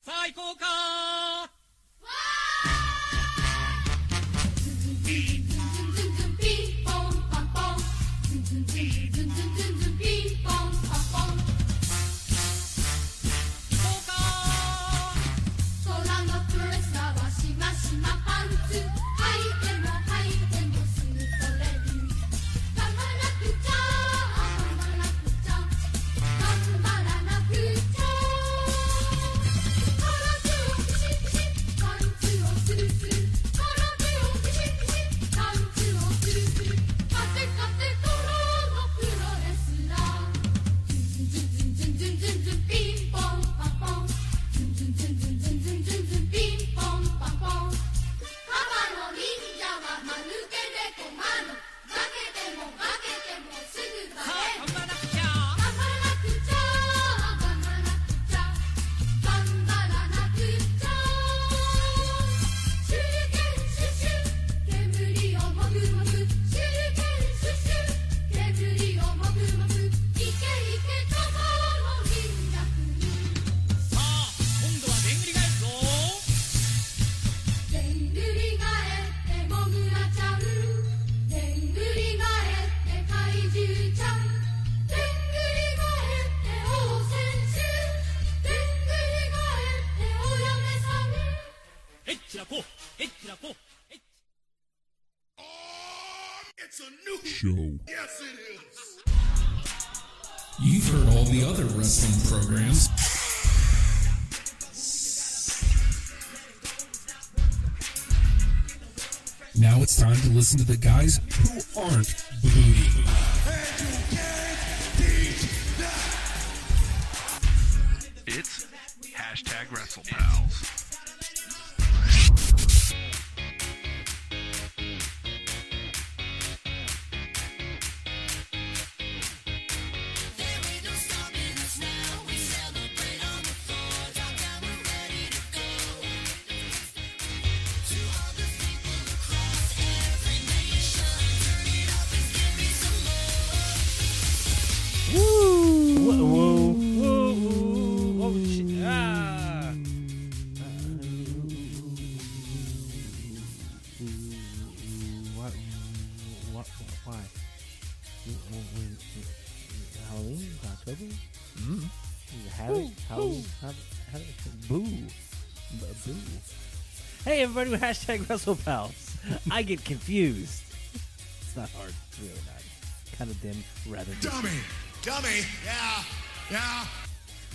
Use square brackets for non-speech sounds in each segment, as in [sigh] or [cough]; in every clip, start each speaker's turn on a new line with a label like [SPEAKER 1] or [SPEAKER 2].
[SPEAKER 1] 最高か行こうかさあ頑張らなくちゃさあ今度はでんぐり返すぞ
[SPEAKER 2] でんぐり返ってもぐらちゃんでんぐり返って怪獣ちゃんでんぐり返って王選手でんぐり返ってお嫁さん
[SPEAKER 1] えっちらこうえっちらこうえっ
[SPEAKER 3] It's a new
[SPEAKER 4] show.
[SPEAKER 3] Yes, it is.
[SPEAKER 5] You've heard all the other wrestling programs. Now it's time to listen to the guys who aren't booty.
[SPEAKER 6] It's hashtag WrestlePals.
[SPEAKER 7] Whoa, whoa.
[SPEAKER 1] Whoa, whoa, oh shit. Ah.
[SPEAKER 7] What? What? Why? Halloween? October? Mm. Halloween? Halloween? Halloween? Boo. Boo.
[SPEAKER 8] Hey, everybody with hashtag WrestlePals. I get confused.
[SPEAKER 7] It's not hard. It's really not. Kind of dim, rather dim.
[SPEAKER 3] Dummy. Dummy. Yeah. Yeah.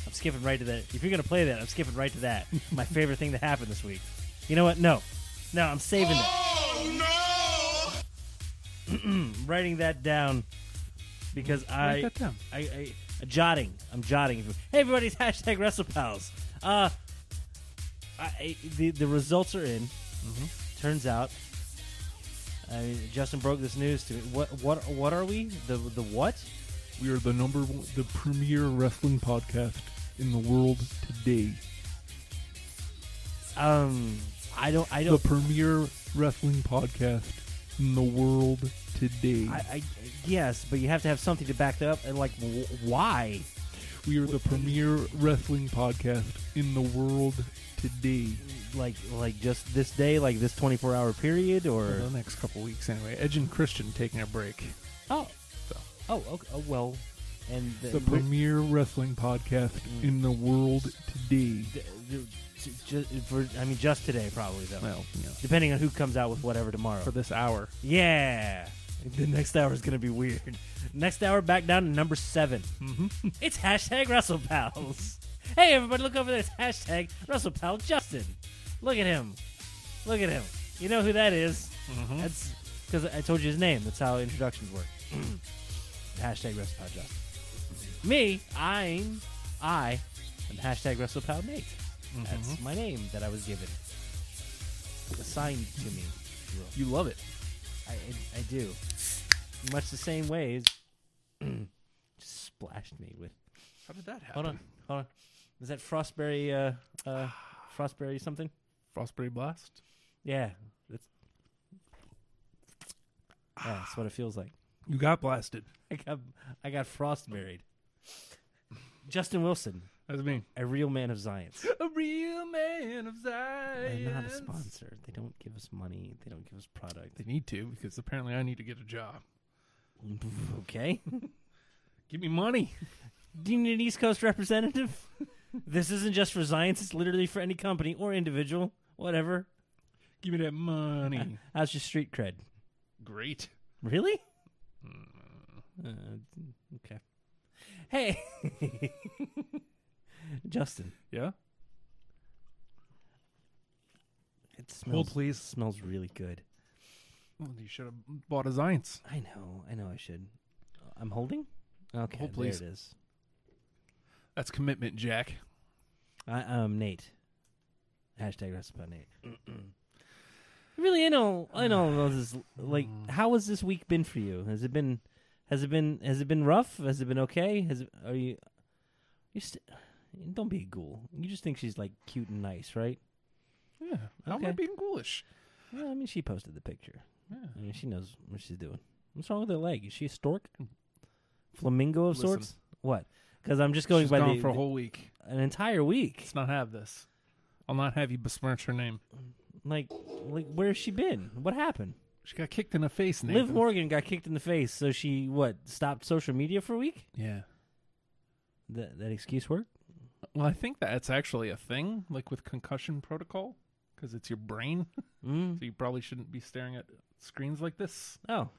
[SPEAKER 8] I'm skipping right to that. If you're going to play that, I'm skipping right to that. My favorite thing that happened this week. You know what? No. No, I'm saving that.
[SPEAKER 3] Oh, no.
[SPEAKER 8] I'm writing that down because I,
[SPEAKER 7] that down.
[SPEAKER 8] I, I, jotting. I'm jotting. Hey, everybody's hashtag WrestlePals. Uh, I, I, the, the results are in.
[SPEAKER 7] Mm-hmm.
[SPEAKER 8] Turns out, I mean, Justin broke this news to me. What, what, what are we? The, the what?
[SPEAKER 4] We are the number one, the premier wrestling podcast in the world today.
[SPEAKER 8] Um, I don't, I
[SPEAKER 4] The
[SPEAKER 8] don't,
[SPEAKER 4] premier wrestling podcast in the world today.
[SPEAKER 8] I, I yes, but you have to have something to back that up. And like, wh- why?
[SPEAKER 4] we are the premier wrestling podcast in the world today.
[SPEAKER 8] Like, like just this day, like this twenty-four hour period,
[SPEAKER 7] For
[SPEAKER 8] or
[SPEAKER 7] the next couple weeks, anyway. Edge and Christian taking a break.
[SPEAKER 8] oh,
[SPEAKER 7] So.
[SPEAKER 8] oh, okay, oh, well, and the,
[SPEAKER 4] The premier wrestling podcast in the world today.
[SPEAKER 8] the- the- ju- ju- for, I mean, just today, probably though.
[SPEAKER 7] Well, you know,
[SPEAKER 8] Depending on who comes out with whatever tomorrow.
[SPEAKER 7] for this hour.
[SPEAKER 8] yeah, [laughs] the next hour is gonna be weird. Next hour, back down to number seven. it's hashtag WrestlePals. hey, everybody, look over there. It's hashtag WrestlePal Justin. Look at him. Look at him. You know who that is. That's because I told you his name. That's how introductions work. [clears throat] hashtag WrestlePal Justin. Me, I'm I am hashtag WrestlePal Nate. That's my name that I was given, assigned to me. if you will.
[SPEAKER 7] You love it.
[SPEAKER 8] I, I, I do. Much the same way as [clears throat] just splashed me with.
[SPEAKER 7] How did that happen?
[SPEAKER 8] Hold on, hold on. Is that frostberry? Uh, uh, frostberry something?
[SPEAKER 7] Frostberry Blast?
[SPEAKER 8] Yeah, that's, yeah, that's what it feels like.
[SPEAKER 4] You got blasted.
[SPEAKER 8] I got I got frostberried. Justin Wilson,
[SPEAKER 4] That's me.
[SPEAKER 8] A real man of science.
[SPEAKER 4] A real man of science.
[SPEAKER 8] They're not a sponsor. They don't give us money. They don't give us product.
[SPEAKER 4] They need to because apparently I need to get a job.
[SPEAKER 8] Okay.
[SPEAKER 4] Give me money.
[SPEAKER 8] Do you need an East Coast representative? [laughs] this isn't just for science. It's literally for any company or individual, whatever.
[SPEAKER 4] [laughs] Give me that money.
[SPEAKER 8] How's your street cred?
[SPEAKER 4] [laughs] Great.
[SPEAKER 8] Really?
[SPEAKER 4] Hmm.
[SPEAKER 8] Uh, okay. Hey, [laughs] Justin.
[SPEAKER 4] Yeah.
[SPEAKER 8] It smells.
[SPEAKER 4] Hold, please.
[SPEAKER 8] Smells really good.
[SPEAKER 4] Well, you should have bought a Zions.
[SPEAKER 8] I know. I know. I should. I'm holding. Okay.
[SPEAKER 4] Hold, please.
[SPEAKER 8] There it is.
[SPEAKER 4] That's commitment, Jack.
[SPEAKER 8] I, um, Nate. Hashtag recipe Nate. [clears throat] really, I know. I know. This like,
[SPEAKER 4] Mm.
[SPEAKER 8] how has this week been for you? Has it been? Has it been? Has it been rough? Has it been okay? Has it, are you? You st- don't be a ghoul. You just think she's like cute and nice, right?
[SPEAKER 4] Yeah. How am I
[SPEAKER 8] Okay.
[SPEAKER 4] being ghoulish?
[SPEAKER 8] Yeah, I mean, she posted the picture. I mean, she knows what she's doing. What's wrong with her leg? Is she a stork? Flamingo of
[SPEAKER 4] Listen.
[SPEAKER 8] sorts? What? Because I'm just going
[SPEAKER 4] She's
[SPEAKER 8] by
[SPEAKER 4] gone
[SPEAKER 8] the,
[SPEAKER 4] for a whole week.
[SPEAKER 8] an entire week.
[SPEAKER 4] Let's not have this. I'll not have you besmirch her name.
[SPEAKER 8] Like, like where has she been? What happened?
[SPEAKER 4] She got kicked in the face, Nathan.
[SPEAKER 8] Liv Morgan got kicked in the face, so she what? Stopped social media for a week?
[SPEAKER 4] Yeah.
[SPEAKER 8] That that excuse worked?
[SPEAKER 4] Well, I think that's actually a thing, like with concussion protocol, because it's your brain.
[SPEAKER 8] Mm.
[SPEAKER 4] so you probably shouldn't be staring at screens like this.
[SPEAKER 8] Oh,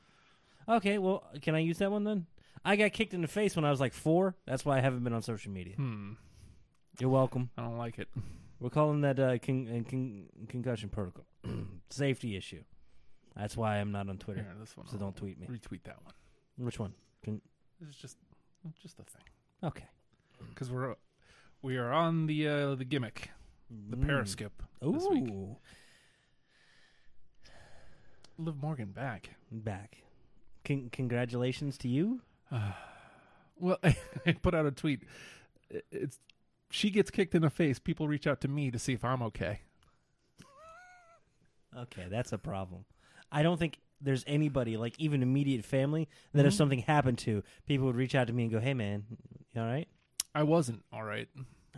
[SPEAKER 8] okay. Well, can I use that one then? I got kicked in the face when I was like four. That's why I haven't been on social media.
[SPEAKER 4] Hmm.
[SPEAKER 8] You're welcome.
[SPEAKER 4] I don't like it.
[SPEAKER 8] We're calling that uh, con- uh, con- concussion protocol [clears throat] safety issue. That's why I'm not on Twitter.
[SPEAKER 4] Here, this one.
[SPEAKER 8] So don't tweet me.
[SPEAKER 4] Retweet that one.
[SPEAKER 8] Which one? Con-
[SPEAKER 4] This is just, just a thing.
[SPEAKER 8] okay.
[SPEAKER 4] Because we're, we are on the uh, the gimmick, the Periscope. This week.
[SPEAKER 8] Hmm. Ooh,
[SPEAKER 4] Liv Morgan back.
[SPEAKER 8] back. Con- congratulations to you.
[SPEAKER 4] Well, [laughs] I, put out a tweet. I- It's she gets kicked in the face. People reach out to me to see if I'm okay.
[SPEAKER 8] Okay, that's a problem. I don't think there's anybody, like even immediate family, that if something happened to, people would reach out to me and go, "Hey, man, you all right?"
[SPEAKER 4] I wasn't all right.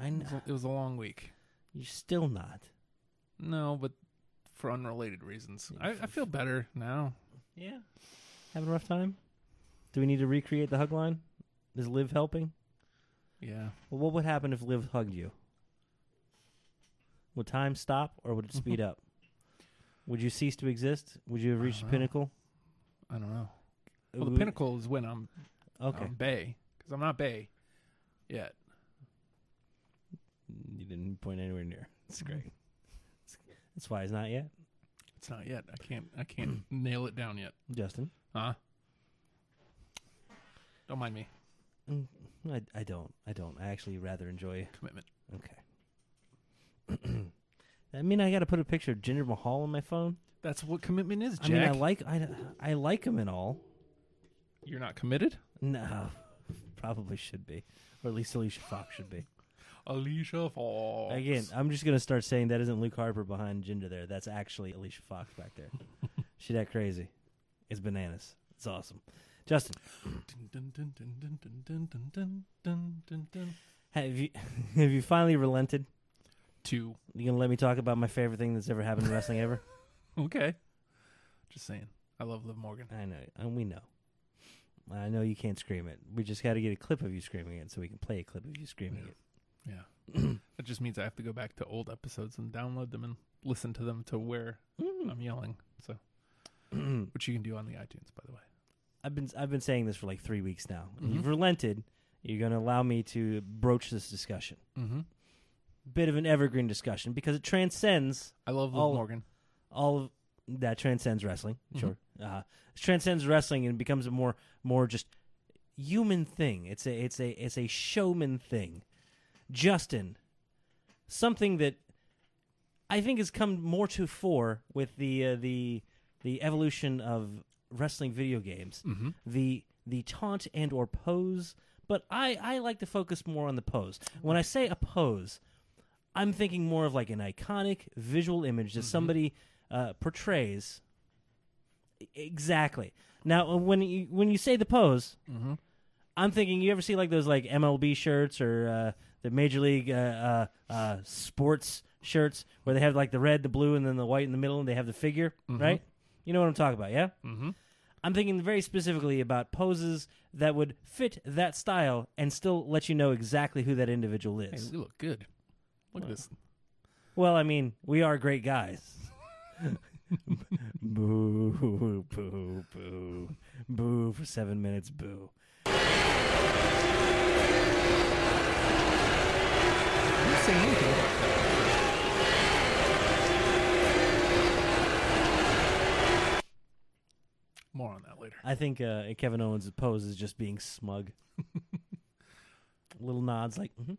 [SPEAKER 8] I
[SPEAKER 4] It was
[SPEAKER 8] know
[SPEAKER 4] a- it was a long week.
[SPEAKER 8] you're still not.
[SPEAKER 4] No, but for unrelated reasons. I, I feel better now.
[SPEAKER 8] Yeah, having a rough time. Do we need to recreate the hug line? Is Liv helping?
[SPEAKER 4] Yeah.
[SPEAKER 8] Well, what would happen if Liv hugged you? Would time stop or would it speed up? Would you cease to exist? Would you have reached the
[SPEAKER 4] don't know.
[SPEAKER 8] pinnacle?
[SPEAKER 4] I don't know. Well, the
[SPEAKER 8] Would-
[SPEAKER 4] pinnacle is when I'm,
[SPEAKER 8] Okay,
[SPEAKER 4] I'm Bay because I'm not Bay yet.
[SPEAKER 8] you didn't point anywhere near. It's great. That's why he's not yet,
[SPEAKER 4] It's not yet. I can't. I
[SPEAKER 8] [clears throat]
[SPEAKER 4] can't nail it down yet.
[SPEAKER 8] Justin.
[SPEAKER 4] Huh? Don't mind me.
[SPEAKER 8] I, I don't. I don't. I actually rather enjoy.
[SPEAKER 4] Commitment.
[SPEAKER 8] Okay. [clears throat] I mean, I got to put a picture of Jinder Mahal on my phone.
[SPEAKER 4] That's what commitment is, Jack.
[SPEAKER 8] I mean, I like I, I like him and all.
[SPEAKER 4] You're not committed.
[SPEAKER 8] No, [laughs] probably should be, or at least Alicia Fox should be.
[SPEAKER 4] Alicia Fox.
[SPEAKER 8] Again, I'm just gonna start saying that isn't Luke Harper behind Jinder there. That's actually Alicia Fox back there. she that crazy. It's bananas. It's awesome. Justin,
[SPEAKER 4] Dun, dun, dun, dun, dun, dun, dun, dun, dun, dun, dun.
[SPEAKER 8] have you [laughs] have you finally relented?
[SPEAKER 4] Two.
[SPEAKER 8] You gonna let me talk about my favorite thing that's ever happened in wrestling ever?
[SPEAKER 4] Okay. Just saying. I love Liv Morgan.
[SPEAKER 8] I know, and we know. I know you can't scream it. We just got to get a clip of you screaming it, so we can play a clip of you screaming it.
[SPEAKER 4] Yeah. that just means I have to go back to old episodes and download them and listen to them to where I'm yelling. So, which you can do on the iTunes, by the way.
[SPEAKER 8] I've been I've been saying this for like three weeks now. You've relented. You're going to allow me to broach this discussion.
[SPEAKER 4] Mhm.
[SPEAKER 8] Bit of an evergreen discussion because it transcends
[SPEAKER 4] I love Liv
[SPEAKER 8] All-
[SPEAKER 4] Morgan.
[SPEAKER 8] all of that transcends wrestling. Sure, uh, transcends wrestling and becomes a more more just human thing. It's a it's a it's a showman thing. Justin, something that I think has come more to fore with the uh, the the evolution of wrestling video games. The the taunt and or pose, but I I like to focus more on the pose. When I say a pose, I'm thinking more of like an iconic visual image that somebody uh, portrays. E- Exactly. Now, uh, when you when you say the pose, I'm thinking you ever see like those like MLB shirts or uh, the Major League uh, uh, uh, sports shirts where they have like the red, the blue, and then the white in the middle, and they have the figure, right? You know what I'm talking about, yeah? Mm-hmm. I'm thinking very specifically about poses that would fit that style and still let you know exactly who that individual
[SPEAKER 4] Hey,
[SPEAKER 8] is.
[SPEAKER 4] we look good. Look at this.
[SPEAKER 8] Well, I mean, we are great guys. [laughs] boo, boo, boo, boo for seven minutes, boo.
[SPEAKER 4] More on that later.
[SPEAKER 8] I think uh, Kevin Owens' pose is just being [laughs] smug. Little nods like, mhm,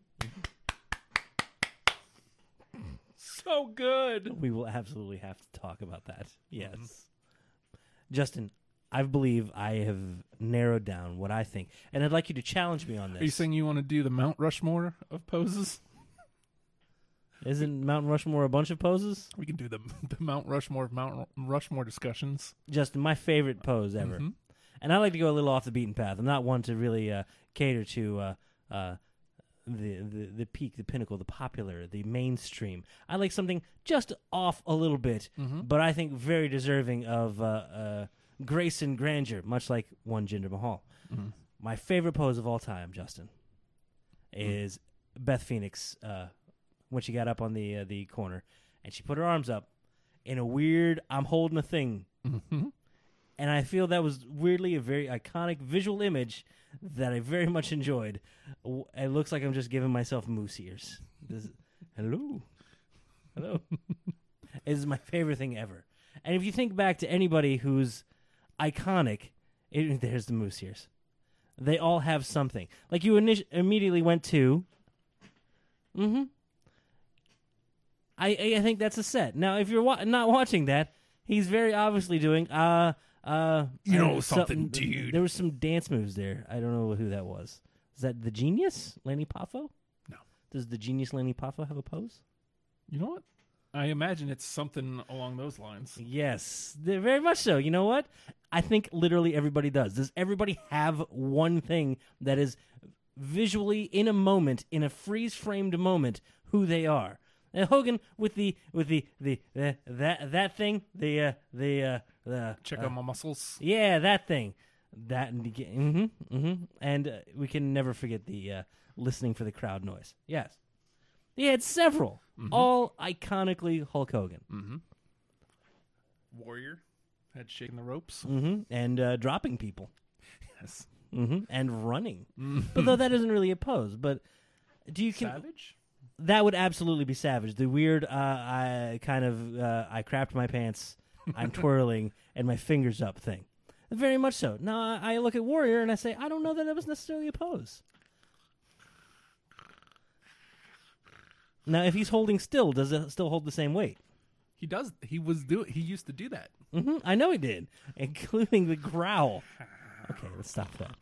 [SPEAKER 4] So good.
[SPEAKER 8] we will absolutely have to talk about that. Yes. Justin, I believe I have narrowed down what I think, and I'd like you to challenge me on this.
[SPEAKER 4] Are you saying you want to do the Mount Rushmore of poses? [laughs]
[SPEAKER 8] Isn't Mount Rushmore a bunch of poses?
[SPEAKER 4] We can do the the Mount Rushmore of Mount Ru- Rushmore discussions.
[SPEAKER 8] Justin, my favorite pose ever. And I like to go a little off the beaten path. I'm not one to really uh, cater to uh, uh, the, the the peak, the pinnacle, the popular, the mainstream. I like something just off a little bit, but I think very deserving of uh, uh, grace and grandeur, much like one Jinder Mahal. My favorite pose of all time, Justin, is Beth Phoenix uh, when she got up on the uh, the corner and she put her arms up in a weird "I'm holding a thing" and I feel that was weirdly a very iconic visual image that I very [laughs] much enjoyed. W- It looks like I'm just giving myself moose ears. This, hello, hello. [laughs] it is my favorite thing ever. And if you think back to anybody who's iconic, it, there's the moose ears. They all have something. Like you init- immediately went to. Mm-hmm. I I- I think that's a set. Now, if you're wa- not watching that, he's very obviously doing uh uh.
[SPEAKER 4] You
[SPEAKER 8] I don't
[SPEAKER 4] know something, dude.
[SPEAKER 8] There was some dance moves there. I don't know who that was. Is that the genius Lenny Poffo?
[SPEAKER 4] No.
[SPEAKER 8] Does the genius Lenny Poffo have a pose?
[SPEAKER 4] You know what? I imagine it's something along those lines.
[SPEAKER 8] Yes, th- very much so. You know what? I think literally everybody does. Does everybody have one thing that is visually in a moment, in a freeze framed moment, who they are? And Hogan with the with the the, the that that thing, the uh, the uh, the
[SPEAKER 4] Check
[SPEAKER 8] uh,
[SPEAKER 4] out my muscles.
[SPEAKER 8] yeah, that thing. That and mm-hmm, mm-hmm. and uh, we can never forget the uh, listening for the crowd noise. Yes, he had several,
[SPEAKER 4] Mm-hmm.
[SPEAKER 8] all iconically Hulk Hogan.
[SPEAKER 4] Mm. Warrior had shaken the ropes.
[SPEAKER 8] hmm and uh, dropping people
[SPEAKER 4] Yes.
[SPEAKER 8] hmm and running. But though that isn't really a pose, but do you can
[SPEAKER 4] Savage.
[SPEAKER 8] that would absolutely be savage. The weird, uh, I kind of uh, I crapped my pants, I'm twirling, and my fingers up thing. Very much so. Now I I look at Warrior and I say, I don't know that that was necessarily a pose. Now, if he's holding still, does it still hold the same weight?
[SPEAKER 4] He does. He was do. He used to do that.
[SPEAKER 8] hmm I know he did, [laughs] including the growl. Okay, let's stop that.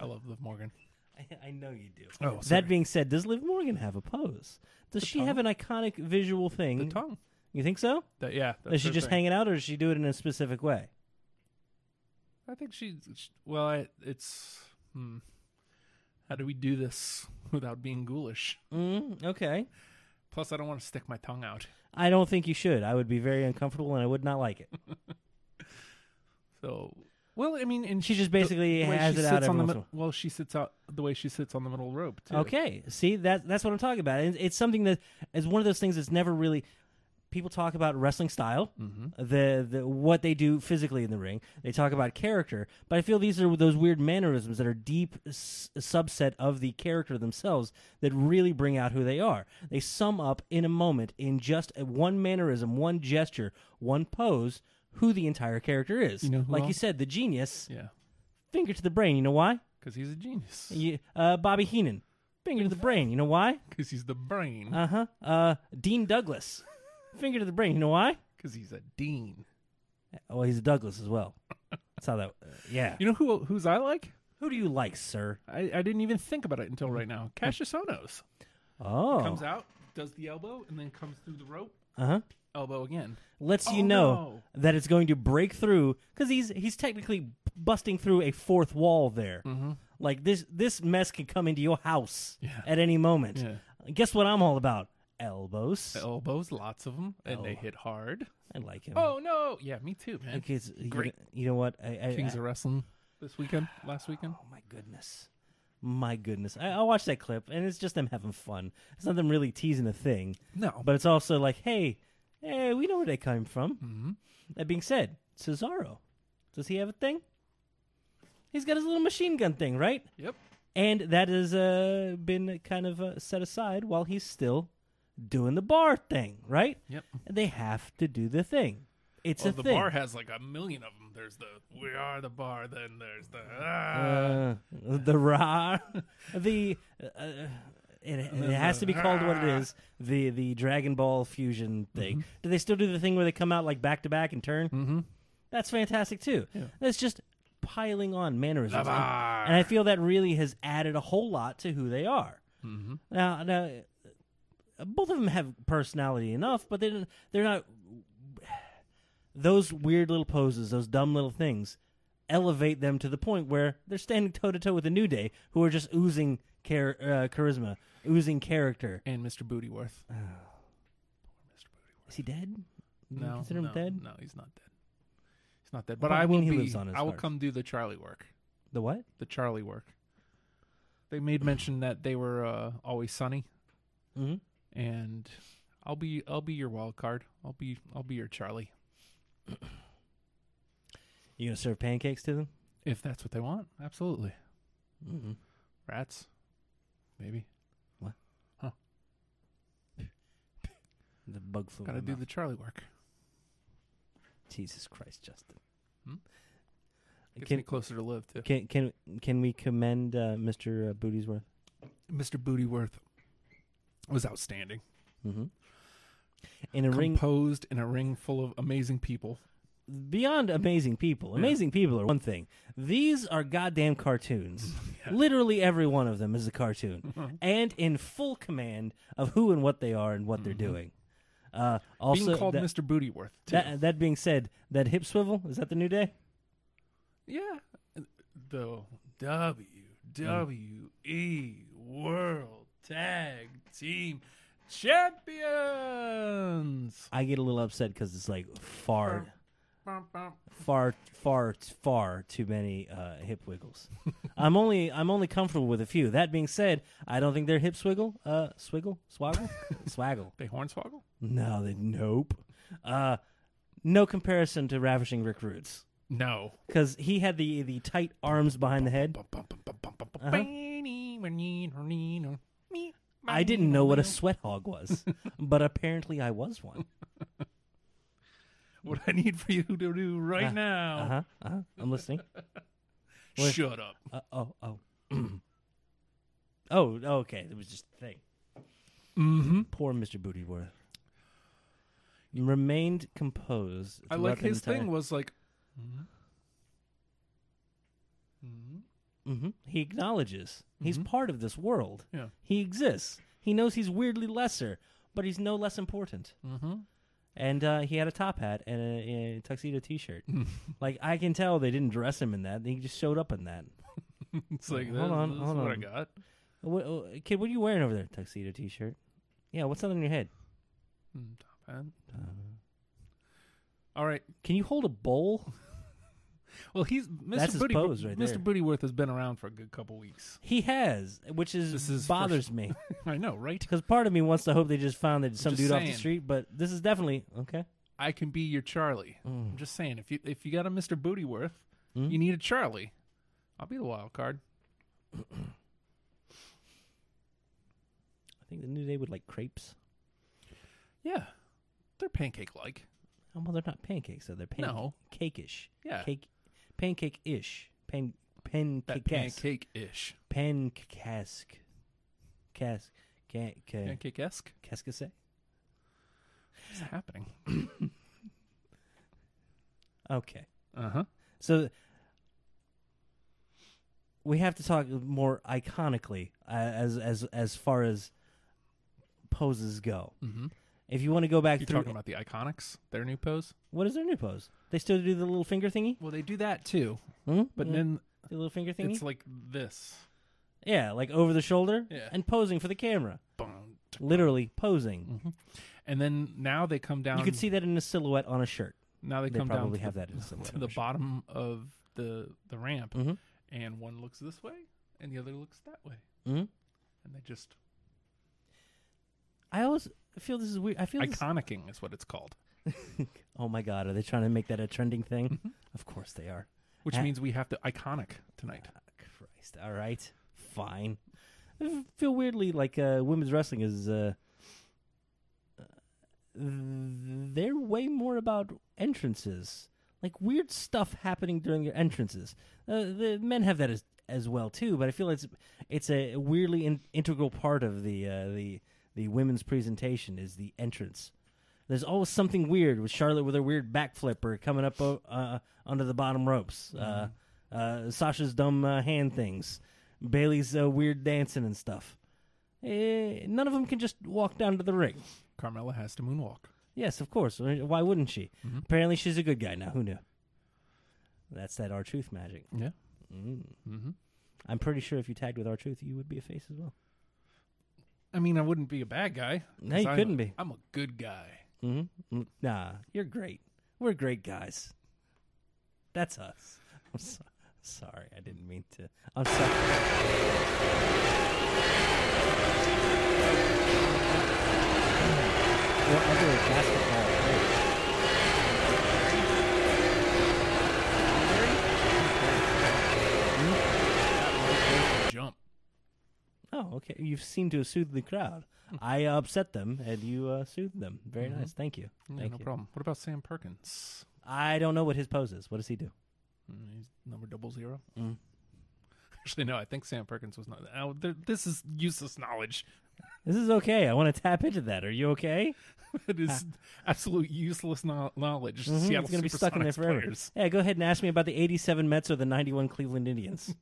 [SPEAKER 4] I love Liv Morgan.
[SPEAKER 8] I, I know you do.
[SPEAKER 4] Oh, sorry.
[SPEAKER 8] that being said, does Liv Morgan have a pose? Does she have an iconic visual thing?
[SPEAKER 4] The tongue.
[SPEAKER 8] You think so?
[SPEAKER 4] That yeah.
[SPEAKER 8] Does
[SPEAKER 4] that's
[SPEAKER 8] she
[SPEAKER 4] her
[SPEAKER 8] just
[SPEAKER 4] thing.
[SPEAKER 8] hang it out, or does she do it in a specific way?
[SPEAKER 4] I think she. she- Well, I, it's. Hmm. How do we do this without being ghoulish?
[SPEAKER 8] Mm, okay.
[SPEAKER 4] Plus, I don't want to stick my tongue out.
[SPEAKER 8] I don't think you should. I would be very uncomfortable, and I would not like it.
[SPEAKER 4] So. Well, I mean, and
[SPEAKER 8] She just
[SPEAKER 4] the
[SPEAKER 8] basically
[SPEAKER 4] way
[SPEAKER 8] has
[SPEAKER 4] she
[SPEAKER 8] it out
[SPEAKER 4] sits on the
[SPEAKER 8] every once in a
[SPEAKER 4] mid- Well, she sits out the way she sits on the middle rope too.
[SPEAKER 8] Okay. See, that that's what I'm talking about. It's, it's something that is one of those things that's never really. People talk about wrestling style,
[SPEAKER 4] Mm-hmm.
[SPEAKER 8] the, the what they do physically in the ring. They talk about character, but I feel these are those weird mannerisms that are deep s- subset of the character themselves that really bring out who they are. They sum up in a moment in just a, one mannerism, one gesture, one pose, who the entire character is.
[SPEAKER 4] You know who
[SPEAKER 8] like you
[SPEAKER 4] else?
[SPEAKER 8] said, the genius
[SPEAKER 4] Yeah,
[SPEAKER 8] finger to the brain. You know why?
[SPEAKER 4] because he's a genius.
[SPEAKER 8] You, uh, Bobby Heenan finger to the brain. You know why?
[SPEAKER 4] Because he's the brain.
[SPEAKER 8] Uh huh. Uh, Dean Douglas. [laughs] Finger to the brain. You know why?
[SPEAKER 4] Because he's a dean.
[SPEAKER 8] Oh, he's a Douglas as well. That's how that. uh, yeah.
[SPEAKER 4] You know who who's I like?
[SPEAKER 8] Who do you like, sir?
[SPEAKER 4] I, I didn't even think about it until right
[SPEAKER 8] [laughs]
[SPEAKER 4] now. Cassius Ohnos
[SPEAKER 8] Oh.
[SPEAKER 4] comes out, does the elbow, and then comes through the rope,
[SPEAKER 8] Uh huh.
[SPEAKER 4] elbow again.
[SPEAKER 8] Lets you
[SPEAKER 4] Oh,
[SPEAKER 8] know
[SPEAKER 4] no.
[SPEAKER 8] that it's going to break through because he's he's technically busting through a fourth wall there. Like this this mess can come into your house
[SPEAKER 4] Mm-hmm. Yeah.
[SPEAKER 8] at any moment.
[SPEAKER 4] Yeah.
[SPEAKER 8] Guess what I'm all about? Elbows.
[SPEAKER 4] Elbows, lots of them, and they
[SPEAKER 8] Oh.
[SPEAKER 4] hit hard.
[SPEAKER 8] I like him.
[SPEAKER 4] Oh no! Yeah, me too, man.
[SPEAKER 8] Like it's- you
[SPEAKER 4] Great.
[SPEAKER 8] know- You know what? I, I,
[SPEAKER 4] Kings
[SPEAKER 8] I-
[SPEAKER 4] of Wrestling this weekend, last weekend.
[SPEAKER 8] Oh my goodness. My goodness. I, I watched that clip and it's just them having fun. It's not them really teasing a thing.
[SPEAKER 4] No.
[SPEAKER 8] But it's also like, hey, hey, we know where they came from. Mm-hmm. That being said, Cesaro, does he have a thing? He's got his little machine gun thing, right?
[SPEAKER 4] Yep.
[SPEAKER 8] And that has uh, been kind of uh, set aside while he's still doing the bar thing, right?
[SPEAKER 4] Yep.
[SPEAKER 8] And they have to do the thing. It's
[SPEAKER 4] well,
[SPEAKER 8] a
[SPEAKER 4] the
[SPEAKER 8] thing.
[SPEAKER 4] bar has like a million of them. There's the "We Are the Bar," then there's the ah,
[SPEAKER 8] Uh, the ra [laughs] the uh, it, it has to be called what it is the the Dragon Ball fusion thing. Do they still do the thing where they come out like back to back and turn? Mm-hmm. That's fantastic too. That's just piling on mannerisms, and, and I feel that really has added a whole lot to who they are. Mm-hmm. Now, now, uh, both of them have personality enough, but they didn't, they're not those weird little poses, those dumb little things, elevate them to the point where they're standing toe to toe with the New Day, who are just oozing char- uh, charisma, oozing character.
[SPEAKER 4] and Mr. Bootyworth.
[SPEAKER 8] Uh, Is he dead? You
[SPEAKER 4] No,
[SPEAKER 8] consider him
[SPEAKER 4] no,
[SPEAKER 8] dead.
[SPEAKER 4] No, he's not dead. He's not dead. But
[SPEAKER 8] Well,
[SPEAKER 4] I
[SPEAKER 8] I
[SPEAKER 4] will
[SPEAKER 8] mean,
[SPEAKER 4] be.
[SPEAKER 8] he lives on his
[SPEAKER 4] I will
[SPEAKER 8] heart.
[SPEAKER 4] come do the Charlie work.
[SPEAKER 8] The what?
[SPEAKER 4] The Charlie work. They made mention that they were uh, always sunny,
[SPEAKER 8] Mhm.
[SPEAKER 4] and I'll be I'll be your wild card. I'll be I'll be your Charlie
[SPEAKER 8] You gonna serve pancakes to them?
[SPEAKER 4] if that's what they want. Absolutely. Rats, maybe.
[SPEAKER 8] The bug flew. in
[SPEAKER 4] Gotta
[SPEAKER 8] my
[SPEAKER 4] do
[SPEAKER 8] mouth.
[SPEAKER 4] the Charlie work.
[SPEAKER 8] Jesus Christ, Justin.
[SPEAKER 4] Gets
[SPEAKER 8] Can-
[SPEAKER 4] me closer to live too.
[SPEAKER 8] Can can can we commend uh, Mister uh, Bootiesworth?
[SPEAKER 4] Mr. Bootyworth was outstanding.
[SPEAKER 8] In a ring
[SPEAKER 4] Composed in a ring full of amazing people.
[SPEAKER 8] beyond amazing people. Amazing people are one thing. These are goddamn cartoons.
[SPEAKER 4] [laughs]
[SPEAKER 8] Literally every one of them is a cartoon, and in full command of who and what they are and what they're doing. Uh, also,
[SPEAKER 4] Mm-hmm. Being called
[SPEAKER 8] that,
[SPEAKER 4] Mr. Bootyworth too.
[SPEAKER 8] that, that being said, that hip swivel is that the new day?
[SPEAKER 4] Yeah. The WWE World Tag Team Champions.
[SPEAKER 8] I get a little upset because it's like far, far, far, far too many uh, hip wiggles. [laughs] I'm only I'm only comfortable with a few. That being said, I don't think they're hip swiggle, uh, swiggle, [laughs] swaggle, swaggle.
[SPEAKER 4] They hornswoggle?
[SPEAKER 8] No, they nope. Uh, no comparison to Ravishing Rick Roots
[SPEAKER 4] No.
[SPEAKER 8] because he had the the tight arms behind the head. Uh-huh. I didn't know what a sweat hog [laughs] was, but apparently I was one.
[SPEAKER 4] What I need for you to do right now.
[SPEAKER 8] Uh huh. Uh-huh. I'm listening.
[SPEAKER 4] Shut up.
[SPEAKER 8] Uh, oh oh. [clears throat] oh okay. It was just a thing. Mm-hmm. Poor Mister Bootyworth remained composed.
[SPEAKER 4] I like
[SPEAKER 8] throughout the
[SPEAKER 4] his
[SPEAKER 8] entire-
[SPEAKER 4] thing was like
[SPEAKER 8] Mhm. He acknowledges he's part of this world.
[SPEAKER 4] Mm-hmm. Yeah.
[SPEAKER 8] He exists. He knows he's weirdly lesser, but he's no less important. Mm-hmm. And uh, he had a top hat and a, a tuxedo T-shirt.
[SPEAKER 4] [laughs]
[SPEAKER 8] like I can tell they didn't dress him in that. He just showed up in that.
[SPEAKER 4] it's like
[SPEAKER 8] Hold on,
[SPEAKER 4] this is
[SPEAKER 8] hold
[SPEAKER 4] what I
[SPEAKER 8] on.
[SPEAKER 4] got.
[SPEAKER 8] What, uh, kid, what are you wearing over there? Tuxedo T-shirt. Yeah. What's that on your head?
[SPEAKER 4] Mm, top hat.
[SPEAKER 8] Uh-huh.
[SPEAKER 4] All right.
[SPEAKER 8] Can you hold a bowl?
[SPEAKER 4] Well, he's Mr.
[SPEAKER 8] That's his
[SPEAKER 4] Booty,
[SPEAKER 8] pose right
[SPEAKER 4] Mr.
[SPEAKER 8] there.
[SPEAKER 4] Bootyworth has been around for a good couple weeks. [laughs]
[SPEAKER 8] He has, which is,
[SPEAKER 4] This is
[SPEAKER 8] bothers
[SPEAKER 4] first-
[SPEAKER 8] me. 'Cause me
[SPEAKER 4] I know, right?
[SPEAKER 8] because part of me wants to hope they just found that some
[SPEAKER 4] Just
[SPEAKER 8] dude off
[SPEAKER 4] saying.
[SPEAKER 8] the street. But this is definitely okay.
[SPEAKER 4] I can be your Charlie.
[SPEAKER 8] Mm.
[SPEAKER 4] I'm just saying, if you if you got a Mr. Bootyworth, you need a Charlie. I'll be the wild card.
[SPEAKER 8] I think the new day would like crepes.
[SPEAKER 4] Yeah, they're pancake like.
[SPEAKER 8] Oh, well, they're not pancakes, though. They're pan-
[SPEAKER 4] No.
[SPEAKER 8] cakeish.
[SPEAKER 4] Yeah.
[SPEAKER 8] Cake, pancake ish. Pan,
[SPEAKER 4] That
[SPEAKER 8] pancake
[SPEAKER 4] pancake ish,
[SPEAKER 8] Pancask. Cask. Can, can,
[SPEAKER 4] pancake esque.
[SPEAKER 8] Cascase?
[SPEAKER 4] What's happening?
[SPEAKER 8] Okay.
[SPEAKER 4] Uh
[SPEAKER 8] Uh-huh.
[SPEAKER 4] huh.
[SPEAKER 8] So we have to talk more iconically uh, as as as far as poses go. Mm-hmm. If you want to go back
[SPEAKER 4] You
[SPEAKER 8] through,
[SPEAKER 4] talking about the Iconics? Their new pose?
[SPEAKER 8] what is their new pose? They still do the little finger thingy.
[SPEAKER 4] Well, they do that too.
[SPEAKER 8] Hmm?
[SPEAKER 4] But then
[SPEAKER 8] They The little finger thingy?
[SPEAKER 4] It's like this.
[SPEAKER 8] yeah, like over the shoulder
[SPEAKER 4] Yeah.
[SPEAKER 8] and posing for the camera.
[SPEAKER 4] Boom.
[SPEAKER 8] Literally posing.
[SPEAKER 4] And then now they come down.
[SPEAKER 8] You could see that in a silhouette on a shirt.
[SPEAKER 4] now Mm. they
[SPEAKER 8] They
[SPEAKER 4] come down
[SPEAKER 8] probably
[SPEAKER 4] to
[SPEAKER 8] have
[SPEAKER 4] the,
[SPEAKER 8] that in a silhouette.
[SPEAKER 4] to
[SPEAKER 8] on
[SPEAKER 4] the
[SPEAKER 8] a shirt.
[SPEAKER 4] bottom of the the ramp,
[SPEAKER 8] Mhm.
[SPEAKER 4] and one looks this way, and the other looks that way,
[SPEAKER 8] Mhm.
[SPEAKER 4] and they just
[SPEAKER 8] I always feel this is weird. I feel this-
[SPEAKER 4] iconicking is what it's called,
[SPEAKER 8] Oh my god, are they trying to make that a trending thing?
[SPEAKER 4] Mm-hmm.
[SPEAKER 8] of course they are.
[SPEAKER 4] which
[SPEAKER 8] Ah.
[SPEAKER 4] means we have to iconic tonight.
[SPEAKER 8] Christ. All right. Fine. I feel weirdly like uh, women's wrestling is. Uh, uh, they're way more about entrances, like weird stuff happening during your entrances. Uh, the men have that as as well too, but I feel it's it's a weirdly in, integral part of the uh, the the women's presentation is the entrance. There's always something weird with Charlotte with her weird backflip or coming up o- uh, under the bottom ropes. Uh, uh, Sasha's dumb uh, hand things. Bailey's uh, weird dancing and stuff. Eh, none of them can just walk down to the ring.
[SPEAKER 4] Carmella has to moonwalk.
[SPEAKER 8] Yes, of course. Uh, Why wouldn't she? Apparently, she's a good guy now. Who knew? That's that R Truth magic.
[SPEAKER 4] Yeah.
[SPEAKER 8] I'm pretty sure if you tagged with R Truth, you would be a face as well.
[SPEAKER 4] I mean, I wouldn't be a bad guy.
[SPEAKER 8] No,
[SPEAKER 4] 'cause
[SPEAKER 8] you
[SPEAKER 4] I'm
[SPEAKER 8] couldn't
[SPEAKER 4] a-
[SPEAKER 8] be.
[SPEAKER 4] I'm a good guy.
[SPEAKER 8] Mm-hmm. Nah, you're great. We're great guys. That's us. I'm so- sorry, I didn't mean to. I'm sorry. What other basketball players?
[SPEAKER 4] Jump.
[SPEAKER 8] Oh, okay. You seem to have soothed the crowd. I uh, upset them, and you uh, soothed them. Very nice. Thank you.
[SPEAKER 4] Yeah,
[SPEAKER 8] Thank
[SPEAKER 4] no
[SPEAKER 8] you.
[SPEAKER 4] problem. What about Sam Perkins?
[SPEAKER 8] I don't know what his pose is. What does he do?
[SPEAKER 4] Mm, He's number double zero.
[SPEAKER 8] Mm.
[SPEAKER 4] [laughs] Actually, no. I think Sam Perkins was not. Oh, th- this is useless knowledge.
[SPEAKER 8] This is okay. I want to tap into that. Are you okay?
[SPEAKER 4] It
[SPEAKER 8] [laughs]
[SPEAKER 4] is absolute useless no- knowledge.
[SPEAKER 8] Mhm,
[SPEAKER 4] Seattle
[SPEAKER 8] it's going to be stuck in there
[SPEAKER 4] Supersonics
[SPEAKER 8] forever.
[SPEAKER 4] players.
[SPEAKER 8] Yeah, go ahead and ask me about the 87 Mets or the 91
[SPEAKER 4] [laughs]
[SPEAKER 8] Cleveland Indians.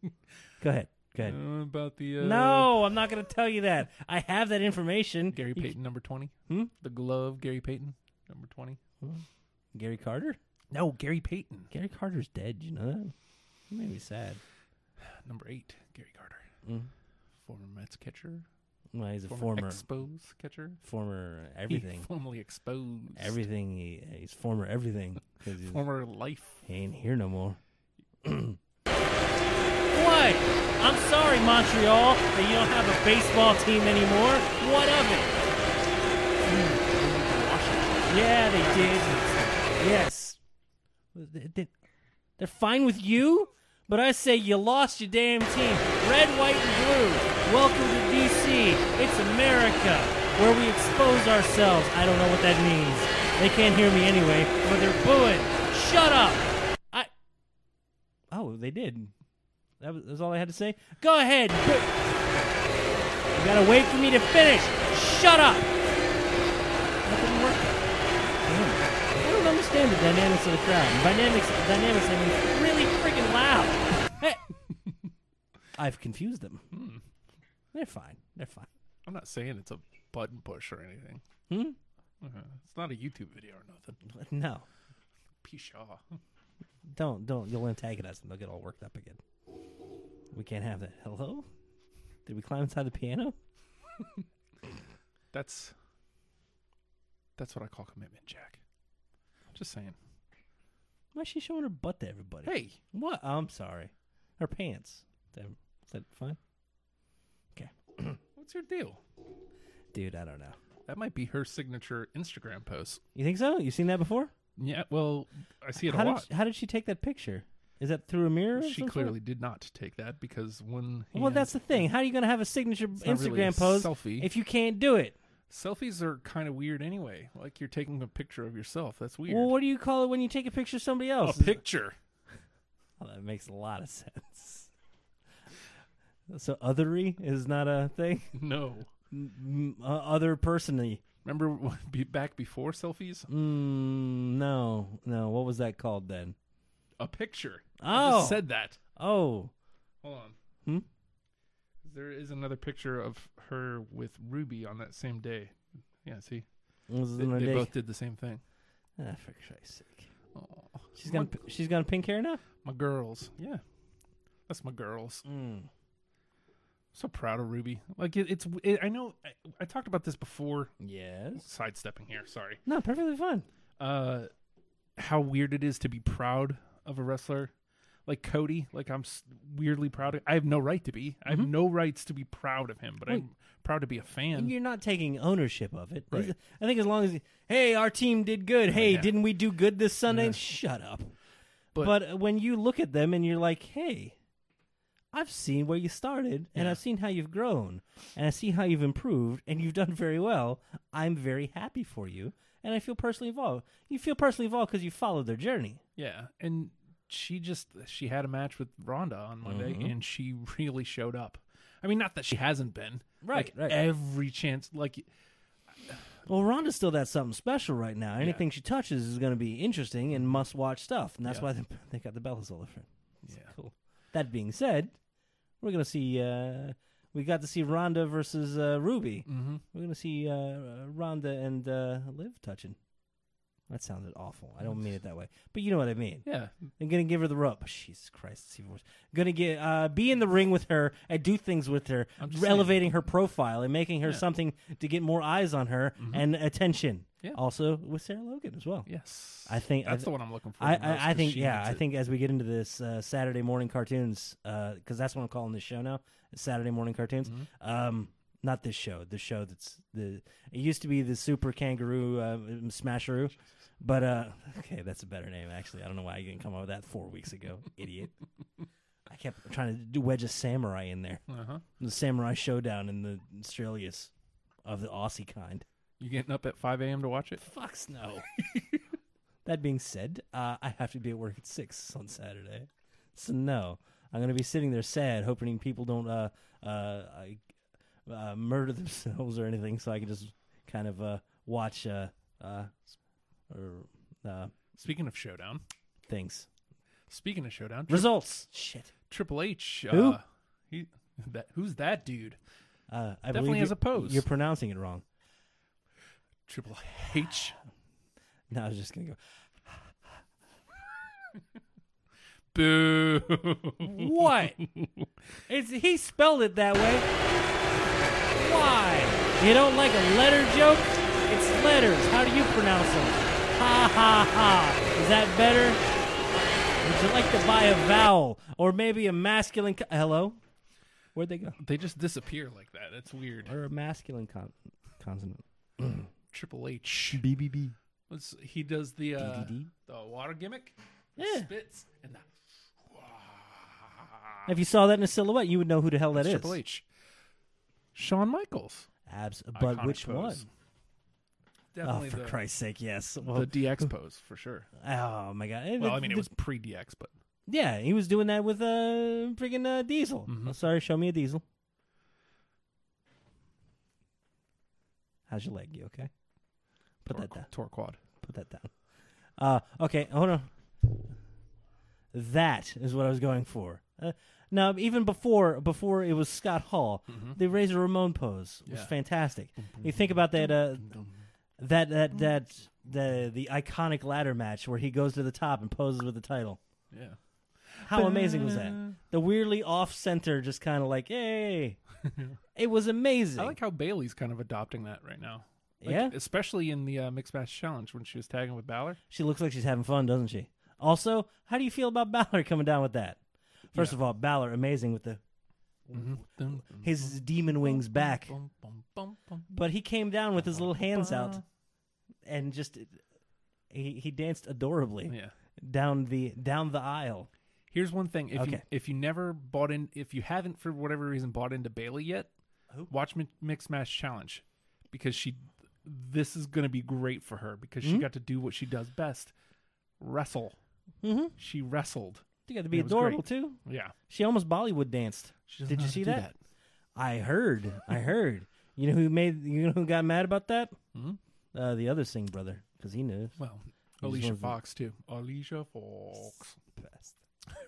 [SPEAKER 8] go ahead. Go ahead.
[SPEAKER 4] Uh, about the uh,
[SPEAKER 8] no, I'm not going to tell you that. I have that information.
[SPEAKER 4] Gary
[SPEAKER 8] You-
[SPEAKER 4] Payton number twenty.
[SPEAKER 8] Hmm?
[SPEAKER 4] The glove Gary Payton number twenty.
[SPEAKER 8] Gary Carter?
[SPEAKER 4] No, Gary Payton
[SPEAKER 8] Gary Carter's dead, you know that? It made me sad.
[SPEAKER 4] number eight. Gary Carter,
[SPEAKER 8] Mm.
[SPEAKER 4] former Mets catcher,
[SPEAKER 8] Well, he's a
[SPEAKER 4] former,
[SPEAKER 8] former,
[SPEAKER 4] Expos catcher.
[SPEAKER 8] former
[SPEAKER 4] He
[SPEAKER 8] everything.
[SPEAKER 4] [laughs] formerly exposed.
[SPEAKER 8] Everything. He, he's former everything. 'cause he's-
[SPEAKER 4] former life.
[SPEAKER 8] he ain't here no [clears throat] more. what? I'm sorry, Montreal, that you don't have a baseball team anymore. What of it? Mm, Yeah, they did. Yes. They- they- They're fine with you, but I say you lost your damn team. Red, white, and blue. Welcome to D.C. It's America, where we expose ourselves. I don't know what that means. They can't hear me anyway, but they're booing. Shut up. I. Oh, they did. That was, that's all I had to say. Go ahead. You gotta wait for me to finish. Shut up. That didn't work. Damn it. I don't understand the dynamics of the crowd. And Dynamics, dynamics. I mean, really freaking loud. Hey. [laughs] I've confused them.
[SPEAKER 4] Hmm.
[SPEAKER 8] They're fine. They're fine.
[SPEAKER 4] I'm not saying it's a button push or anything. Hmm? It's not a YouTube video or nothing.
[SPEAKER 8] No,
[SPEAKER 4] Pshaw. [laughs]
[SPEAKER 8] don't, don't. You'll antagonize them. They'll get all worked up again. We can't have that. Hello? Did we climb inside the piano?
[SPEAKER 4] That's that's what I call commitment, Jack. Just saying.
[SPEAKER 8] Why is she showing her butt to everybody?
[SPEAKER 4] Hey,
[SPEAKER 8] What? Oh, I'm sorry. Her pants. Is that, is that fine? Okay.
[SPEAKER 4] what's your deal?
[SPEAKER 8] Dude, I don't know.
[SPEAKER 4] That might be her signature Instagram post.
[SPEAKER 8] You think so? You've seen that before?
[SPEAKER 4] Yeah, well, I see it
[SPEAKER 8] how
[SPEAKER 4] a lot.
[SPEAKER 8] did she, how did she take that picture? Is that through a mirror? of
[SPEAKER 4] She
[SPEAKER 8] some sort?
[SPEAKER 4] clearly did not take that because one.
[SPEAKER 8] Well,
[SPEAKER 4] hand-
[SPEAKER 8] that's the thing. How are you going to have a signature
[SPEAKER 4] not
[SPEAKER 8] Instagram
[SPEAKER 4] really a
[SPEAKER 8] post
[SPEAKER 4] selfie.
[SPEAKER 8] if you can't do it?
[SPEAKER 4] selfies are kind of weird anyway. Like you're taking a picture of yourself. That's weird.
[SPEAKER 8] Well, what do you call it when you take a picture of somebody else?
[SPEAKER 4] a picture.
[SPEAKER 8] Oh, that makes a lot of sense. So othery is not a thing. [laughs]
[SPEAKER 4] No.
[SPEAKER 8] Mm, uh, other personally.
[SPEAKER 4] Remember when- be- back before selfies?
[SPEAKER 8] Mm, no, no. What was that called then?
[SPEAKER 4] A picture. I
[SPEAKER 8] Oh,
[SPEAKER 4] just said that.
[SPEAKER 8] oh.
[SPEAKER 4] Hold on.
[SPEAKER 8] Hmm?
[SPEAKER 4] There is another picture of her with Ruby on that same day. Yeah, see,
[SPEAKER 8] This is
[SPEAKER 4] they,
[SPEAKER 8] my
[SPEAKER 4] they
[SPEAKER 8] day.
[SPEAKER 4] both did the same thing.
[SPEAKER 8] Ah, for Christ's sake.
[SPEAKER 4] Aw.
[SPEAKER 8] She's got she's got pink hair now.
[SPEAKER 4] My girls, yeah. That's my girls.
[SPEAKER 8] Mm.
[SPEAKER 4] So proud of Ruby. Like it, it's. It, I know. I, I talked about this before.
[SPEAKER 8] Yes.
[SPEAKER 4] Sidestepping here. Sorry.
[SPEAKER 8] No, perfectly fine.
[SPEAKER 4] Uh, how weird it is to be proud of a wrestler. Like Cody, like I'm s- weirdly proud. Of, I have no right to be. I
[SPEAKER 8] Mm-hmm.
[SPEAKER 4] have no rights to be proud of him, but I'm proud to be a fan.
[SPEAKER 8] You're not taking ownership of it.
[SPEAKER 4] Right.
[SPEAKER 8] I think as long as hey, our team did good. Hey,
[SPEAKER 4] Yeah.
[SPEAKER 8] didn't we do good this Sunday? Shut up.
[SPEAKER 4] But-
[SPEAKER 8] But, when you look at them and you're like, hey, I've seen where you started and I've seen how you've grown and I see how you've improved and you've done very well. I'm very happy for you and I feel personally involved. You feel personally involved because you followed their journey.
[SPEAKER 4] Yeah, and she just she had a match with Ronda on Monday,
[SPEAKER 8] Mm-hmm.
[SPEAKER 4] and she really showed up. I mean, not that she hasn't been
[SPEAKER 8] Right,
[SPEAKER 4] Like,
[SPEAKER 8] right.
[SPEAKER 4] Every chance, like
[SPEAKER 8] Well, Ronda's still got something special right now. Anything she touches is going to be interesting and must watch stuff. And that's
[SPEAKER 4] Yeah.
[SPEAKER 8] why they, [laughs] they got the bellas all over it. It's
[SPEAKER 4] Yeah.
[SPEAKER 8] cool. That being said, we're going to see. Uh, we got to see Ronda versus uh, Ruby. Mm-hmm. We're going to see uh, uh, Ronda and uh, Liv touching. That sounded awful. I don't mean it that way. But you know what I mean.
[SPEAKER 4] yeah,
[SPEAKER 8] I'm going to give her the rope. Jesus Christ, it's even worse. going to get, uh, be in the ring with her and do things with her,
[SPEAKER 4] just
[SPEAKER 8] elevating her profile and making her something to get more eyes on her and attention.
[SPEAKER 4] Mm-hmm. Yeah.
[SPEAKER 8] Also with Sarah Logan as well.
[SPEAKER 4] yes.
[SPEAKER 8] I think- I
[SPEAKER 4] that's
[SPEAKER 8] th-
[SPEAKER 4] the one I'm looking for.
[SPEAKER 8] I,
[SPEAKER 4] the most,
[SPEAKER 8] I, I
[SPEAKER 4] 'cause
[SPEAKER 8] think,
[SPEAKER 4] she
[SPEAKER 8] yeah,
[SPEAKER 4] gets
[SPEAKER 8] I
[SPEAKER 4] it.
[SPEAKER 8] think as we get into this uh, Saturday morning cartoons, because that's what I'm calling this show now, Saturday morning cartoons.
[SPEAKER 4] Mm-hmm.
[SPEAKER 8] Um, not this show, the show that's the. It used to be the Super Kangaroo uh, Smasheroo, but uh, okay, that's a better name actually. I don't know why I didn't come up with that four weeks ago, idiot. I kept trying to do wedge a samurai in there,
[SPEAKER 4] Uh-huh.
[SPEAKER 8] the samurai showdown in the Australias of the Aussie kind.
[SPEAKER 4] you getting up at 5 a.m. to watch it.
[SPEAKER 8] Fucks no. [laughs] that being said, uh, I have to be at work at six on Saturday, so no, I'm gonna be sitting there sad, hoping people don't uh, uh, I, uh, murder themselves or anything, so I can just kind of uh, watch uh, uh, or uh,
[SPEAKER 4] Speaking of Showdown,
[SPEAKER 8] things.
[SPEAKER 4] speaking of Showdown, tri-
[SPEAKER 8] Results. Shit.
[SPEAKER 4] Triple H. Uh,
[SPEAKER 8] Who?
[SPEAKER 4] He, that, who's that dude?
[SPEAKER 8] Uh, I
[SPEAKER 4] Definitely
[SPEAKER 8] believe
[SPEAKER 4] has
[SPEAKER 8] you're-
[SPEAKER 4] a pose.
[SPEAKER 8] You're pronouncing it wrong.
[SPEAKER 4] Triple [sighs] H.
[SPEAKER 8] No, I was just gonna go.
[SPEAKER 4] Boo.
[SPEAKER 8] What? it's he spelled it that way. Why? You don't like a letter joke? It's letters. How do you pronounce them? Ha ha ha. Is that better? Would you like to buy a vowel or maybe a masculine? Co- Hello. Where'd they go?
[SPEAKER 4] [laughs] they just disappear like that. That's weird.
[SPEAKER 8] Or a masculine con- consonant?
[SPEAKER 4] Triple H.
[SPEAKER 9] BBB.
[SPEAKER 4] What's, he does the uh,
[SPEAKER 8] DDD?
[SPEAKER 4] the water gimmick. The
[SPEAKER 8] Yeah.
[SPEAKER 4] Spits and the
[SPEAKER 8] If you saw that in a silhouette, you would know who the hell that
[SPEAKER 4] It's
[SPEAKER 8] is.
[SPEAKER 4] Triple H. Shawn Michaels.
[SPEAKER 8] Abs, but
[SPEAKER 4] Iconic
[SPEAKER 8] which
[SPEAKER 4] pose.
[SPEAKER 8] one? Oh,
[SPEAKER 4] Definitely
[SPEAKER 8] for
[SPEAKER 4] the,
[SPEAKER 8] Christ's sake, yes. Well,
[SPEAKER 4] the DX pose for sure.
[SPEAKER 8] oh my god.
[SPEAKER 4] Well, I mean, it
[SPEAKER 8] The-
[SPEAKER 4] was pre DX, but
[SPEAKER 8] Yeah, he was doing that with uh friggin' uh, Diesel. Oh, sorry, show me a Diesel. How's your leg? You okay? Put that down.
[SPEAKER 4] Tor- Torquad.
[SPEAKER 8] Put that down. Uh, okay, hold on. That is what I was going for. Uh, now, even before before it was Scott Hall, the Razor Ramon pose was
[SPEAKER 4] Yeah.
[SPEAKER 8] fantastic. You think about that uh, that that that the the iconic ladder match where he goes to the top and poses with the title.
[SPEAKER 4] Yeah.
[SPEAKER 8] How amazing was that? The weirdly off center, just kind of
[SPEAKER 4] [laughs]
[SPEAKER 8] like, hey, it was amazing.
[SPEAKER 4] I like how Bailey's kind of adopting that right now. Like,
[SPEAKER 8] Yeah.
[SPEAKER 4] Especially in the uh, Mixed Match Challenge when she was tagging with Balor.
[SPEAKER 8] she looks like she's having fun, doesn't she? Also, how do you feel about Balor coming down with that? First of all, Balor amazing with the
[SPEAKER 4] Dun,
[SPEAKER 8] his demon wings back,
[SPEAKER 4] bum, bum, bum, bum.
[SPEAKER 8] but he came down with his little hands out and just he, he danced adorably
[SPEAKER 4] Yeah.
[SPEAKER 8] down the down the aisle.
[SPEAKER 4] Here's one thing: if you
[SPEAKER 8] Okay.
[SPEAKER 4] if you never bought in, if you haven't for whatever reason bought into Bailey yet, watch Mi- Mixed Match Challenge because she this is going to be great for her because
[SPEAKER 8] Mm-hmm.
[SPEAKER 4] she got to do what she does best: wrestle. Mm-hmm. She wrestled.
[SPEAKER 8] You got to be
[SPEAKER 4] It was great.
[SPEAKER 8] adorable too.
[SPEAKER 4] Yeah.
[SPEAKER 8] She almost Bollywood danced.
[SPEAKER 4] She doesn't
[SPEAKER 8] Did
[SPEAKER 4] know how
[SPEAKER 8] you
[SPEAKER 4] to
[SPEAKER 8] see
[SPEAKER 4] do
[SPEAKER 8] that? I heard.
[SPEAKER 4] [laughs]
[SPEAKER 8] I heard. You know who made? You know who got mad about that?
[SPEAKER 4] Hmm?
[SPEAKER 8] Mm-hmm. Uh, the other Singh brother, because he knew.
[SPEAKER 4] Well,
[SPEAKER 8] just
[SPEAKER 4] Alicia
[SPEAKER 8] wanted to-
[SPEAKER 4] Fox too. Alicia Fox.
[SPEAKER 8] Best.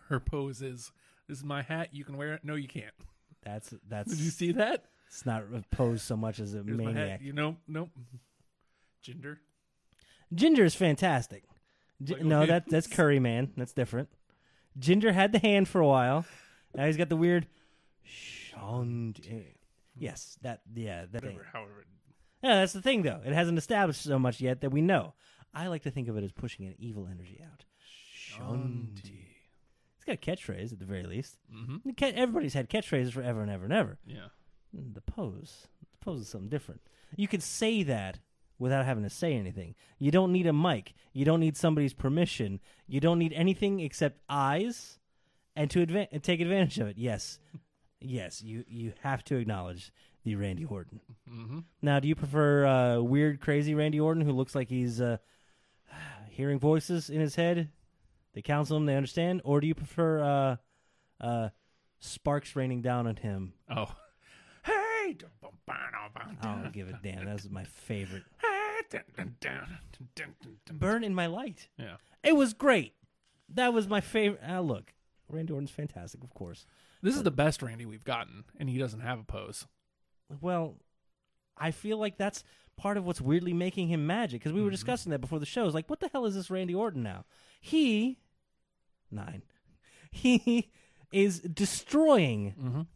[SPEAKER 4] Her pose is: "This is my hat. You can wear it. No, you can't." [laughs]
[SPEAKER 8] That's
[SPEAKER 4] Did you
[SPEAKER 8] that's.
[SPEAKER 4] see that?
[SPEAKER 8] It's not posed so much as a
[SPEAKER 4] Here's my
[SPEAKER 8] maniac.
[SPEAKER 4] hat. You know, nope. Gender.
[SPEAKER 8] Ginger is fantastic. Gi-
[SPEAKER 4] Like,
[SPEAKER 8] no,
[SPEAKER 4] okay. [laughs]
[SPEAKER 8] that that's Curry Man. That's different. Ginger had the hand for a while. Now he's got the weird Shantae. Yes, that yeah, that thing.
[SPEAKER 4] Hmm. Whatever, however.
[SPEAKER 8] Yeah, that's the thing though. It hasn't established so much yet that we know. I like to think of it as pushing an evil energy out. Shanti. It's got a catchphrase at the very least. Mm-hmm. Everybody's had catchphrases forever and ever and ever. Mm,
[SPEAKER 4] Yeah.
[SPEAKER 8] The pose. The pose is something different. You could say that without having to say anything. You don't need a mic. You don't need somebody's permission. You don't need anything except eyes and to adva- and take advantage of it. Yes. yes, you, you have to acknowledge the Randy Orton. Now, do you prefer uh, weird, crazy Randy Orton who looks like he's uh, [sighs] hearing voices in his head? They counsel him, they understand? Or do you prefer uh, uh, sparks raining down on him
[SPEAKER 4] Oh. Hey.
[SPEAKER 8] I don't give a damn. That was my favorite.
[SPEAKER 4] Burn.
[SPEAKER 8] Burn in my light.
[SPEAKER 4] Yeah.
[SPEAKER 8] It was great. That was my favorite. Ah, look, Randy Orton's fantastic, of course.
[SPEAKER 4] This is the best Randy we've gotten, and he doesn't have a pose.
[SPEAKER 8] Well, I feel like that's part of what's weirdly making him magic because we were discussing that before the show. It's like, what the hell is this Randy Orton now? He nine. [laughs] He is destroying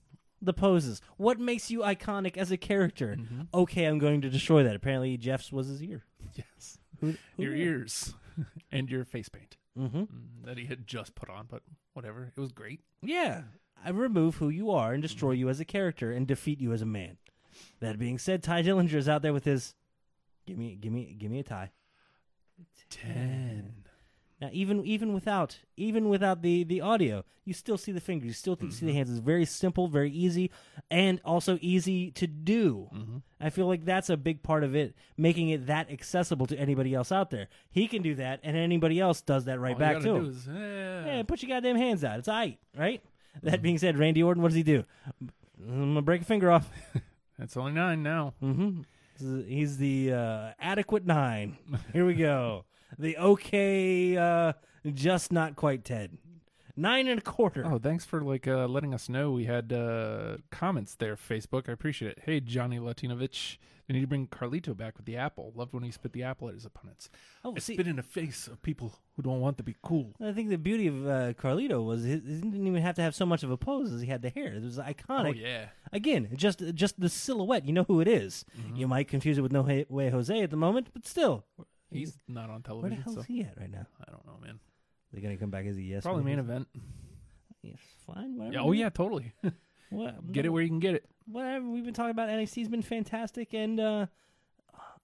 [SPEAKER 8] the poses. What makes you iconic as a character? Okay, I'm going to destroy that. Apparently, Jeff's was his ear.
[SPEAKER 4] Yes.
[SPEAKER 8] Who, who
[SPEAKER 4] Your
[SPEAKER 8] knew?
[SPEAKER 4] ears [laughs] and your face paint mm, that he had just put on, but whatever. It was great.
[SPEAKER 8] Yeah. I remove who you are and destroy you as a character and defeat you as a man. That being said, Ty Dillinger is out there with his give me give me give me a tie.
[SPEAKER 4] Ten.
[SPEAKER 8] Now even even without even without the the audio, you still see the fingers, you still th- see the
[SPEAKER 4] Mm-hmm.
[SPEAKER 8] hands. It's very simple, very easy, and also easy to do.
[SPEAKER 4] Mm-hmm.
[SPEAKER 8] I feel like that's a big part of it, making it that accessible to anybody else out there. He can do that, and anybody else does that right
[SPEAKER 4] All
[SPEAKER 8] back
[SPEAKER 4] you
[SPEAKER 8] to
[SPEAKER 4] gotta
[SPEAKER 8] him.
[SPEAKER 4] do is, eh.
[SPEAKER 8] Yeah, put your goddamn hands out. It's all right, right?
[SPEAKER 4] Mm-hmm.
[SPEAKER 8] That being said, Randy Orton, what does he do? Mm, I'm gonna break a finger off.
[SPEAKER 4] That's only nine now.
[SPEAKER 8] Mm. This is- He's the uh, adequate nine. Here
[SPEAKER 4] [laughs]
[SPEAKER 8] we go. the okay, uh, just not quite ten. Nine and a quarter.
[SPEAKER 4] Oh, thanks for like uh, letting us know we had uh, comments there, Facebook. I appreciate it. Hey, Johnny Latinovich, they need to bring Carlito back with the apple. Loved when he spit the apple at his opponents.
[SPEAKER 8] Oh,
[SPEAKER 4] I
[SPEAKER 8] see-
[SPEAKER 4] spit in the face of people who don't want to be cool.
[SPEAKER 8] I think the beauty of uh, Carlito was he he didn't even have to have so much of a pose as he had the hair. It was iconic.
[SPEAKER 4] Oh yeah,
[SPEAKER 8] Again, just just the silhouette. You know who it is.
[SPEAKER 4] Mm-hmm.
[SPEAKER 8] You might confuse it with No Hey- Way Jose at the moment, but still,
[SPEAKER 4] he's not on
[SPEAKER 8] where the
[SPEAKER 4] television,
[SPEAKER 8] hell
[SPEAKER 4] so
[SPEAKER 8] is he at right now?
[SPEAKER 4] I don't know, man.
[SPEAKER 8] They're gonna come back as a yes.
[SPEAKER 4] Probably
[SPEAKER 8] man.
[SPEAKER 4] main event.
[SPEAKER 8] Yes, fine. Whatever.
[SPEAKER 4] Yeah, oh yeah,
[SPEAKER 8] [laughs]
[SPEAKER 4] totally.
[SPEAKER 8] What,
[SPEAKER 4] get it where you can get it.
[SPEAKER 8] Whatever. We've been talking about NXT's been fantastic, and uh,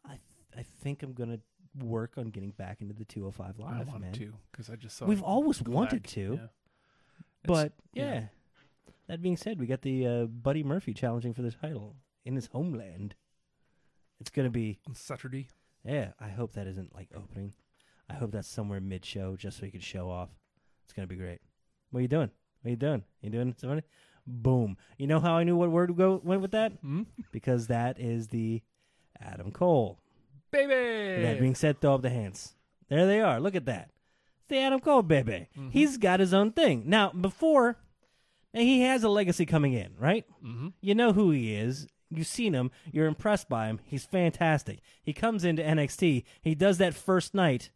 [SPEAKER 8] I I think I'm gonna work on getting back into the 205
[SPEAKER 4] I
[SPEAKER 8] live, man.
[SPEAKER 4] want to because I just saw.
[SPEAKER 8] We've always
[SPEAKER 4] Gulak.
[SPEAKER 8] wanted to,
[SPEAKER 4] Yeah.
[SPEAKER 8] but yeah.
[SPEAKER 4] yeah.
[SPEAKER 8] That being said, we got the uh, Buddy Murphy challenging for the title in his homeland. It's gonna be
[SPEAKER 4] On Saturday.
[SPEAKER 8] yeah. I hope that isn't like opening. I hope that's somewhere mid show, just so he could show off. It's gonna be great. What are you doing? What are you doing? You doing somebody? Boom. You know how I knew what word to go went with that?
[SPEAKER 4] Hmm?
[SPEAKER 8] Because that is the Adam Cole.
[SPEAKER 4] Baby.
[SPEAKER 8] That being said, throw up the hands. There they are. Look at that. It's the Adam Cole baby. He's got his own thing. Now, before, and he has a legacy coming in, right? Mm-hmm. You know who he is. You've seen him. You're impressed by him. He's fantastic. He comes into NXT. He does that first night.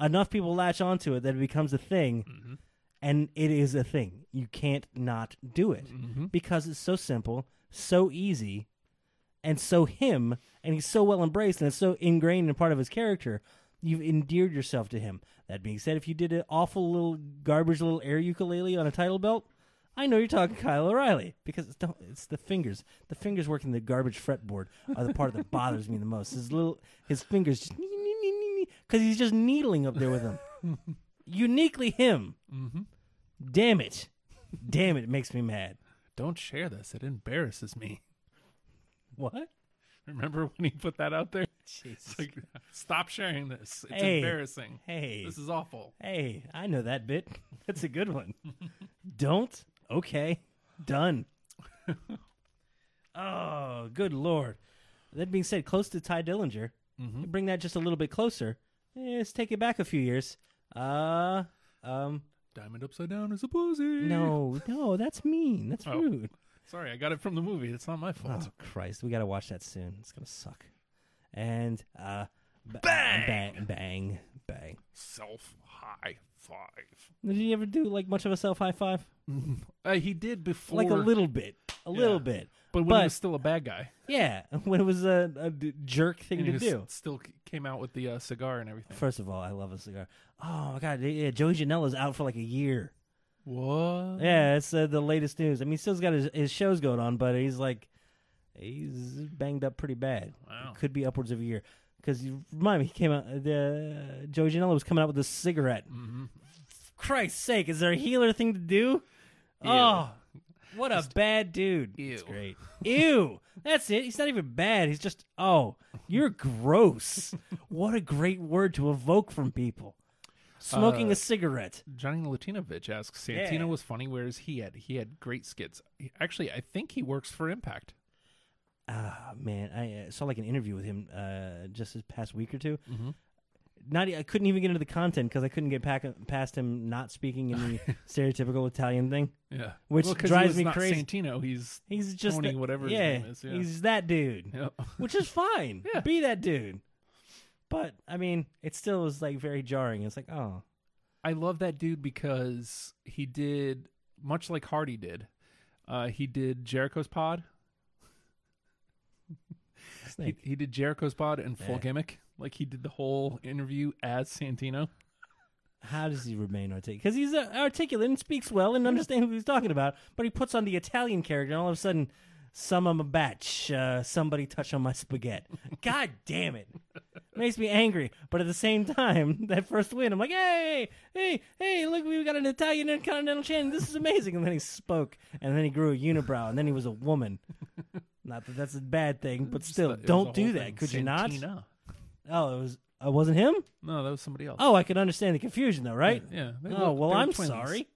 [SPEAKER 8] Enough people latch onto it that it becomes a thing. And it is a thing. You can't not do it because it's so simple, so easy, and so him, and he's so well embraced and it's so ingrained in part of his character. You've endeared yourself to him. That being said, if you did an awful little garbage little air ukulele on a title belt, I know you're talking Kyle O'Reilly because it's, don't, it's the fingers. The fingers working the garbage fretboard are the part that bothers me the most. His little his fingers just because he's just needling up there with him. Uniquely him. Damn it, damn it, it makes me mad.
[SPEAKER 4] Don't share this. It embarrasses me.
[SPEAKER 8] What?
[SPEAKER 4] [laughs] Remember when he put that out there?
[SPEAKER 8] Jesus.
[SPEAKER 4] It's
[SPEAKER 8] [laughs]
[SPEAKER 4] like, stop sharing this. It's
[SPEAKER 8] Hey.
[SPEAKER 4] embarrassing.
[SPEAKER 8] Hey.
[SPEAKER 4] This is awful.
[SPEAKER 8] Hey, I know that bit. [laughs] That's a good one. Don't? Okay. Done. [laughs] oh, good lord. That being said, close to Ty Dillinger. Bring that just a little bit closer. Eh, let's take it back a few years. Uh um
[SPEAKER 4] Diamond upside down is a pussy.
[SPEAKER 8] no, no, that's mean. That's
[SPEAKER 4] Oh.
[SPEAKER 8] rude.
[SPEAKER 4] Sorry, I got it from the movie. It's not my fault.
[SPEAKER 8] Oh Christ, we gotta watch that soon. It's gonna suck. And uh b- bang, bang, bang, bang.
[SPEAKER 4] self high five.
[SPEAKER 8] Did he ever do like much of a self high five?
[SPEAKER 4] Uh, he did before,
[SPEAKER 8] Like a little bit, a little bit.
[SPEAKER 4] but when he was still a bad guy,
[SPEAKER 8] yeah, [laughs] when it was a, a d- jerk thing
[SPEAKER 4] and
[SPEAKER 8] to
[SPEAKER 4] he was,
[SPEAKER 8] do.
[SPEAKER 4] still c- came out with the uh, cigar and everything.
[SPEAKER 8] First of all, I love a cigar. Oh my god, yeah, Joey Janela's out for like a year.
[SPEAKER 4] What?
[SPEAKER 8] Yeah, it's uh, the latest news. I mean, he still's got his, his shows going on, but he's like, he's banged up pretty bad.
[SPEAKER 4] Wow.
[SPEAKER 8] Could be upwards of a year. Because you remind me, he came out. The Joey Janela was coming out with a cigarette.
[SPEAKER 4] Mm-hmm.
[SPEAKER 8] Christ's sake, is there a healer thing to do? Oh, what a bad dude. It's
[SPEAKER 4] Ew.
[SPEAKER 8] great. Ew. That's it. He's not even bad. He's just, oh,
[SPEAKER 4] [laughs]
[SPEAKER 8] you're gross. what a great word to evoke from people. Smoking
[SPEAKER 4] Uh,
[SPEAKER 8] a cigarette.
[SPEAKER 4] Johnny Latinovich asks, Santino
[SPEAKER 8] Yeah.
[SPEAKER 4] was funny. Where is he at? He had great skits. Actually, I think he works for Impact.
[SPEAKER 8] Ah man, I uh, saw like an interview with him uh, just this past week or 2
[SPEAKER 4] Mm-hmm.
[SPEAKER 8] Not, e- I couldn't even get into the content because I couldn't get pack, past him not
[SPEAKER 4] [laughs]
[SPEAKER 8] speaking in the stereotypical Italian thing.
[SPEAKER 4] Yeah,
[SPEAKER 8] Which
[SPEAKER 4] Well, 'cause he
[SPEAKER 8] drives
[SPEAKER 4] was
[SPEAKER 8] me
[SPEAKER 4] not
[SPEAKER 8] crazy.
[SPEAKER 4] Santino, he's
[SPEAKER 8] He's just
[SPEAKER 4] Tony,
[SPEAKER 8] that-
[SPEAKER 4] whatever his
[SPEAKER 8] yeah,
[SPEAKER 4] name is, yeah.
[SPEAKER 8] he's that dude,
[SPEAKER 4] Yep.
[SPEAKER 8] which is fine.
[SPEAKER 4] [laughs] Yeah.
[SPEAKER 8] Be that dude. But I mean, it still was like very jarring. It's like, oh,
[SPEAKER 4] I love that dude because he did much like Hardy did. Uh, he did Jericho's Pod. He,
[SPEAKER 8] snake.
[SPEAKER 4] he did Jericho's Pod and full
[SPEAKER 8] Yeah.
[SPEAKER 4] gimmick. Like he did the whole interview as Santino.
[SPEAKER 8] How does he remain articulate? Because he's uh, articulate and speaks well and understands who he's talking about. But he puts on the Italian character, and all of a sudden, some I'm a batch. Uh, somebody touch on my spaghetti. [laughs] God damn it! Makes me angry. But at the same time, [laughs] that first win, I'm like, hey, hey, hey! Look, we got an Italian Intercontinental Champion. This is amazing. And then he spoke, and then he grew a unibrow, and then he was a woman. Not that that's a bad thing, but still,
[SPEAKER 4] It was the
[SPEAKER 8] don't do
[SPEAKER 4] whole
[SPEAKER 8] that.
[SPEAKER 4] thing.
[SPEAKER 8] Could you not?
[SPEAKER 4] Santina.
[SPEAKER 8] Oh, it was. I wasn't him.
[SPEAKER 4] No, that was somebody else.
[SPEAKER 8] Oh, I can understand the confusion though, right?
[SPEAKER 4] Yeah, they
[SPEAKER 8] Oh
[SPEAKER 4] look-
[SPEAKER 8] well,
[SPEAKER 4] they were
[SPEAKER 8] I'm
[SPEAKER 4] twins.
[SPEAKER 8] sorry.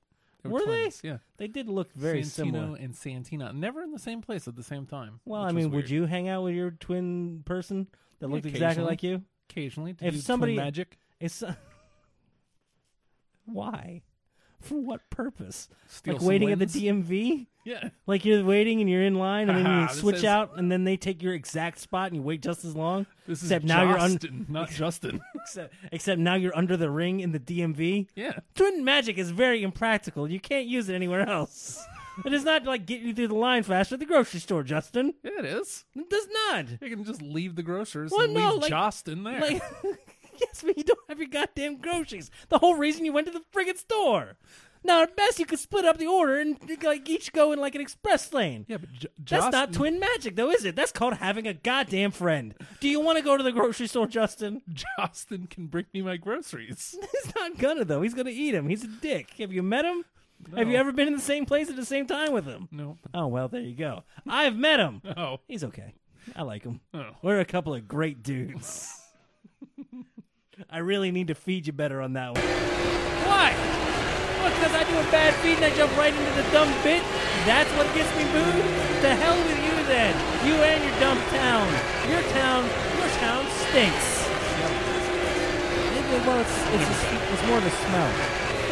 [SPEAKER 4] They
[SPEAKER 8] were they?
[SPEAKER 4] twins, Yeah.
[SPEAKER 8] They did look very
[SPEAKER 4] Santino
[SPEAKER 8] similar.
[SPEAKER 4] and Santina, never in the same place at the same time.
[SPEAKER 8] Well,
[SPEAKER 4] which
[SPEAKER 8] I
[SPEAKER 4] was
[SPEAKER 8] mean, would
[SPEAKER 4] weird.
[SPEAKER 8] you hang out with your twin person that looked exactly
[SPEAKER 4] occasionally.
[SPEAKER 8] like you?
[SPEAKER 4] occasionally to
[SPEAKER 8] If
[SPEAKER 4] do
[SPEAKER 8] somebody-
[SPEAKER 4] twin magic?
[SPEAKER 8] It's [laughs] why, for what purpose?
[SPEAKER 4] Steal
[SPEAKER 8] like
[SPEAKER 4] some
[SPEAKER 8] waiting at
[SPEAKER 4] wins?
[SPEAKER 8] the DMV.
[SPEAKER 4] Yeah,
[SPEAKER 8] Like you're waiting and you're in line, and then
[SPEAKER 4] Haha, [laughs]
[SPEAKER 8] you
[SPEAKER 4] this
[SPEAKER 8] switch
[SPEAKER 4] is-
[SPEAKER 8] out, and then they take your exact spot, and you wait just as long.
[SPEAKER 4] this is
[SPEAKER 8] except now you're un- [laughs]
[SPEAKER 4] Justin, not Justin. [laughs]
[SPEAKER 8] except, except now you're under the ring in the DMV.
[SPEAKER 4] yeah,
[SPEAKER 8] Twin magic is very impractical. You can't use it anywhere else. it does not like get you through the line faster at the grocery store, Justin.
[SPEAKER 4] yeah, it is.
[SPEAKER 8] It does not.
[SPEAKER 4] You can just leave the grocers
[SPEAKER 8] Well,
[SPEAKER 4] and
[SPEAKER 8] no,
[SPEAKER 4] leave
[SPEAKER 8] like-
[SPEAKER 4] Justin there.
[SPEAKER 8] Like, [laughs] yes, but you don't have your goddamn groceries. The whole reason you went to the friggin' store. Now, at best, you could split up the order and like each go in like an express lane.
[SPEAKER 4] yeah, but J-
[SPEAKER 8] That's
[SPEAKER 4] Justin,
[SPEAKER 8] not twin magic, though, is it? That's called having a goddamn friend. Do you want to go to the grocery store, Justin? [laughs]
[SPEAKER 4] Justin can bring me my groceries.
[SPEAKER 8] He's not gonna though. He's gonna eat him. He's a dick. Have you met him? Have you
[SPEAKER 4] No.
[SPEAKER 8] ever been in the same place at the same time with him?
[SPEAKER 4] no,
[SPEAKER 8] Oh well, there you go. I've met him.
[SPEAKER 4] oh,
[SPEAKER 8] He's okay. I like him.
[SPEAKER 4] Oh.
[SPEAKER 8] We're a couple of great dudes. I really need to feed you better on that one. Why? Because I do a bad feed and I jump right into the dumb bit. That's what gets me booed. The hell with you then. You and your dumb town. Your town, your town stinks. It- well, it's, it's, a- it's more of a smell.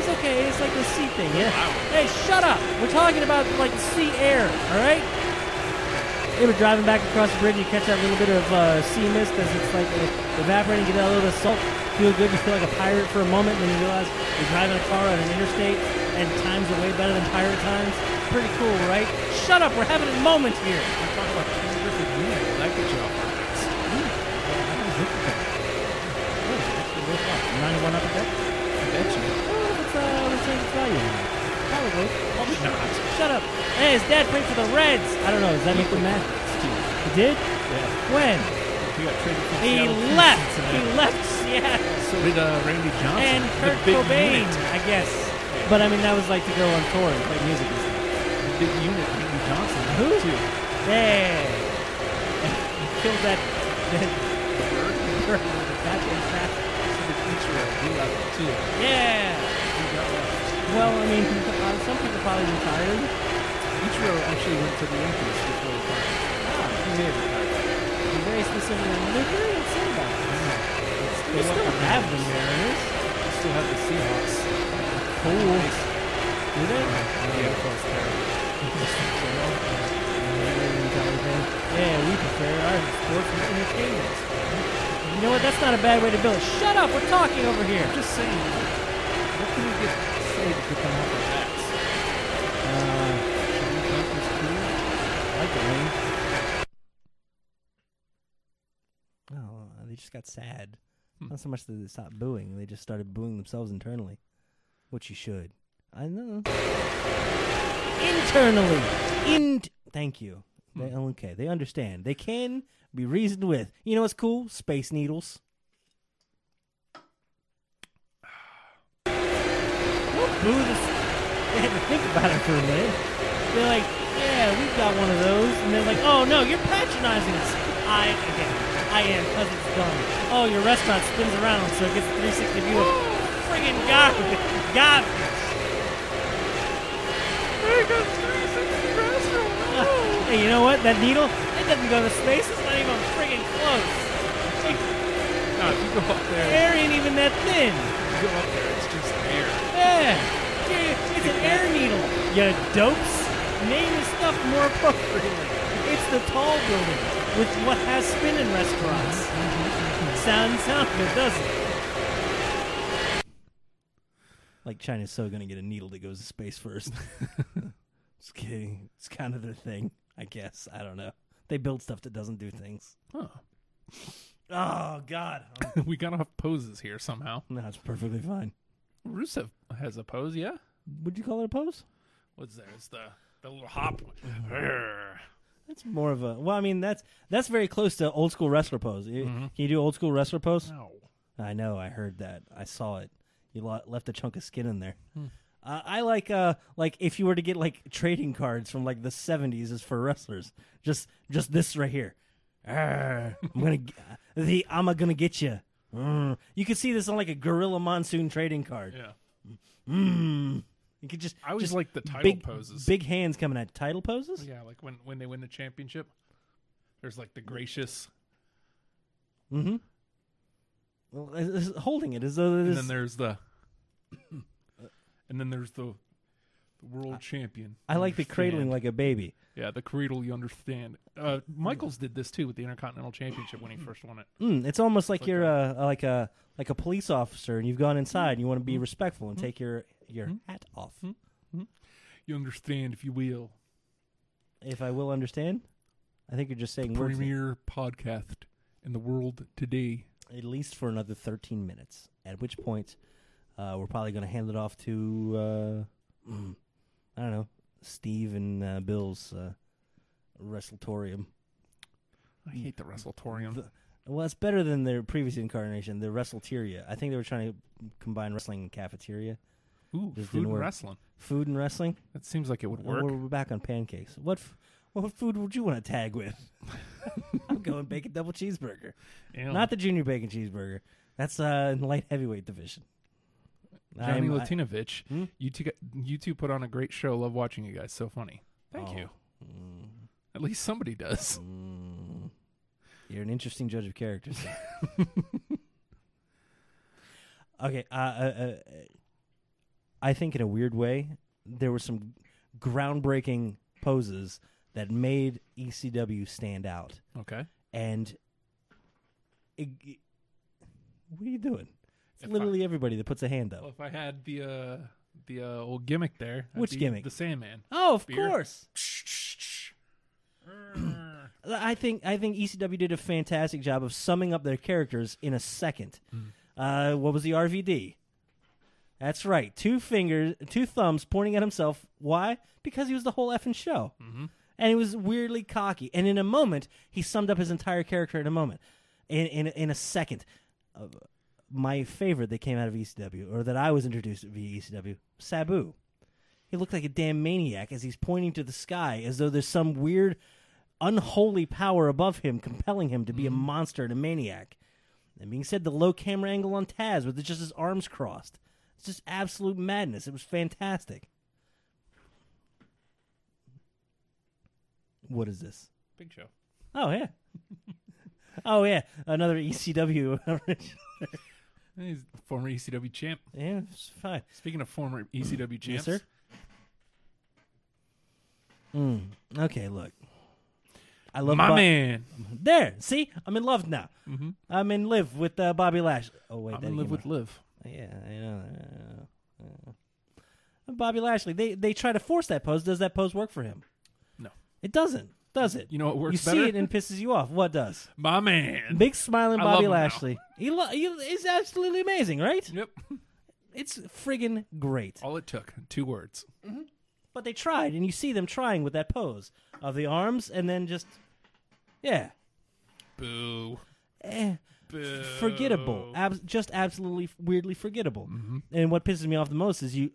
[SPEAKER 8] It's okay. It's like the sea thing. Yeah. Hey, shut up. We're talking about like the sea air. All right. They were driving back across the bridge. You catch that little bit of uh, sea mist as it's like uh, evaporating. You get a little bit of salt. Feel good. [laughs] You feel like a pirate for a moment. Then you realize you're driving a car on an interstate, and times are way better than pirate times. Pretty cool, right? Shut up. We're having a moment here. Ninety-one up a deck. Well, if it's, uh, retains its value. Probably. Probably not. Shut up. Hey, his dad played for the Reds. I don't know. Does that make him mad? He did? Yeah. When?
[SPEAKER 4] he got traded from
[SPEAKER 8] He
[SPEAKER 4] Seattle to
[SPEAKER 8] left. He
[SPEAKER 4] Cincinnati.
[SPEAKER 8] left [laughs] Seattle
[SPEAKER 4] So did uh, Randy Johnson
[SPEAKER 8] and
[SPEAKER 4] the
[SPEAKER 8] Kurt
[SPEAKER 4] big
[SPEAKER 8] Cobain,
[SPEAKER 4] Unit,
[SPEAKER 8] I guess. But I mean, that was like to go on tour and play music. and stuff.
[SPEAKER 4] the big unit, Randy Johnson.
[SPEAKER 8] Who?
[SPEAKER 4] Too.
[SPEAKER 8] Yeah. [laughs] Killed that. that bird. That is fast. Yeah. Well, I mean, uh, some people probably retired.
[SPEAKER 10] Ichiro actually went to the Yankees before the time.
[SPEAKER 8] Be very specific. They're very upset about this. They still have the Mariners.
[SPEAKER 10] Still have the Seahawks.
[SPEAKER 8] Cool. Do they?
[SPEAKER 10] Yeah, of course, terrible.
[SPEAKER 8] Yeah, we prefer our sports and entertainment.
[SPEAKER 7] know what? That's not a bad way to build it. Shut up. We're talking over here.
[SPEAKER 4] Just saying. What can we get say to get them off their backs?
[SPEAKER 10] Uh,
[SPEAKER 8] Oh, they just got sad. Not so much that they stopped booing; they just started booing themselves internally, which you should. I know. Internally, in. Thank you. They, oh, okay, they understand. They can be reasoned with. You know what's cool? Space needles.
[SPEAKER 7] Boo this.
[SPEAKER 8] [laughs]
[SPEAKER 7] They had to think about it for a minute. They're like, yeah, we've got one of those. And they're like, oh no, you're patronizing us. I, again, I am, because it's dumb. Oh, your restaurant spins around so it gets a 360 view of friggin' garbage. Garbage. Uh, Hey, you know what? That needle, it doesn't go to space. It's not even friggin' close. It,
[SPEAKER 4] No, if you go up there,
[SPEAKER 7] air ain't even that thin.
[SPEAKER 4] if you go up there, it's just air.
[SPEAKER 7] Yeah, dude, it's an air needle. You dopes. Name your stuff more appropriately. It's the tall building with what has spinning restaurants. Sound sound good, doesn't it?
[SPEAKER 8] Like China's so gonna get a needle that goes to space first. just kidding. It's kind of their thing, I guess. I don't know. They build stuff that doesn't do things.
[SPEAKER 7] Oh God.
[SPEAKER 4] [laughs] we got off poses here somehow.
[SPEAKER 8] No, it's perfectly fine.
[SPEAKER 4] Rusev has a pose, yeah.
[SPEAKER 8] Would you call it a pose?
[SPEAKER 4] What's there? It's the the little hop. Mm-hmm. Arr.
[SPEAKER 8] That's more of a well. I mean, that's that's very close to old school wrestler pose. You- Can you do old school wrestler pose?
[SPEAKER 4] Mm-hmm. No.
[SPEAKER 8] I know. I heard that. I saw it. You lo- left a chunk of skin in there.
[SPEAKER 4] Hmm.
[SPEAKER 8] Uh, I like uh like if you were to get like trading cards from like the seventies is for wrestlers. Just just this right here. Arr, I'm gonna g- the I'm gonna get you. You could see this on like a Gorilla Monsoon trading card.
[SPEAKER 4] Yeah.
[SPEAKER 8] Mm. [clears throat] You could just
[SPEAKER 4] I always
[SPEAKER 8] just
[SPEAKER 4] like the title
[SPEAKER 8] big,
[SPEAKER 4] poses.
[SPEAKER 8] Big hands coming at title poses.
[SPEAKER 4] Yeah, like when when they win the championship, there's like the gracious,
[SPEAKER 8] Well, it's- it's holding it as though it
[SPEAKER 4] and
[SPEAKER 8] is.
[SPEAKER 4] then there's
[SPEAKER 8] [coughs]
[SPEAKER 4] the, and then there's the, the world champion.
[SPEAKER 8] I like the cradling
[SPEAKER 4] Understand.
[SPEAKER 8] like a baby.
[SPEAKER 4] Yeah, the cradle. You understand? Uh, Michaels did this too with the Intercontinental Championship
[SPEAKER 8] [coughs]
[SPEAKER 4] when he first won it.
[SPEAKER 8] Mm, it's almost like you're uh like a like a police officer, and you've gone inside, and you want to
[SPEAKER 4] Mm-hmm.
[SPEAKER 8] be respectful and take your your hat off.
[SPEAKER 4] You understand, if you will.
[SPEAKER 8] If I will understand, I think you're just saying words that-
[SPEAKER 4] Premier podcast in the world today.
[SPEAKER 8] at least for another 13 minutes. At which point, uh, we're probably going to hand it off to uh, mm, I don't know Steve and uh, Bill's uh, WrestleTorium.
[SPEAKER 4] I hate the WrestleTorium.
[SPEAKER 8] Well, it's better than their previous incarnation, the WrestleTeria. I think they were trying to combine wrestling and cafeteria,
[SPEAKER 4] Ooh,
[SPEAKER 8] This
[SPEAKER 4] food
[SPEAKER 8] didn't
[SPEAKER 4] and
[SPEAKER 8] work.
[SPEAKER 4] wrestling.
[SPEAKER 8] food and wrestling.
[SPEAKER 4] That seems like it would
[SPEAKER 8] Well,
[SPEAKER 4] work.
[SPEAKER 8] We're, we're back on pancakes. What f- what food would you want to tag with? [laughs] I'm going bacon double cheeseburger,
[SPEAKER 4] Yeah.
[SPEAKER 8] not the junior bacon cheeseburger. That's uh, in the light heavyweight division.
[SPEAKER 4] Johnny
[SPEAKER 8] I'm- I- Hmm?
[SPEAKER 4] Latinovich. You two, got- you two put on a great show. Love watching you guys. So funny. Thank
[SPEAKER 8] Oh.
[SPEAKER 4] you. At least somebody does.
[SPEAKER 8] Hmm. You're an interesting judge
[SPEAKER 4] [laughs]
[SPEAKER 8] of characters. okay, uh, uh, uh, I think in a weird way there were some groundbreaking poses that made ECW stand out,
[SPEAKER 4] Okay.
[SPEAKER 8] and it, it- what are you doing? It's
[SPEAKER 4] If I-
[SPEAKER 8] literally everybody that puts a hand
[SPEAKER 4] Well,
[SPEAKER 8] up.
[SPEAKER 4] if I had the uh, the uh, old gimmick there, I'd
[SPEAKER 8] Which
[SPEAKER 4] be
[SPEAKER 8] gimmick?
[SPEAKER 4] The Sandman.
[SPEAKER 8] Oh, of
[SPEAKER 4] Beer.
[SPEAKER 8] course. I think I think ECW did a fantastic job of summing up their characters in a second. Uh, what was the RVD? That's right, two fingers, two thumbs pointing at himself. Why? Because he was the whole effing show, and he was weirdly cocky. And in a moment, he summed up his entire character in a moment, in in in a second. Uh, my favorite that came out of ECW, or that I was introduced to via ECW, Sabu. He looked like a damn maniac as he's pointing to the sky as though there's some weird unholy power above him compelling him to be a
[SPEAKER 4] Mm-hmm.
[SPEAKER 8] monster and a maniac. And being said, the low camera angle on Taz with just his arms crossed. It's just absolute madness. It was fantastic. What is this?
[SPEAKER 4] Big show.
[SPEAKER 8] Oh, yeah. [laughs] oh, yeah. Another ECW. [laughs] original.
[SPEAKER 4] He's the former ECW champ.
[SPEAKER 8] yeah, it's fine.
[SPEAKER 4] Speaking of former ECW champs,
[SPEAKER 8] sir. Okay, look. I love
[SPEAKER 4] My
[SPEAKER 8] Bo-
[SPEAKER 4] man.
[SPEAKER 8] There, see, I'm in love now. I'm in live with uh, Bobby Lashley. Oh wait,
[SPEAKER 4] Mm-hmm. I'm
[SPEAKER 8] that
[SPEAKER 4] in live
[SPEAKER 8] came
[SPEAKER 4] with
[SPEAKER 8] out.
[SPEAKER 4] live.
[SPEAKER 8] yeah, I know. I know. Bobby Lashley. They they try to force that pose. Does that pose work for him?
[SPEAKER 4] No.
[SPEAKER 8] it doesn't. Does it?
[SPEAKER 4] You know what works
[SPEAKER 8] You see
[SPEAKER 4] better?
[SPEAKER 8] it and pisses you off. What does?
[SPEAKER 4] My man.
[SPEAKER 8] Big
[SPEAKER 4] [laughs]
[SPEAKER 8] smiling
[SPEAKER 4] I love
[SPEAKER 8] Bobby
[SPEAKER 4] him now.
[SPEAKER 8] Lashley. He, lo- he is absolutely amazing, right?
[SPEAKER 4] Yep.
[SPEAKER 8] It's friggin' great.
[SPEAKER 4] All it took. Two words.
[SPEAKER 8] But they tried, and you see them trying with that pose of the arms, and then just yeah,
[SPEAKER 4] Boo.
[SPEAKER 8] eh, forgettable, Abs- just absolutely weirdly forgettable. And what pisses me off the most is you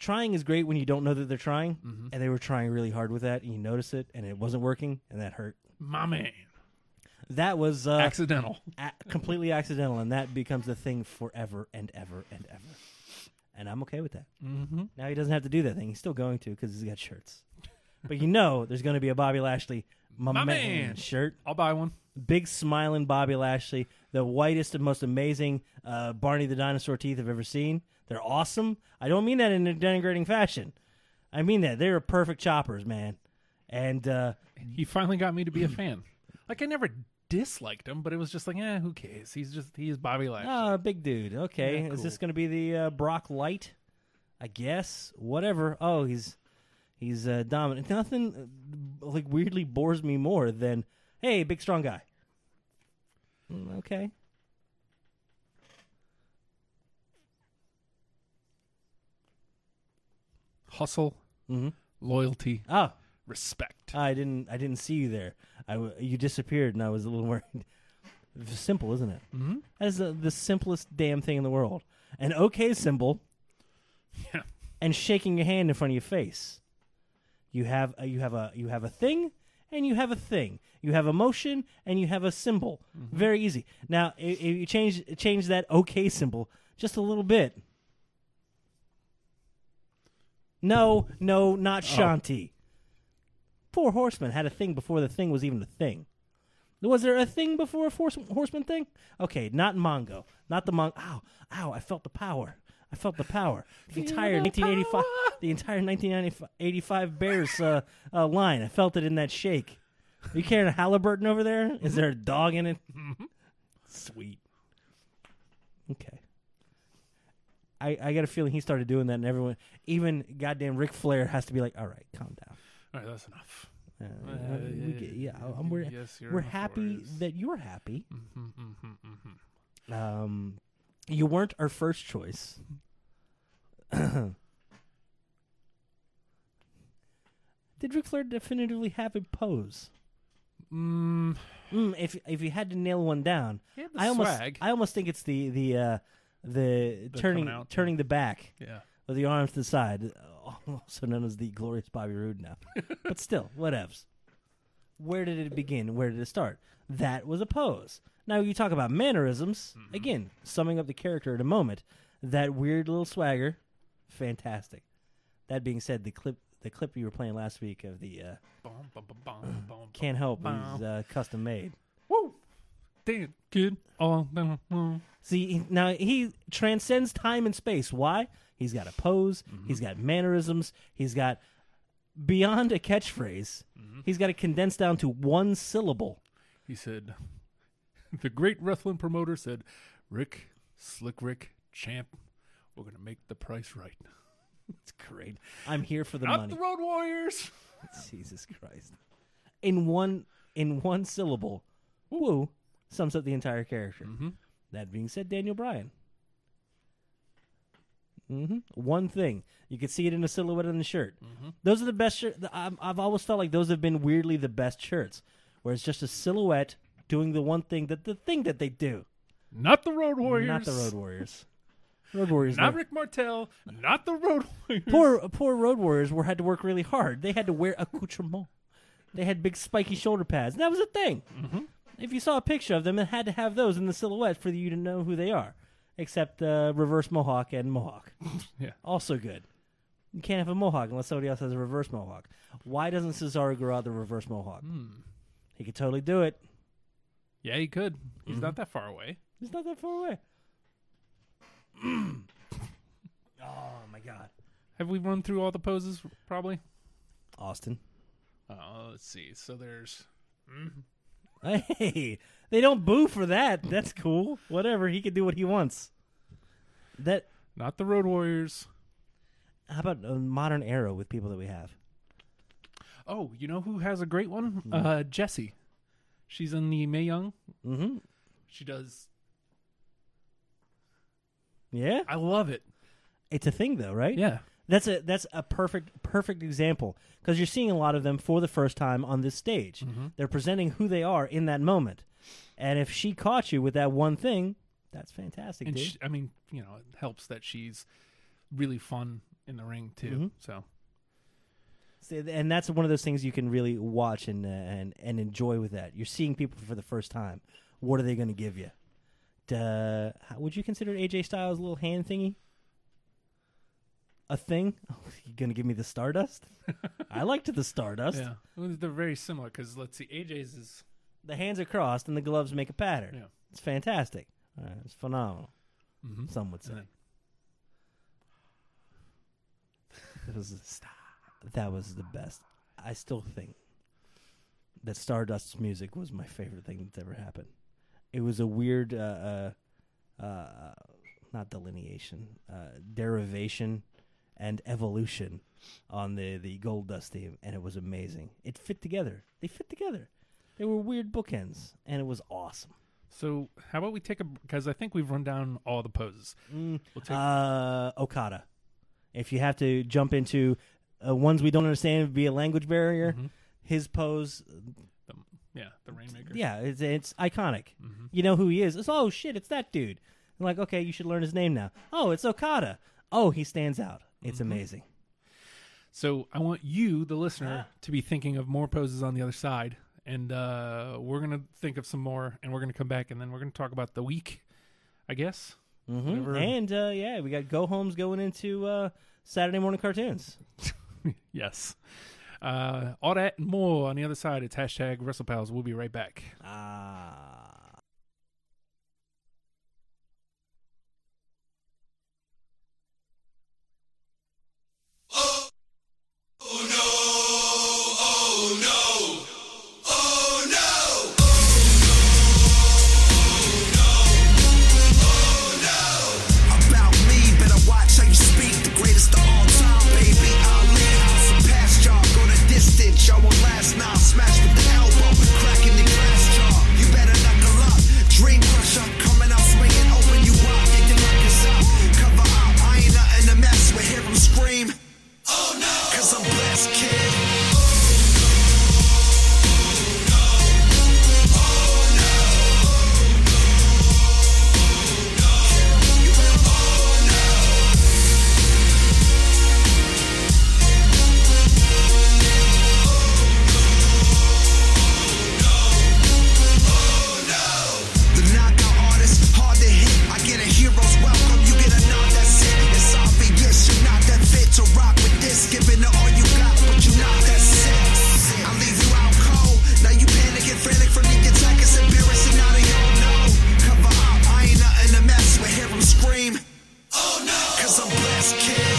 [SPEAKER 8] trying is great when you don't know that they're trying, and they were trying really hard with that, and you notice it, and it wasn't working, and that hurt.
[SPEAKER 4] My man.
[SPEAKER 8] That was uh,
[SPEAKER 4] Accidental.
[SPEAKER 8] a- completely accidental, and that becomes the thing forever and ever and ever. And I'm okay with that. Mm-hmm. Now he doesn't have to do that thing. He's still going to because he's got shirts. But you know, there's going to be a Bobby Lashley, my,
[SPEAKER 4] My
[SPEAKER 8] man,
[SPEAKER 4] man.
[SPEAKER 8] shirt.
[SPEAKER 4] I'll buy one.
[SPEAKER 8] Big smiling Bobby Lashley, the whitest and most amazing uh, Barney the dinosaur teeth I've ever seen. They're awesome. I don't mean that in a denigrating fashion. I mean that they're perfect choppers, man. And uh,
[SPEAKER 4] He finally got me to
[SPEAKER 8] [clears throat]
[SPEAKER 4] be a fan. Like I never disliked him, but it was just like, eh, who cares? He's just he's Bobby Lashley.
[SPEAKER 8] Oh, big dude. Okay.
[SPEAKER 4] Yeah,
[SPEAKER 8] Is this
[SPEAKER 4] cool.
[SPEAKER 8] going to be the uh, Brock Light? I guess. Whatever. Oh, he's he's uh, dominant. Nothing uh, like weirdly bores me more than hey, big strong guy. Mm, okay.
[SPEAKER 4] Hustle,
[SPEAKER 8] Mm-hmm.
[SPEAKER 4] loyalty,
[SPEAKER 8] Oh,
[SPEAKER 4] respect.
[SPEAKER 8] I didn't I didn't see you there. I w- you disappeared and I was a little [laughs] worried. Simple, isn't it? Mm-hmm. That is the, the simplest damn thing in the world. An okay symbol
[SPEAKER 4] [laughs] yeah.
[SPEAKER 8] and shaking your hand in front of your face. You have a, you have a you have a thing and you have a thing. You have a motion and you have a symbol. Very easy. Now, i- if you change change that okay symbol just a little bit. No, no, not Shanti. Poor horseman had a thing before the thing was even a thing. Was there a thing before a force, horseman thing? Okay, not Mongo. Not the Mongo. Ow, ow, I felt the power. I felt the power. The entire 1985, the entire 1985 Bears uh, uh, line. I felt it in that shake. Are you carrying a Halliburton over there? Is there a dog in it? Sweet. Okay. I, I got a feeling he started doing that, and everyone, even goddamn Ric Flair, has to be like, "All right, calm down."
[SPEAKER 4] All right, that's enough.
[SPEAKER 8] Uh, we get, yeah, I- I'm- we're
[SPEAKER 4] yes, you're
[SPEAKER 8] we're
[SPEAKER 4] in the
[SPEAKER 8] happy
[SPEAKER 4] forest.
[SPEAKER 8] that you're happy. Um, you weren't our first choice. [coughs] Did Ric Flair definitively have a pose?
[SPEAKER 4] Mm,
[SPEAKER 8] Mm, if if you had to nail one down,
[SPEAKER 4] He had the
[SPEAKER 8] I almost
[SPEAKER 4] swag.
[SPEAKER 8] I almost think it's the the uh, the turning
[SPEAKER 4] out.
[SPEAKER 8] turning the back
[SPEAKER 4] yeah.
[SPEAKER 8] with the arms to the side, [laughs] also known as the glorious Bobby Roode now. but still, whatevs. Where did it begin? Where did it start? That was a pose. Now you talk about mannerisms. Again, summing up the character in a moment. That weird little swagger, fantastic. That being said, the clip the clip you were playing last week of the uh,
[SPEAKER 4] Bum, bum, bum, bum, bum,
[SPEAKER 8] can't help
[SPEAKER 4] Wow.
[SPEAKER 8] is uh, custom made.
[SPEAKER 4] Woo! Damn, good. All down. low.
[SPEAKER 8] See he- now he transcends time and space. Why? He's got a pose. He's got mannerisms. He's got beyond a catchphrase. He's got it condensed down to one syllable.
[SPEAKER 4] He said, [laughs] the great wrestling promoter said, Rick, Slick Rick, champ, we're going to make the price right. [laughs]
[SPEAKER 8] It's great. I'm here for the
[SPEAKER 4] Not
[SPEAKER 8] money.
[SPEAKER 4] the Road Warriors.
[SPEAKER 8] Jesus Christ! In one in one syllable, woo sums up the entire character.
[SPEAKER 4] Mm-hmm.
[SPEAKER 8] That being said, Daniel Bryan. hmm One thing you could see it in the silhouette on the shirt.
[SPEAKER 4] Mm-hmm.
[SPEAKER 8] Those are the best shirts. I've, I've always felt like those have been weirdly the best shirts, where it's just a silhouette doing the one thing that the thing that they do.
[SPEAKER 4] Not the Road Warriors.
[SPEAKER 8] Not the Road Warriors. Road Warriors.
[SPEAKER 4] Not
[SPEAKER 8] never-
[SPEAKER 4] Rick Martel. Not the Road [laughs] Warriors.
[SPEAKER 8] poor poor road warriors were had to work really hard. They had to wear accoutrement. They had big spiky shoulder pads. That was a thing. If you saw a picture of them, it had to have those in the silhouette for you to know who they are. Except uh, reverse mohawk and mohawk,
[SPEAKER 4] Yeah.
[SPEAKER 8] also good. You can't have a mohawk unless somebody else has a reverse mohawk. Why doesn't Cesaro grow out the reverse mohawk? He could totally do it.
[SPEAKER 4] Yeah, he could. He's not that far away.
[SPEAKER 8] It's not that far away. [clears throat] oh my god, Oh,
[SPEAKER 4] Have we run through all the poses? Probably.
[SPEAKER 8] Austin.
[SPEAKER 4] Uh, let's see. So there's
[SPEAKER 8] [laughs] Hey, they don't boo for that. That's cool. Whatever. He can do what he wants. That
[SPEAKER 4] not the Road Warriors.
[SPEAKER 8] how about a modern era with people that we have?
[SPEAKER 4] Oh, you know who has a great one? Uh, Jessie. She's in the May Young.
[SPEAKER 8] Mm-hmm.
[SPEAKER 4] She does.
[SPEAKER 8] Yeah,
[SPEAKER 4] I love it.
[SPEAKER 8] it's a thing though, right?
[SPEAKER 4] Yeah.
[SPEAKER 8] That's a that's a perfect perfect example because you're seeing a lot of them for the first time on this stage.
[SPEAKER 4] Mm-hmm.
[SPEAKER 8] They're presenting who they are in that moment, and if she caught you with that one thing, that's fantastic,
[SPEAKER 4] And
[SPEAKER 8] dude.
[SPEAKER 4] she, I mean, you know, it helps that she's really fun in the ring too. So
[SPEAKER 8] See, and that's one of those things you can really watch and uh, and and enjoy with that. You're seeing people for the first time. What are they going to give you? Duh, how, would you consider AJ Styles' little hand thingy a thing? [laughs] Oh, you going to give me the Stardust? I liked the Stardust.
[SPEAKER 4] yeah, Well, they're very similar because let's see, AJ's is
[SPEAKER 8] The hands are crossed and the gloves make a pattern.
[SPEAKER 4] Yeah. Mm-hmm.
[SPEAKER 8] It's fantastic. All right, it's phenomenal. Some would say
[SPEAKER 4] then-
[SPEAKER 8] [laughs] that was that was the best. I still think that Stardust's music was my favorite thing that's ever happened. It was a weird, uh, uh, uh, not delineation, uh, derivation, and evolution on the the Gold Dust theme, and it was amazing. It fit together. They fit together. They were weird bookends, and it was awesome.
[SPEAKER 4] So how about we take a because I think we've run down all the poses.
[SPEAKER 8] Mm.
[SPEAKER 4] We'll take
[SPEAKER 8] Uh, Okada. If you have to jump into uh, ones we don't understand, would be a language barrier.
[SPEAKER 4] Mm-hmm.
[SPEAKER 8] His pose,
[SPEAKER 4] the yeah the rainmaker.
[SPEAKER 8] yeah, it's, it's iconic.
[SPEAKER 4] Mm-hmm.
[SPEAKER 8] You know who he is. It's oh shit, it's that dude. I'm like, okay, you should learn his name now. Oh, it's Okada. Oh, he stands out. It's
[SPEAKER 4] Mm-hmm.
[SPEAKER 8] amazing.
[SPEAKER 4] So I want you, the listener,
[SPEAKER 8] Ah.
[SPEAKER 4] to be thinking of more poses on the other side, and uh, we're gonna think of some more, and we're gonna come back, and then we're gonna talk about the week, I guess. Whatever.
[SPEAKER 8] And uh, yeah, we got go homes going into uh, Saturday morning cartoons.
[SPEAKER 4] Yes. Uh, all that and more on the other side. It's hashtag WrestlePals. We'll be right back.
[SPEAKER 8] Ah.
[SPEAKER 3] Oh no! Oh no! Oh no!
[SPEAKER 11] about me. Better watch how you speak. The greatest of all time, baby. Ali, I surpassed y'all. Go the distance, y'all won't last now. Smash with the elbow, cracking the glass jaw. You better knuckle up. Dream crusher, coming out swinging, open you up. Get your knuckles up, cover up. I ain't nothing to mess with. Hear 'em scream. Oh no! Cause I'm blessed, kid. The knockout artist, hard to hit. I get a hero's welcome, you get a nod, that's it. It's obvious, you're not that fit to rock with this. Giving it all you got, but you're not that sick. I leave you out cold. Now you panic and frantic from the attack. It's embarrassing, now they all know. Cover up, I ain't nothing to mess with. Hear 'em scream. Oh no! Cause I'm blessed, kid.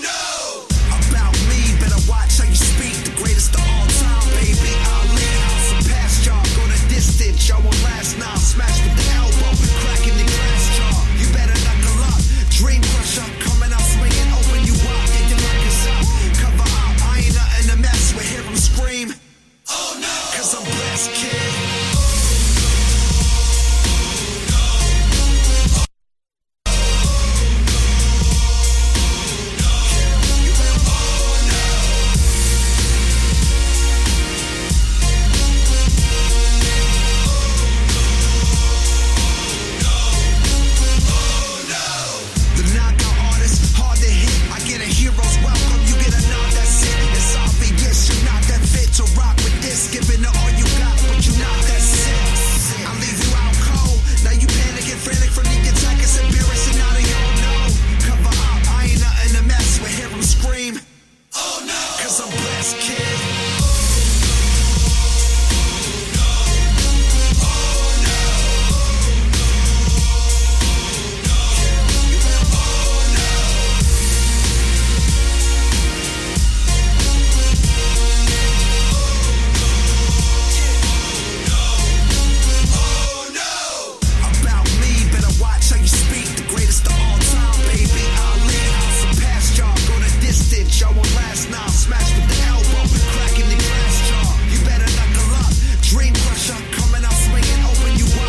[SPEAKER 11] about me. Better watch how you speak. The greatest of all time, baby. Ali, I surpassed y'all. Go the distance, y'all won't last now. Smash with the elbow, cracking the Oh, Oh, Oh,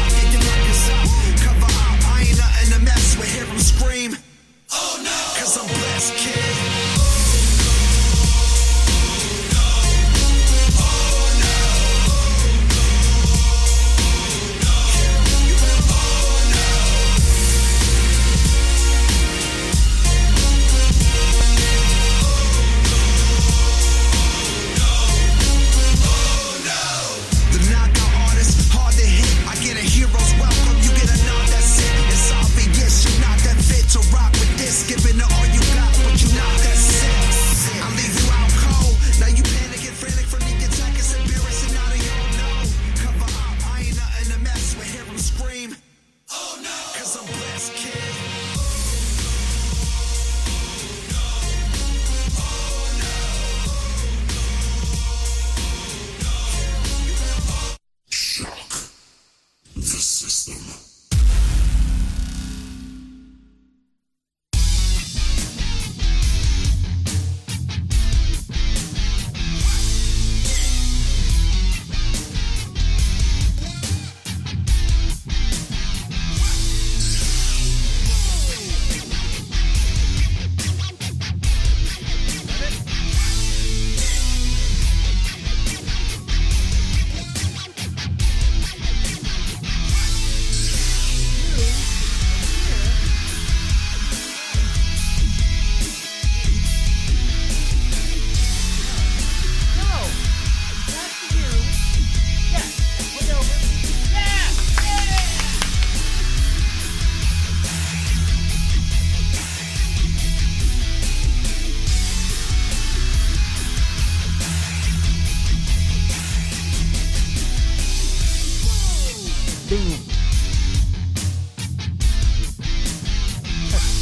[SPEAKER 11] Oh,
[SPEAKER 3] system.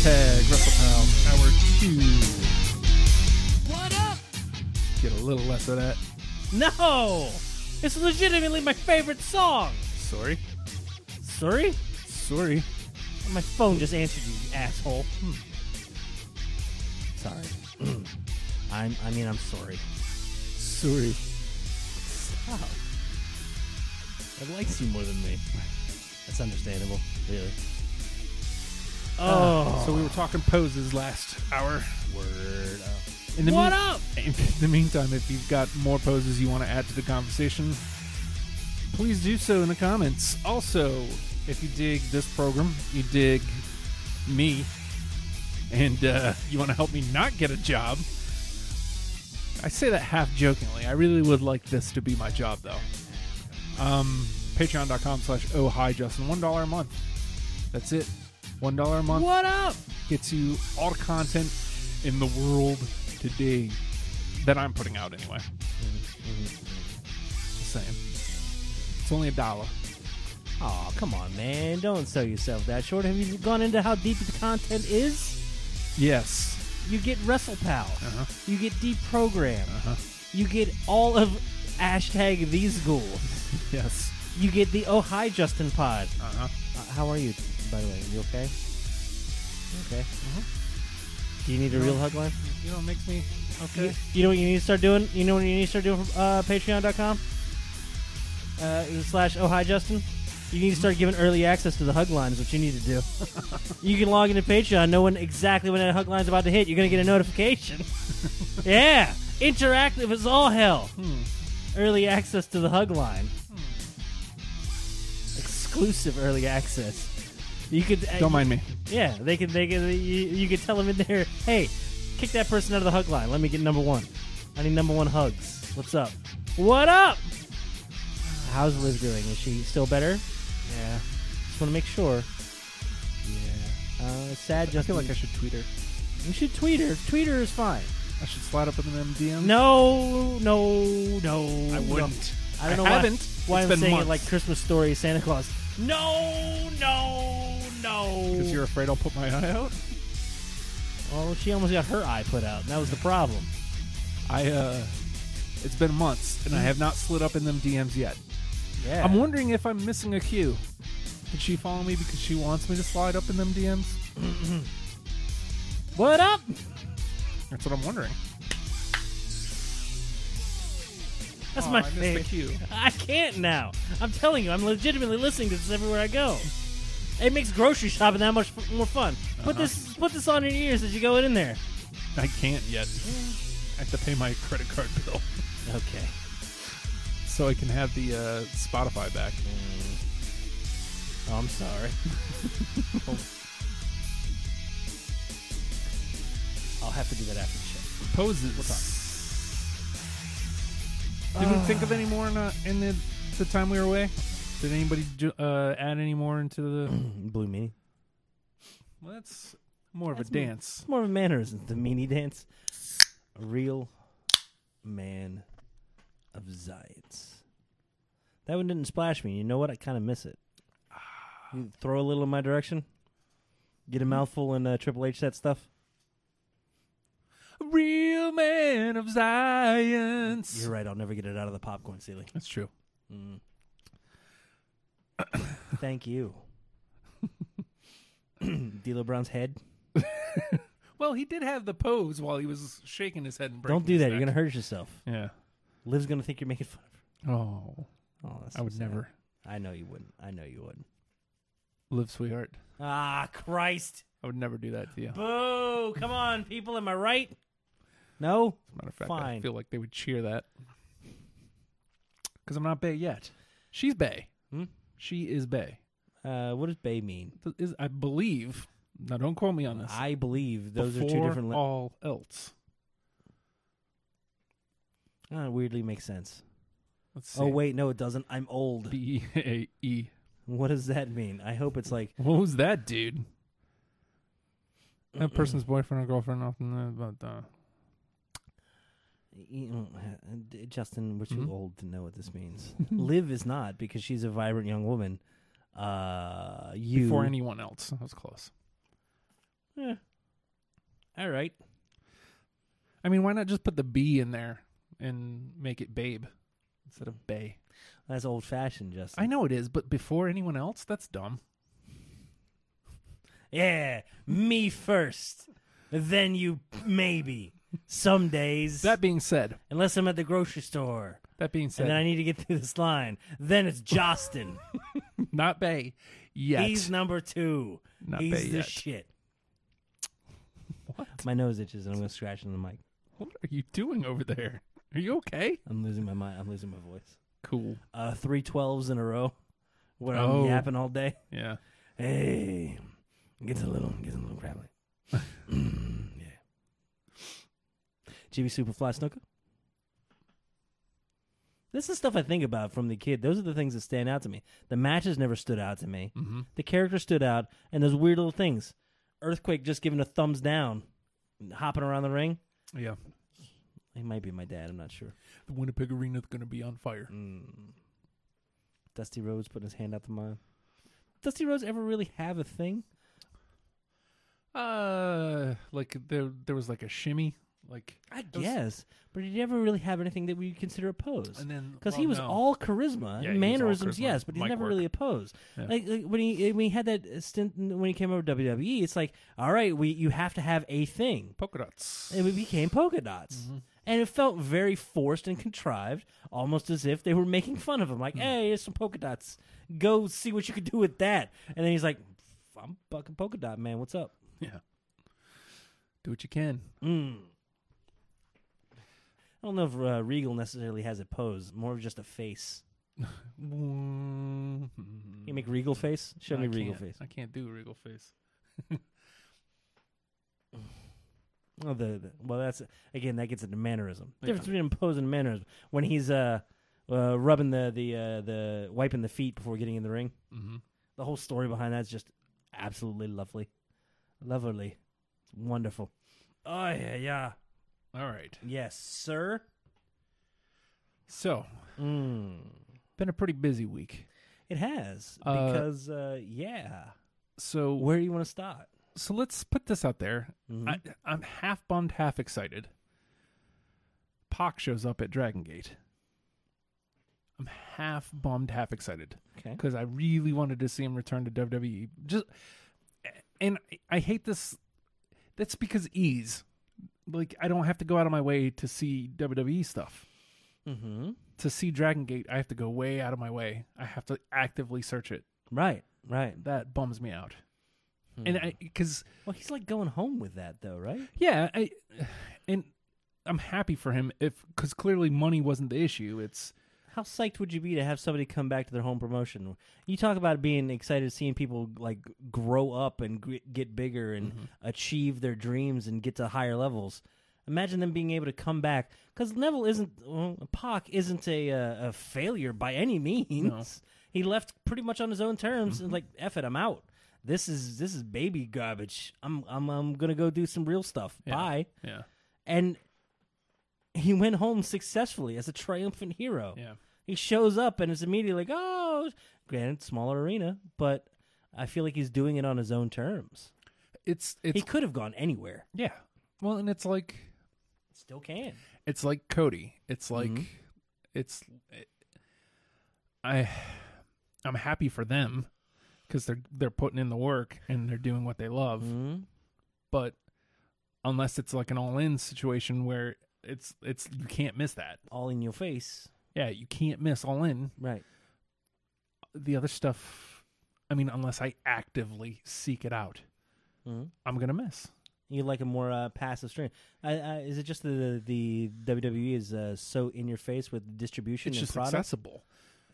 [SPEAKER 4] Tag WrestlePal Hour 2. What up? Get a little less of that.
[SPEAKER 7] No! It's legitimately my favorite song!
[SPEAKER 4] Sorry.
[SPEAKER 7] Sorry?
[SPEAKER 4] Sorry.
[SPEAKER 7] My phone just answered you, you asshole.
[SPEAKER 8] Sorry. [clears throat] I'm. I mean, I'm sorry.
[SPEAKER 4] Sorry.
[SPEAKER 8] It likes you more than me. That's understandable. Really.
[SPEAKER 7] Oh.
[SPEAKER 4] So we were talking poses last hour.
[SPEAKER 8] Word up.
[SPEAKER 4] In the
[SPEAKER 7] what
[SPEAKER 4] mean-
[SPEAKER 7] up?
[SPEAKER 4] In the meantime, if you've got more poses you want to add to the conversation, please do so in the comments. Also, if you dig this program, you dig me, and uh, you want to help me not get a job, I say that half jokingly. I really would like this to be my job, though. Um, Patreon.com slash oh hi Justin. $1 a month. That's it. $1 a month
[SPEAKER 7] What up?
[SPEAKER 4] gets you all the content in the world today that I'm putting out anyway. Just saying. It's only a dollar.
[SPEAKER 8] Oh, come on, man. Don't sell yourself that short. Have you gone into how deep the content is?
[SPEAKER 4] Yes.
[SPEAKER 8] You get WrestlePal. uh You get Deprogram. uh You get all of hashtag these ghouls.
[SPEAKER 4] Yes.
[SPEAKER 8] You get the Oh Hi Justin pod.
[SPEAKER 4] Uh-huh.
[SPEAKER 8] Uh, how are you, by the way? You okay? Okay. Do you need a real hug line?
[SPEAKER 4] You know what makes me okay?
[SPEAKER 8] You, you know what you need to start doing? You know what you need to start doing from uh, patreon.com? Uh, slash oh hi Justin. You need to start giving early access to the hug line is what you need to do. you can log into Patreon knowing exactly when that hug line's about to hit. You're going to get a notification. yeah. Interactive as all hell. Early access to the hug line. Exclusive early access. You could uh,
[SPEAKER 4] Don't mind me.
[SPEAKER 8] yeah, they can. They can. You, you could tell them in there, hey, kick that person out of the hug line. Let me get number one. I need number one hugs. What's up?
[SPEAKER 7] What up?
[SPEAKER 8] How's Liz doing? Is she still better?
[SPEAKER 4] Yeah.
[SPEAKER 8] Just want to make sure.
[SPEAKER 4] Yeah.
[SPEAKER 8] Uh, it's sad.
[SPEAKER 4] I
[SPEAKER 8] Just
[SPEAKER 4] feel like I should tweet her.
[SPEAKER 8] you should tweet her. Tweet her is fine.
[SPEAKER 4] I should slide up in them DMs.
[SPEAKER 8] No, no, no.
[SPEAKER 4] Hmm. I wouldn't.
[SPEAKER 8] I don't know
[SPEAKER 4] I
[SPEAKER 8] why-
[SPEAKER 4] haven't.
[SPEAKER 8] Why,
[SPEAKER 4] It's
[SPEAKER 8] I'm
[SPEAKER 4] been
[SPEAKER 8] saying
[SPEAKER 4] months.
[SPEAKER 8] it like Christmas story, Santa Claus.
[SPEAKER 7] No, no, no.
[SPEAKER 4] Because you're afraid I'll put my eye out?
[SPEAKER 8] Oh, she almost got her eye put out, and that was the problem.
[SPEAKER 4] I, uh, it's been months and I have not slid up in them DMs yet.
[SPEAKER 8] Yeah.
[SPEAKER 4] I'm wondering if I'm missing a cue. Did she follow me because she wants me to slide up in them DMs?
[SPEAKER 8] what up?
[SPEAKER 4] That's what I'm wondering.
[SPEAKER 8] That's
[SPEAKER 4] Aw,
[SPEAKER 8] my
[SPEAKER 4] I missed
[SPEAKER 8] favorite.
[SPEAKER 4] the cue.
[SPEAKER 8] I can't now. I'm telling you, I'm legitimately listening to this everywhere I go. It makes grocery shopping that much f- more fun. Put this put this on your ears as you go in there.
[SPEAKER 4] [laughs] I can't yet. I have to pay my credit card bill [laughs]
[SPEAKER 8] Okay.
[SPEAKER 4] so I can have the uh, Spotify back.
[SPEAKER 8] Oh, I'm sorry. [laughs] I'll have to do that after [clears throat] the show.
[SPEAKER 4] Poses. Did we think of any more in, uh, in the, the time we were away? Did anybody ju- uh, add any more into the?
[SPEAKER 8] Blue meanie.
[SPEAKER 4] well, that's more of a dance.
[SPEAKER 8] It's more of a mannerism. The meanie dance. A real man of science. That one didn't splash me. You know what? I kind of miss it. You throw a little in my direction. Get a mouthful and uh, Triple H that stuff.
[SPEAKER 4] Real man of science.
[SPEAKER 8] You're right. I'll never get it out of the popcorn ceiling.
[SPEAKER 4] That's true.
[SPEAKER 8] Thank you. [clears throat] D'Lo Brown's head.
[SPEAKER 4] Well, he did have the pose while he was shaking his head and breaking
[SPEAKER 8] Don't do
[SPEAKER 4] his
[SPEAKER 8] that. You're gonna
[SPEAKER 4] neck.
[SPEAKER 8] hurt yourself. Liv's gonna think you're making fun of
[SPEAKER 4] Yeah. Oh,
[SPEAKER 8] her. Oh, that's
[SPEAKER 4] I would
[SPEAKER 8] sad.
[SPEAKER 4] never
[SPEAKER 8] I know you wouldn't. I know you wouldn't.
[SPEAKER 4] live, sweetheart.
[SPEAKER 8] Ah, Christ.
[SPEAKER 4] I would never do that to you. As
[SPEAKER 8] Boo! Come on, people. Am I right? No.
[SPEAKER 4] a matter of fact, I
[SPEAKER 8] Fine.
[SPEAKER 4] feel like they would cheer that because I'm not Bay yet. She's Bay.
[SPEAKER 8] Hmm?
[SPEAKER 4] She is Bay.
[SPEAKER 8] Uh, what does Bay mean?
[SPEAKER 4] Th- Is I believe. Now, don't quote me on this.
[SPEAKER 8] I believe those are two
[SPEAKER 4] Before
[SPEAKER 8] different. Li-
[SPEAKER 4] all else.
[SPEAKER 8] Ah, weirdly makes sense.
[SPEAKER 4] Let's see.
[SPEAKER 8] Oh wait, no, it doesn't. I'm old.
[SPEAKER 4] B A E.
[SPEAKER 8] What does that mean? I hope it's like
[SPEAKER 4] What was that, dude? That person's boyfriend or girlfriend often uh, but uh,
[SPEAKER 8] you know, uh, d- Justin. We're too old to know what this means. [laughs] Liv is not because she's a vibrant young woman. Uh, you
[SPEAKER 4] before anyone else. That was close.
[SPEAKER 8] All right.
[SPEAKER 4] I mean, why not just put the B in there and make it babe instead of bay?
[SPEAKER 8] That's old fashioned, Justin.
[SPEAKER 4] I know it is, but before anyone else, that's dumb.
[SPEAKER 8] Yeah, me first. Then you maybe some days.
[SPEAKER 4] That being said,
[SPEAKER 8] unless I'm at the grocery store
[SPEAKER 4] that being said,
[SPEAKER 8] and then I need to get [laughs] through this line. Then it's Justin.
[SPEAKER 4] not bay [laughs] yet.
[SPEAKER 8] He's number two.
[SPEAKER 4] Not
[SPEAKER 8] He's
[SPEAKER 4] bad
[SPEAKER 8] the
[SPEAKER 4] yet.
[SPEAKER 8] shit. What? My nose itches and I'm gonna scratch it on the mic.
[SPEAKER 4] what are you doing over there? Are you okay?
[SPEAKER 8] I'm losing my mind. I'm losing my voice.
[SPEAKER 4] Cool.
[SPEAKER 8] Uh, three twelves in a row, where
[SPEAKER 4] Oh.
[SPEAKER 8] I'm yapping all day.
[SPEAKER 4] Yeah.
[SPEAKER 8] Hey, gets a little, gets a
[SPEAKER 4] [laughs]
[SPEAKER 8] little crappy. yeah. Jimmy Superfly Snooker. This is stuff I think about from the kid. Those are the things that stand out to me. The matches never stood out to me.
[SPEAKER 4] Mm-hmm.
[SPEAKER 8] The character stood out, and those weird little things. Earthquake just giving a thumbs down, and hopping around the ring.
[SPEAKER 4] Yeah.
[SPEAKER 8] He might be my dad. I'm not sure.
[SPEAKER 4] The Winnipeg Arena's going to be on fire.
[SPEAKER 8] Mm. Dusty Rhodes putting his hand out the mine. Dusty Rhodes ever really have a thing?
[SPEAKER 4] Uh, like there, there was like a shimmy, like
[SPEAKER 8] I
[SPEAKER 4] was-
[SPEAKER 8] guess, but did he ever really have anything that we consider a pose?
[SPEAKER 4] And then-
[SPEAKER 8] because he
[SPEAKER 4] well,
[SPEAKER 8] was
[SPEAKER 4] no.
[SPEAKER 8] all charisma,
[SPEAKER 4] Yeah, he was all
[SPEAKER 8] and mannerisms,
[SPEAKER 4] charisma,
[SPEAKER 8] yes, but he's
[SPEAKER 4] mic
[SPEAKER 8] never
[SPEAKER 4] work.
[SPEAKER 8] really a pose.
[SPEAKER 4] Yeah.
[SPEAKER 8] Like, like, when he when he had that uh, stint in- when he came over to WWE, it's like, all right, we you have to have a thing,
[SPEAKER 4] polka dots.
[SPEAKER 8] and we became polka dots.
[SPEAKER 4] Mm-hmm.
[SPEAKER 8] And it felt very forced and contrived, almost as if they were making fun of him.
[SPEAKER 4] Hmm.
[SPEAKER 8] Like, hey, here's some polka dots. Go see what you can do with that. And then he's like, I'm fucking polka dot man. What's up?
[SPEAKER 4] Yeah. Do what you can.
[SPEAKER 8] Mm. I don't know if uh, Regal necessarily has a pose, more of just a face.
[SPEAKER 4] Mm,
[SPEAKER 8] Mm-hmm. You make Regal face? Show
[SPEAKER 4] I
[SPEAKER 8] me Regal
[SPEAKER 4] can't.
[SPEAKER 8] face.
[SPEAKER 4] I can't do regal face.
[SPEAKER 8] Oh, the, the- well, that's again that gets into mannerism. Difference between pose and mannerism. When he's uh, uh rubbing the the uh, the wiping the feet before getting in the ring.
[SPEAKER 4] Mhm.
[SPEAKER 8] The whole story behind that is just absolutely lovely, lovely, it's wonderful. Oh yeah, yeah,
[SPEAKER 4] All right.
[SPEAKER 8] yes, sir.
[SPEAKER 4] So, Mm. been a pretty busy week.
[SPEAKER 8] It has
[SPEAKER 4] Uh,
[SPEAKER 8] because uh, yeah.
[SPEAKER 4] So,
[SPEAKER 8] Where do you want to start?
[SPEAKER 4] so let's put this out there.
[SPEAKER 8] Mm-hmm.
[SPEAKER 4] I, I'm half bummed, half excited. Pac shows up at Dragon Gate. I'm half bummed, half excited.
[SPEAKER 8] Okay.
[SPEAKER 4] Because I really wanted to see him return to WWE. Just and I hate this. That's because ease. Like I don't have to go out of my way to see WWE stuff.
[SPEAKER 8] Mm-hmm.
[SPEAKER 4] To see Dragon Gate, I have to go way out of my way. I have to actively search it.
[SPEAKER 8] Right, right.
[SPEAKER 4] That bums me out. And
[SPEAKER 8] Hmm.
[SPEAKER 4] I because
[SPEAKER 8] Well, he's like going home with that though, right?
[SPEAKER 4] Yeah, I [sighs] and I'm happy for him if because clearly money wasn't the issue. It's
[SPEAKER 8] How psyched would you be to have somebody come back to their home promotion? You talk about being excited seeing people like grow up and gr- get bigger and achieve their dreams and get to higher levels. Imagine them being able to come back because Neville isn't well, Pac isn't a uh, a failure by any means. He left pretty much on his own terms and like F it, I'm out. This is this is baby garbage. I'm I'm I'm gonna go do some real stuff. Bye.
[SPEAKER 4] yeah,
[SPEAKER 8] and he went home successfully as a triumphant hero.
[SPEAKER 4] Yeah.
[SPEAKER 8] He shows up and is immediately like, oh, granted, smaller arena, but I feel like he's doing it on his own terms.
[SPEAKER 4] it's it's
[SPEAKER 8] he could have gone anywhere.
[SPEAKER 4] yeah. Well, and it's like
[SPEAKER 8] Still can.
[SPEAKER 4] it's like Cody. It's like it's I I'm happy for them. because they're they're putting in the work and they're doing what they love. But unless it's like an all-in situation where it's it's you can't miss that.
[SPEAKER 8] all in your face.
[SPEAKER 4] Yeah, you can't miss all in.
[SPEAKER 8] Right.
[SPEAKER 4] The other stuff, I mean, unless I actively seek it out, I'm gonna miss.
[SPEAKER 8] You like Mm-hmm. a more uh, passive stream. I, I, is it just the the WWE is uh, so in your face with distribution
[SPEAKER 4] It's
[SPEAKER 8] and
[SPEAKER 4] just
[SPEAKER 8] product?
[SPEAKER 4] accessible.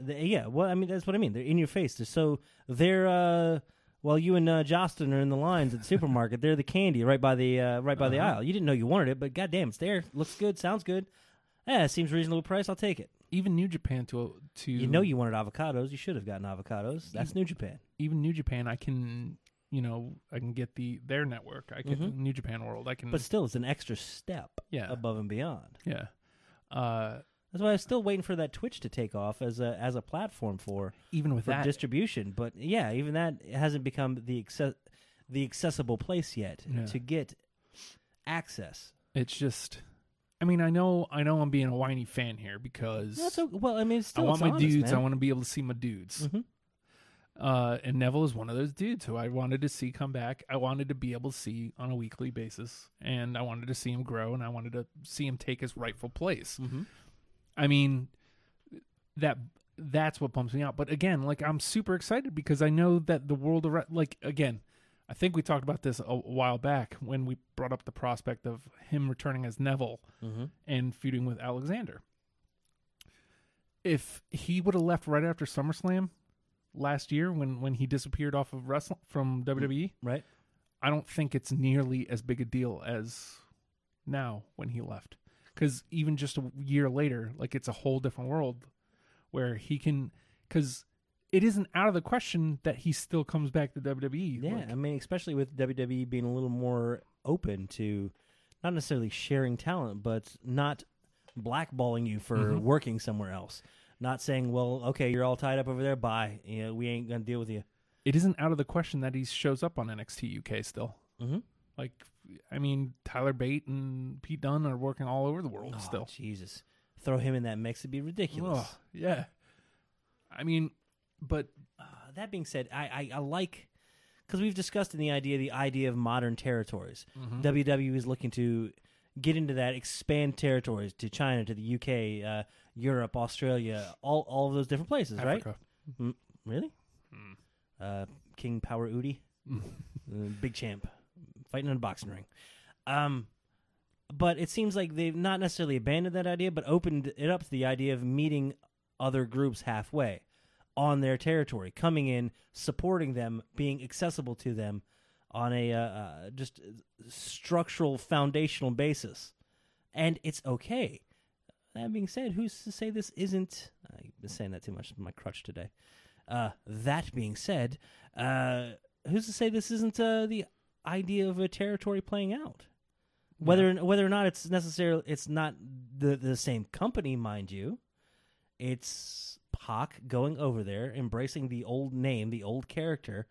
[SPEAKER 8] They- yeah, well, I mean that's what I mean. They're in your face. They're so they're uh, well, you and uh, Justin are in the lines at the supermarket. they're the candy right by the uh, right by the aisle. You didn't know you wanted it, but goddamn, it's there. Looks good, sounds good. Yeah, it seems reasonable price. I'll take it.
[SPEAKER 4] Even New Japan to to
[SPEAKER 8] You know you wanted avocados. You should have gotten avocados. That's New Japan.
[SPEAKER 4] even New Japan, I can you know I can get the their network. I can New Japan World. I can
[SPEAKER 8] Mm-hmm. But still, it's an extra step
[SPEAKER 4] Yeah.
[SPEAKER 8] above and beyond.
[SPEAKER 4] yeah. Uh,
[SPEAKER 8] That's why I'm still waiting for that Twitch to take off as a as a platform for
[SPEAKER 4] even with
[SPEAKER 8] for
[SPEAKER 4] that,
[SPEAKER 8] distribution. But yeah, even that hasn't become the acce- the accessible place yet
[SPEAKER 4] Yeah.
[SPEAKER 8] to get access.
[SPEAKER 4] it's just. I mean, I know I know I'm being a whiny fan here because
[SPEAKER 8] That's o well, I mean, it's
[SPEAKER 4] I
[SPEAKER 8] still
[SPEAKER 4] want
[SPEAKER 8] it's
[SPEAKER 4] my
[SPEAKER 8] honest,
[SPEAKER 4] dudes. I
[SPEAKER 8] man. Mm-hmm.
[SPEAKER 4] want to be able to see my dudes. Uh, and Neville is one of those dudes who I wanted to see come back. I wanted to be able to see on a weekly basis, and I wanted to see him grow, and I wanted to see him take his rightful place.
[SPEAKER 8] Mm-hmm.
[SPEAKER 4] I mean, that that's what pumps me out. But again, like I'm super excited because I know that the world around, like again, I think we talked about this a while back when we brought up the prospect of him returning as Neville
[SPEAKER 8] Mm-hmm.
[SPEAKER 4] and feuding with Alexander. If he would have left right after SummerSlam last year, when when he disappeared off of wrestling from WWE,
[SPEAKER 8] right.
[SPEAKER 4] I don't think it's nearly as big a deal as now when he left. Because even just a year later, like it's a whole different world where he can. Because it isn't out of the question that he still comes back to WWE.
[SPEAKER 8] Yeah,
[SPEAKER 4] Like,
[SPEAKER 8] I mean, especially with WWE being a little more open to not necessarily sharing talent, but not blackballing you for
[SPEAKER 4] Mm-hmm.
[SPEAKER 8] working somewhere else. Not saying, well, okay, you're all tied up over there. Bye. You know, we ain't gonna deal with you.
[SPEAKER 4] it isn't out of the question that he shows up on NXT UK still.
[SPEAKER 8] Mhm.
[SPEAKER 4] Like, I mean, Tyler Bate and Pete Dunne are working all over the world
[SPEAKER 8] Oh,
[SPEAKER 4] still.
[SPEAKER 8] Jesus, throw him in that mix. It'd be ridiculous.
[SPEAKER 4] Ugh, yeah. I mean, but
[SPEAKER 8] Uh, that being said, I I, I like because we've discussed in the idea the idea of modern territories. WWE is looking to get into that, expand territories to China, to the UK, uh, Europe, Australia, all all of those different places,
[SPEAKER 4] Africa.
[SPEAKER 8] right? Mm, really? Uh, King Power Udi, Uh, big champ, fighting in a boxing ring. Um, but it seems like they've not necessarily abandoned that idea, but opened it up to the idea of meeting other groups halfway on their territory, coming in, supporting them, being accessible to them on a uh, uh, just structural, foundational basis, and it's okay. That being said, who's to say this isn't? I've been saying that too much. My crutch today. Uh, that being said, uh, who's to say this isn't uh, the idea of a territory playing out? Whether whether or not it's necessarily it's not the the same company, mind you. It's Pac going over there, embracing the old name, the old character,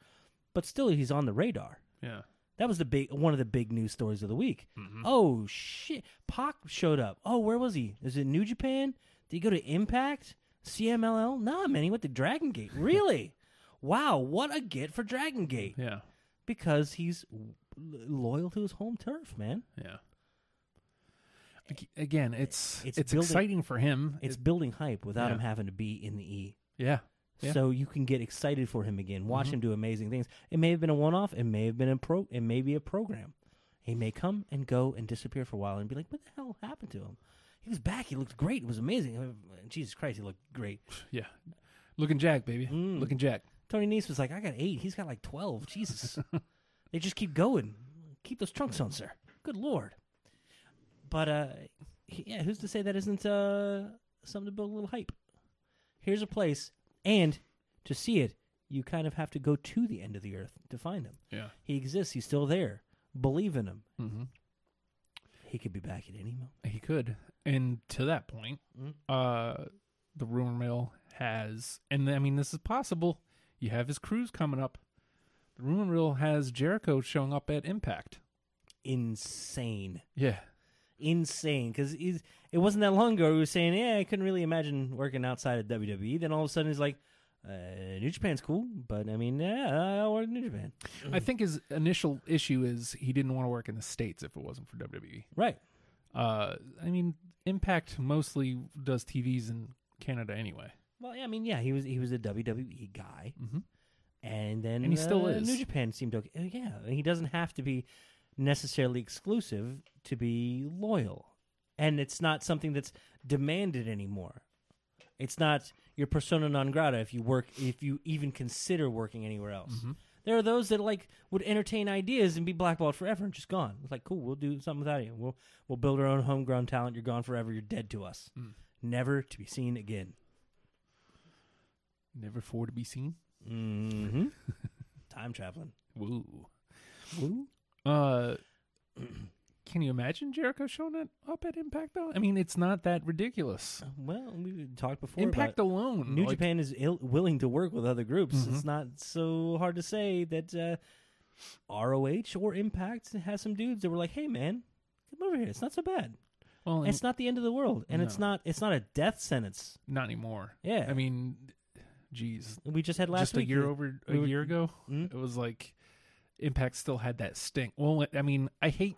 [SPEAKER 8] but still he's on the radar.
[SPEAKER 4] yeah.
[SPEAKER 8] That was the big one of the big news stories of the week.
[SPEAKER 4] Mm-hmm.
[SPEAKER 8] Oh shit, Pac showed up. Oh, where was he? Is it New Japan? Did he go to Impact? CMLL? Nah, man, he went to
[SPEAKER 4] [laughs]
[SPEAKER 8] Dragon Gate. Really? wow, what a get for Dragon Gate
[SPEAKER 4] Yeah.
[SPEAKER 8] because he's l- loyal to his home turf, man.
[SPEAKER 4] Yeah. Ag- Again, it's
[SPEAKER 8] It's
[SPEAKER 4] it's,
[SPEAKER 8] building-
[SPEAKER 4] exciting for him.
[SPEAKER 8] It's
[SPEAKER 4] It-
[SPEAKER 8] building hype without
[SPEAKER 4] yeah.
[SPEAKER 8] him having to be in the E.
[SPEAKER 4] yeah, Yeah.
[SPEAKER 8] So you can get excited for him again. Watch him do amazing things. It may have been a one-off. It may have been a pro. It may be a program. He may come and go and disappear for a while and be like, "What the hell happened to him?" He was back. He looked great. It was amazing. Uh, Jesus Christ, he looked great.
[SPEAKER 4] yeah. Looking Jack, baby,
[SPEAKER 8] Mm.
[SPEAKER 4] looking Jack.
[SPEAKER 8] Tony Nese was like, "I got eight. He's got like twelve. Jesus, they just keep going. Keep those trunks on, sir. Good lord." But uh, he- yeah, who's to say that isn't uh something to build a little hype? Here's a place, and to see it, you kind of have to go to the end of the earth to find him.
[SPEAKER 4] Yeah,
[SPEAKER 8] He exists. He's still there. Believe in him. He could be back at any moment.
[SPEAKER 4] he could. And to that point,
[SPEAKER 8] Mm.
[SPEAKER 4] uh, the rumor mill has, and I mean, this is possible. You have his cruise coming up. The rumor mill has Jericho showing up at Impact.
[SPEAKER 8] Insane.
[SPEAKER 4] Yeah,
[SPEAKER 8] insane because it wasn't that long ago we were saying, yeah, I couldn't really imagine working outside of WWE. Then E." all of a sudden he's like, Uh, New Japan's cool, but I mean, yeah, I work in New Japan.
[SPEAKER 4] I think his initial issue is he didn't want to work in the states if it wasn't for WWE.
[SPEAKER 8] Right.
[SPEAKER 4] Uh, I mean, Impact mostly does TVs in Canada anyway.
[SPEAKER 8] Well, yeah, I mean, yeah, he was he was a WWE guy,
[SPEAKER 4] Mhm.
[SPEAKER 8] and then
[SPEAKER 4] And he
[SPEAKER 8] uh,
[SPEAKER 4] still is.
[SPEAKER 8] New Japan seemed okay. Uh, Yeah, he doesn't have to be necessarily exclusive to be loyal, and it's not something that's demanded anymore. It's not your persona non grata if you work if you even consider working anywhere else.
[SPEAKER 4] Mm-hmm.
[SPEAKER 8] There are those that like would entertain ideas and be blackballed forever and just gone. It's like cool, we'll do something without you. We'll we'll build our own homegrown talent. You're gone forever. You're dead to us,
[SPEAKER 4] Mm.
[SPEAKER 8] never to be seen again.
[SPEAKER 4] Never for to be seen.
[SPEAKER 8] Mm-hmm. Time traveling.
[SPEAKER 4] Woo. Woo. Uh, [clears throat] can you imagine Jericho showing it up at Impact though? I mean, it's not that ridiculous.
[SPEAKER 8] Well, we talked before.
[SPEAKER 4] Impact
[SPEAKER 8] about
[SPEAKER 4] alone,
[SPEAKER 8] New
[SPEAKER 4] like, Mm-hmm.
[SPEAKER 8] Japan is Ill- willing to work with other groups. It's not so hard to say that uh, ROH or Impact has some dudes that were like, "Hey, man, come over here. It's not so bad.
[SPEAKER 4] Well,
[SPEAKER 8] And it's not the end of the world, and it's
[SPEAKER 4] No.
[SPEAKER 8] not it's not a death sentence."
[SPEAKER 4] not anymore.
[SPEAKER 8] Yeah.
[SPEAKER 4] I mean, geez,
[SPEAKER 8] We just had last
[SPEAKER 4] just
[SPEAKER 8] week
[SPEAKER 4] a year
[SPEAKER 8] the-
[SPEAKER 4] over a
[SPEAKER 8] we were-
[SPEAKER 4] year ago,
[SPEAKER 8] Mhm.
[SPEAKER 4] it was like Impact still had that stink. Well, I mean, I hate.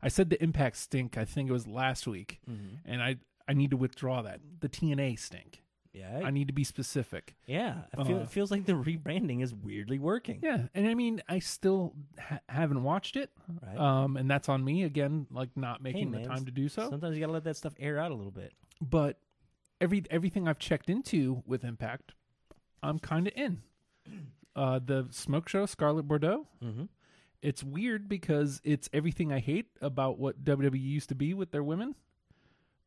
[SPEAKER 4] I said the Impact stink. I think it was last week,
[SPEAKER 8] Mm-hmm.
[SPEAKER 4] and I I need to withdraw that the TNA stink.
[SPEAKER 8] Yeah,
[SPEAKER 4] I need to be specific.
[SPEAKER 8] yeah. I feel,
[SPEAKER 4] Uh,
[SPEAKER 8] it feels like the rebranding is weirdly working.
[SPEAKER 4] Yeah, and I mean, I still ha- haven't watched it,
[SPEAKER 8] Right.
[SPEAKER 4] um, and that's on me again, like not
[SPEAKER 8] Hey,
[SPEAKER 4] making
[SPEAKER 8] man,
[SPEAKER 4] the time to do so.
[SPEAKER 8] Sometimes you gotta let that stuff air out a little bit.
[SPEAKER 4] but every everything I've checked into with Impact, I'm kind of in. [clears throat] Uh, the smoke show, Scarlet Bordeaux.
[SPEAKER 8] Mhm.
[SPEAKER 4] It's weird because it's everything I hate about what WWE used to be with their women,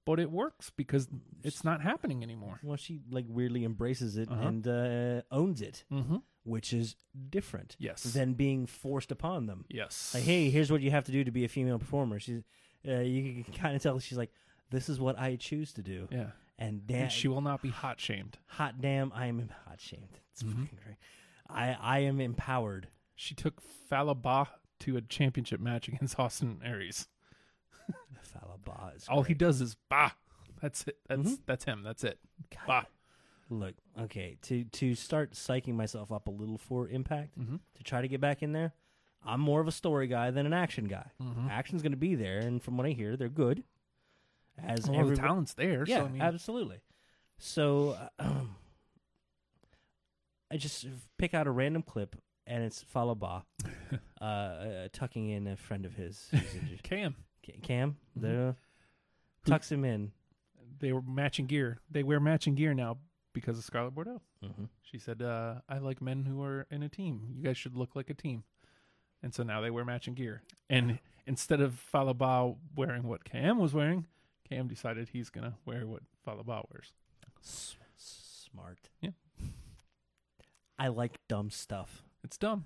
[SPEAKER 4] but it works because it's not happening anymore.
[SPEAKER 8] Well, she like weirdly embraces it
[SPEAKER 4] Uh-huh.
[SPEAKER 8] and uh, owns it,
[SPEAKER 4] Mm-hmm.
[SPEAKER 8] which is different.
[SPEAKER 4] Yes.
[SPEAKER 8] Than being forced upon them.
[SPEAKER 4] Yes.
[SPEAKER 8] Like, hey, here's what you have to do to be a female performer. She's, uh, you can kind of tell she's like, this is what I choose to do.
[SPEAKER 4] Yeah.
[SPEAKER 8] And damn,
[SPEAKER 4] And she will not be hot shamed.
[SPEAKER 8] hot damn, I am hot shamed. It's
[SPEAKER 4] Mm-hmm.
[SPEAKER 8] fucking great. I I am empowered.
[SPEAKER 4] She took Falaba to a championship match against Austin Aries.
[SPEAKER 8] Falaba is
[SPEAKER 4] All he
[SPEAKER 8] great.
[SPEAKER 4] does is bah. That's it. That's that's him. That's it. Bah.
[SPEAKER 8] Look, okay, to to start psyching myself up a little for impact,
[SPEAKER 4] Mm-hmm.
[SPEAKER 8] to try to get back in there, I'm more of a story guy than an action guy.
[SPEAKER 4] Mm-hmm.
[SPEAKER 8] Action's going to be there, and from what I hear, they're good. As
[SPEAKER 4] Well, the
[SPEAKER 8] everybo-
[SPEAKER 4] talent's there.
[SPEAKER 8] yeah,
[SPEAKER 4] so, I mean,
[SPEAKER 8] absolutely. So uh, I just pick out a random clip, and it's
[SPEAKER 4] [laughs]
[SPEAKER 8] Falaba uh, uh, tucking in a friend of his, who's injured.
[SPEAKER 4] Cam.
[SPEAKER 8] Ca- Cam,
[SPEAKER 4] Mm-hmm.
[SPEAKER 8] the, tucks him in.
[SPEAKER 4] they were matching gear. They wear matching gear now because of Scarlet Bordeaux.
[SPEAKER 8] Mhm.
[SPEAKER 4] She said, uh, "I like men who are in a team. You guys should look like a team." And so now they wear matching gear. And instead of Falaba wearing what Cam was wearing, Cam decided he's gonna wear what Falaba wears.
[SPEAKER 8] S- smart.
[SPEAKER 4] Yeah.
[SPEAKER 8] I like dumb stuff.
[SPEAKER 4] It's dumb.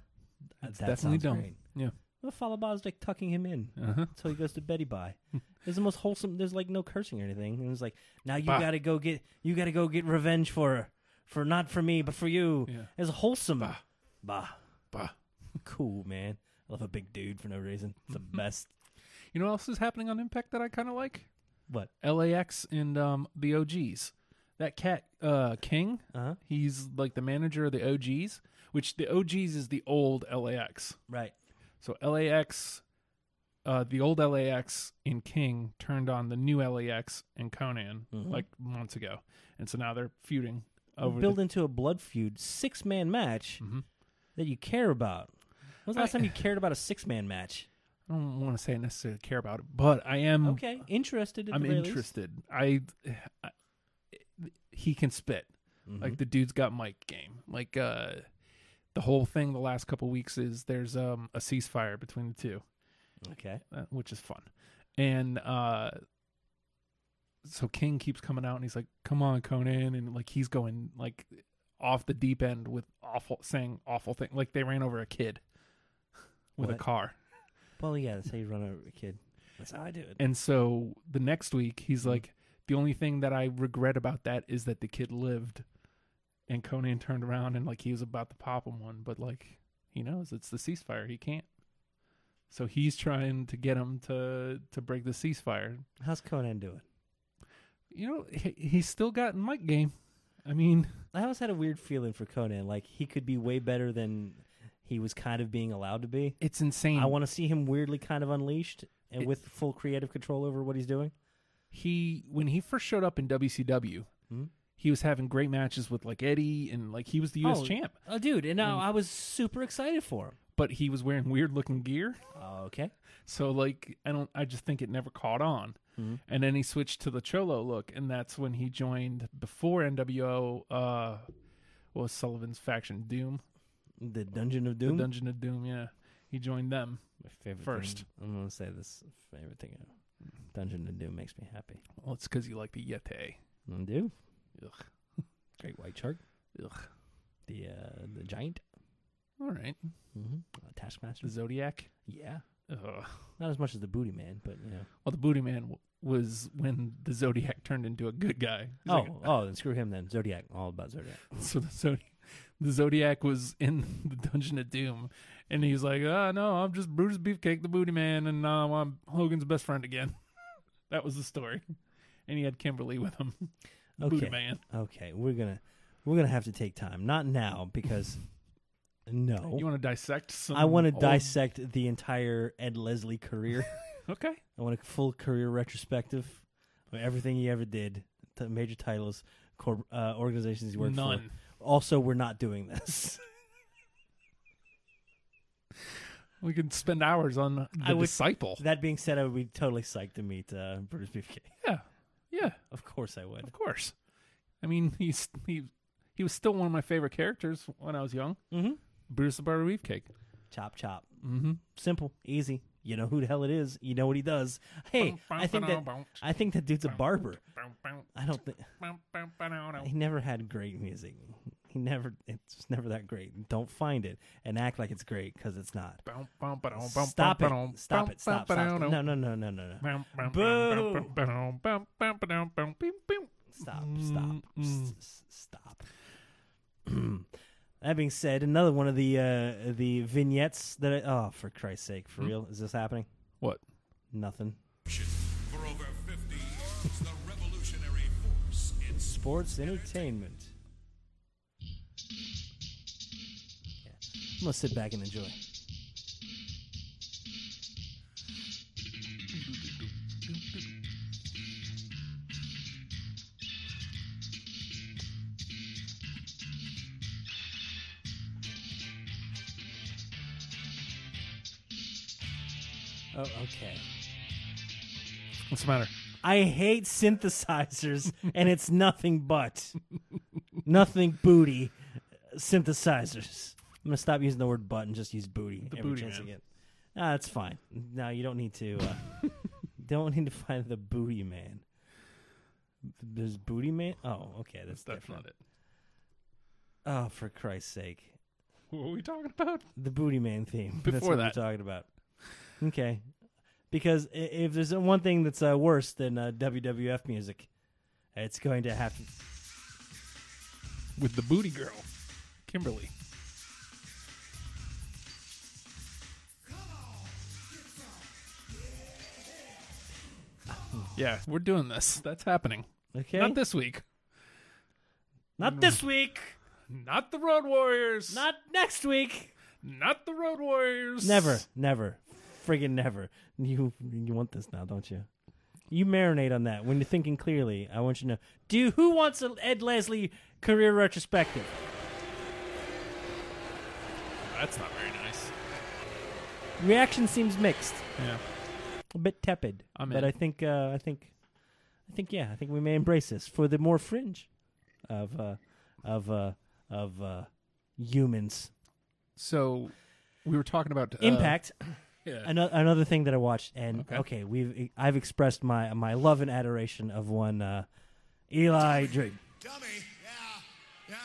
[SPEAKER 8] Uh,
[SPEAKER 4] It's
[SPEAKER 8] that
[SPEAKER 4] definitely
[SPEAKER 8] sounds
[SPEAKER 4] dumb.
[SPEAKER 8] great.
[SPEAKER 4] Yeah.
[SPEAKER 8] Well, Falaba's like tucking him in
[SPEAKER 4] Uh-huh.
[SPEAKER 8] until he goes to
[SPEAKER 4] [laughs]
[SPEAKER 8] Betty Bye. It's the most wholesome. There's like no cursing or anything. And it's like now you
[SPEAKER 4] Bah.
[SPEAKER 8] gotta go get you gotta go get revenge for her. for not for me but for you.
[SPEAKER 4] Yeah.
[SPEAKER 8] It's wholesome. Bah.
[SPEAKER 4] Bah.
[SPEAKER 8] [laughs] cool man. I love a big dude for no reason.
[SPEAKER 4] [laughs]
[SPEAKER 8] It's the best.
[SPEAKER 4] You know what else is happening on Impact that I kind of like?
[SPEAKER 8] What?
[SPEAKER 4] LAX and um, the OGs. That cat uh, King,
[SPEAKER 8] Uh-huh.
[SPEAKER 4] he's like the manager of the OGs, which the OGs is the old LAX.
[SPEAKER 8] Right.
[SPEAKER 4] So LAX, uh, the old LAX in King turned on the new LAX in Conan
[SPEAKER 8] Mm-hmm.
[SPEAKER 4] like months ago, and so now they're feuding over.
[SPEAKER 8] Build
[SPEAKER 4] the, Mm-hmm.
[SPEAKER 8] into a blood feud six man match that you care about. When was the last
[SPEAKER 4] I-
[SPEAKER 8] time you cared about a six man match?
[SPEAKER 4] I don't want to say I necessarily care about it, but I am.
[SPEAKER 8] Okay, interested. At
[SPEAKER 4] Mm. I'm
[SPEAKER 8] the very least.
[SPEAKER 4] interested. I, I- he can spit.
[SPEAKER 8] Mm-hmm.
[SPEAKER 4] Like the dude's got mic game. Like uh the whole thing the last couple weeks is there's um a ceasefire between the two,
[SPEAKER 8] Okay.
[SPEAKER 4] uh, which is fun. And uh so King keeps coming out and he's like, "Come on, Conan." And like he's going like off the deep end with awful saying awful thing. Like they ran over a kid [laughs] with
[SPEAKER 8] What?
[SPEAKER 4] a car.
[SPEAKER 8] Well, yeah, that's how you run over a kid. That's how I do it.
[SPEAKER 4] And so the next week, he's like, the only thing that I regret about that is that the kid lived. And Conan turned around and like he was about to pop him one, but like he knows it's the ceasefire. He can't. So he's trying to get him to to break the ceasefire.
[SPEAKER 8] How's Conan doing?
[SPEAKER 4] You know, he, he's still got mic game. I mean,
[SPEAKER 8] I always had a weird feeling for Conan. Like he could be way better than he was kind of being allowed to be.
[SPEAKER 4] it's insane.
[SPEAKER 8] I want to see him weirdly kind of unleashed and
[SPEAKER 4] It-
[SPEAKER 8] with full creative control over what he's doing.
[SPEAKER 4] he when he first showed up in WCW,
[SPEAKER 8] Hmm?
[SPEAKER 4] he was having great matches with like Eddie and like he was the US
[SPEAKER 8] Oh.
[SPEAKER 4] champ,
[SPEAKER 8] Oh, dude, and now I was super excited for him. Uh,
[SPEAKER 4] but he was wearing weird looking gear.
[SPEAKER 8] Okay.
[SPEAKER 4] So like I don't I just think it never caught on.
[SPEAKER 8] Hmm.
[SPEAKER 4] And then he switched to the Cholo look, and that's when he joined before NWO uh what was Sullivan's faction? Doom.
[SPEAKER 8] The Dungeon of Doom.
[SPEAKER 4] Dungeon of Doom, yeah. He joined them.
[SPEAKER 8] My favorite
[SPEAKER 4] First.
[SPEAKER 8] thing- I'm gonna say this favorite thing. ever. Dungeon of Doom makes me happy.
[SPEAKER 4] Well, it's because you like the Yeti.
[SPEAKER 8] And do
[SPEAKER 4] Ugh.
[SPEAKER 8] [laughs] Great White Shark,
[SPEAKER 4] Ugh.
[SPEAKER 8] the uh, the giant,
[SPEAKER 4] All right.
[SPEAKER 8] mm-hmm.
[SPEAKER 4] The
[SPEAKER 8] Taskmaster.
[SPEAKER 4] Zodiac.
[SPEAKER 8] Yeah,
[SPEAKER 4] Ugh.
[SPEAKER 8] not as much as the Booty Man, but you know.
[SPEAKER 4] Well, the Booty Man w- was when the Zodiac turned into a good guy. He's
[SPEAKER 8] oh,
[SPEAKER 4] like,
[SPEAKER 8] oh, then screw him then. Zodiac, all about Zodiac.
[SPEAKER 4] [laughs] so the Zodiac, the Zodiac was in [laughs] the Dungeon of Doom, and he was like, "Oh no, I'm just Brutus Beefcake, the Booty Man, and now I'm Hogan's best friend again." [laughs] that was the story, and he had Kimberly with him. The
[SPEAKER 8] Okay.
[SPEAKER 4] Booty Man.
[SPEAKER 8] Okay, we're gonna we're gonna have to take time. Not now
[SPEAKER 4] [laughs]
[SPEAKER 8] because no,
[SPEAKER 4] You want to dissect some?
[SPEAKER 8] I want to
[SPEAKER 4] old-
[SPEAKER 8] dissect the entire Ed
[SPEAKER 4] [laughs]
[SPEAKER 8] Leslie career.
[SPEAKER 4] Okay.
[SPEAKER 8] I want a full career retrospective of everything he ever did, t- major titles, cor- uh, organizations he worked
[SPEAKER 4] None.
[SPEAKER 8] for. Also, we're not doing this. [laughs]
[SPEAKER 4] We could spend hours on the
[SPEAKER 8] I would-
[SPEAKER 4] disciple.
[SPEAKER 8] that being said, I would be totally psyched to meet uh, Brutus Beefcake.
[SPEAKER 4] yeah, yeah,
[SPEAKER 8] [laughs] Of course, I would.
[SPEAKER 4] of course. I mean, he's he he was still one of my favorite characters when I was young.
[SPEAKER 8] Mm-hmm.
[SPEAKER 4] Brutus the Barber Beefcake.
[SPEAKER 8] Chop chop.
[SPEAKER 4] Mm-hmm.
[SPEAKER 8] Simple, easy. You know who the hell it is. You know what he does. [laughs] Hey, I think that I think that dude's a barber. I don't think he never had great music. He never. It's just never that great. Don't find it and act like it's great because it's not. Stop it! Stop it! Stop! Stop! No! No! No! No! No! No!
[SPEAKER 4] Boo.
[SPEAKER 8] Stop! Stop! S- s- Stop! [clears throat] that being said, another one of the uh, the vignettes that I, oh, for Christ's sake, for real, is this happening?
[SPEAKER 4] What?
[SPEAKER 8] Nothing.
[SPEAKER 3] For over 50 years, the revolutionary force in
[SPEAKER 8] Sports entertainment. Yeah. I'm gonna sit back and enjoy. Oh, okay.
[SPEAKER 4] What's the matter?
[SPEAKER 8] I hate synthesizers, and it's nothing but nothing booty synthesizers. I'm gonna stop using the word "butt" and just use "booty" every
[SPEAKER 4] booty
[SPEAKER 8] chance I
[SPEAKER 4] man.
[SPEAKER 8] get. Ah, that's fine. No, you don't need to.
[SPEAKER 4] [laughs]
[SPEAKER 8] Uh, don't need to find the booty man. There's booty man. Oh, okay, that's
[SPEAKER 4] That's not
[SPEAKER 8] different.
[SPEAKER 4] it.
[SPEAKER 8] Oh, for Christ's sake,
[SPEAKER 4] What were we talking about?
[SPEAKER 8] the booty man theme. [laughs] that's
[SPEAKER 4] Before
[SPEAKER 8] what
[SPEAKER 4] that.
[SPEAKER 8] we're talking about. Okay, because i- if there's one thing that's uh, worse than uh, WWF music, it's going to have to.
[SPEAKER 4] With the booty girl, Kimberly. Yeah, we're doing this. That's happening.
[SPEAKER 8] Okay.
[SPEAKER 4] Not this week.
[SPEAKER 8] Not this week.
[SPEAKER 4] Not the Road Warriors.
[SPEAKER 8] Not next week.
[SPEAKER 4] not the Road Warriors.
[SPEAKER 8] Never, never, friggin' never. You you want this now, don't you? You marinate on that when you're thinking clearly. I want you to know. Do who wants an Ed Leslie career retrospective?
[SPEAKER 4] That's not very nice.
[SPEAKER 8] Reaction seems mixed,
[SPEAKER 4] Yeah.
[SPEAKER 8] a bit tepid.
[SPEAKER 4] I'm
[SPEAKER 8] but
[SPEAKER 4] in.
[SPEAKER 8] I think uh, I think I think yeah, I think we may embrace this for the more fringe of uh, of uh, of uh, humans.
[SPEAKER 4] So we were talking about uh,
[SPEAKER 8] Impact.
[SPEAKER 4] [coughs] yeah.
[SPEAKER 8] another, another thing that I watched, and okay.
[SPEAKER 4] Okay.
[SPEAKER 8] we've I've expressed my my love and adoration of one uh, Eli Drake.
[SPEAKER 3] Dummy. Yeah.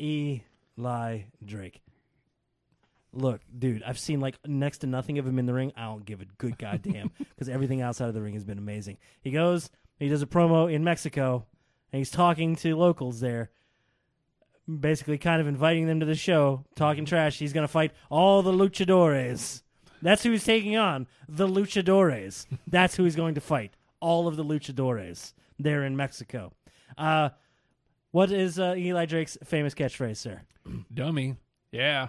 [SPEAKER 3] Yeah.
[SPEAKER 8] Eli Drake. Look, dude, I've seen like next to nothing of him in the ring. I don't give a
[SPEAKER 4] [laughs]
[SPEAKER 8] good goddamn because everything outside of the ring has been amazing. He goes, he does a promo in Mexico, and he's talking to locals there, basically kind of inviting them to the show, talking trash. He's gonna fight all the luchadores. That's who he's taking on. The luchadores. That's who he's going to fight. All of the luchadores there in Mexico. Uh, What is uh, Eli Drake's famous catchphrase, sir?
[SPEAKER 4] Dummy. Yeah.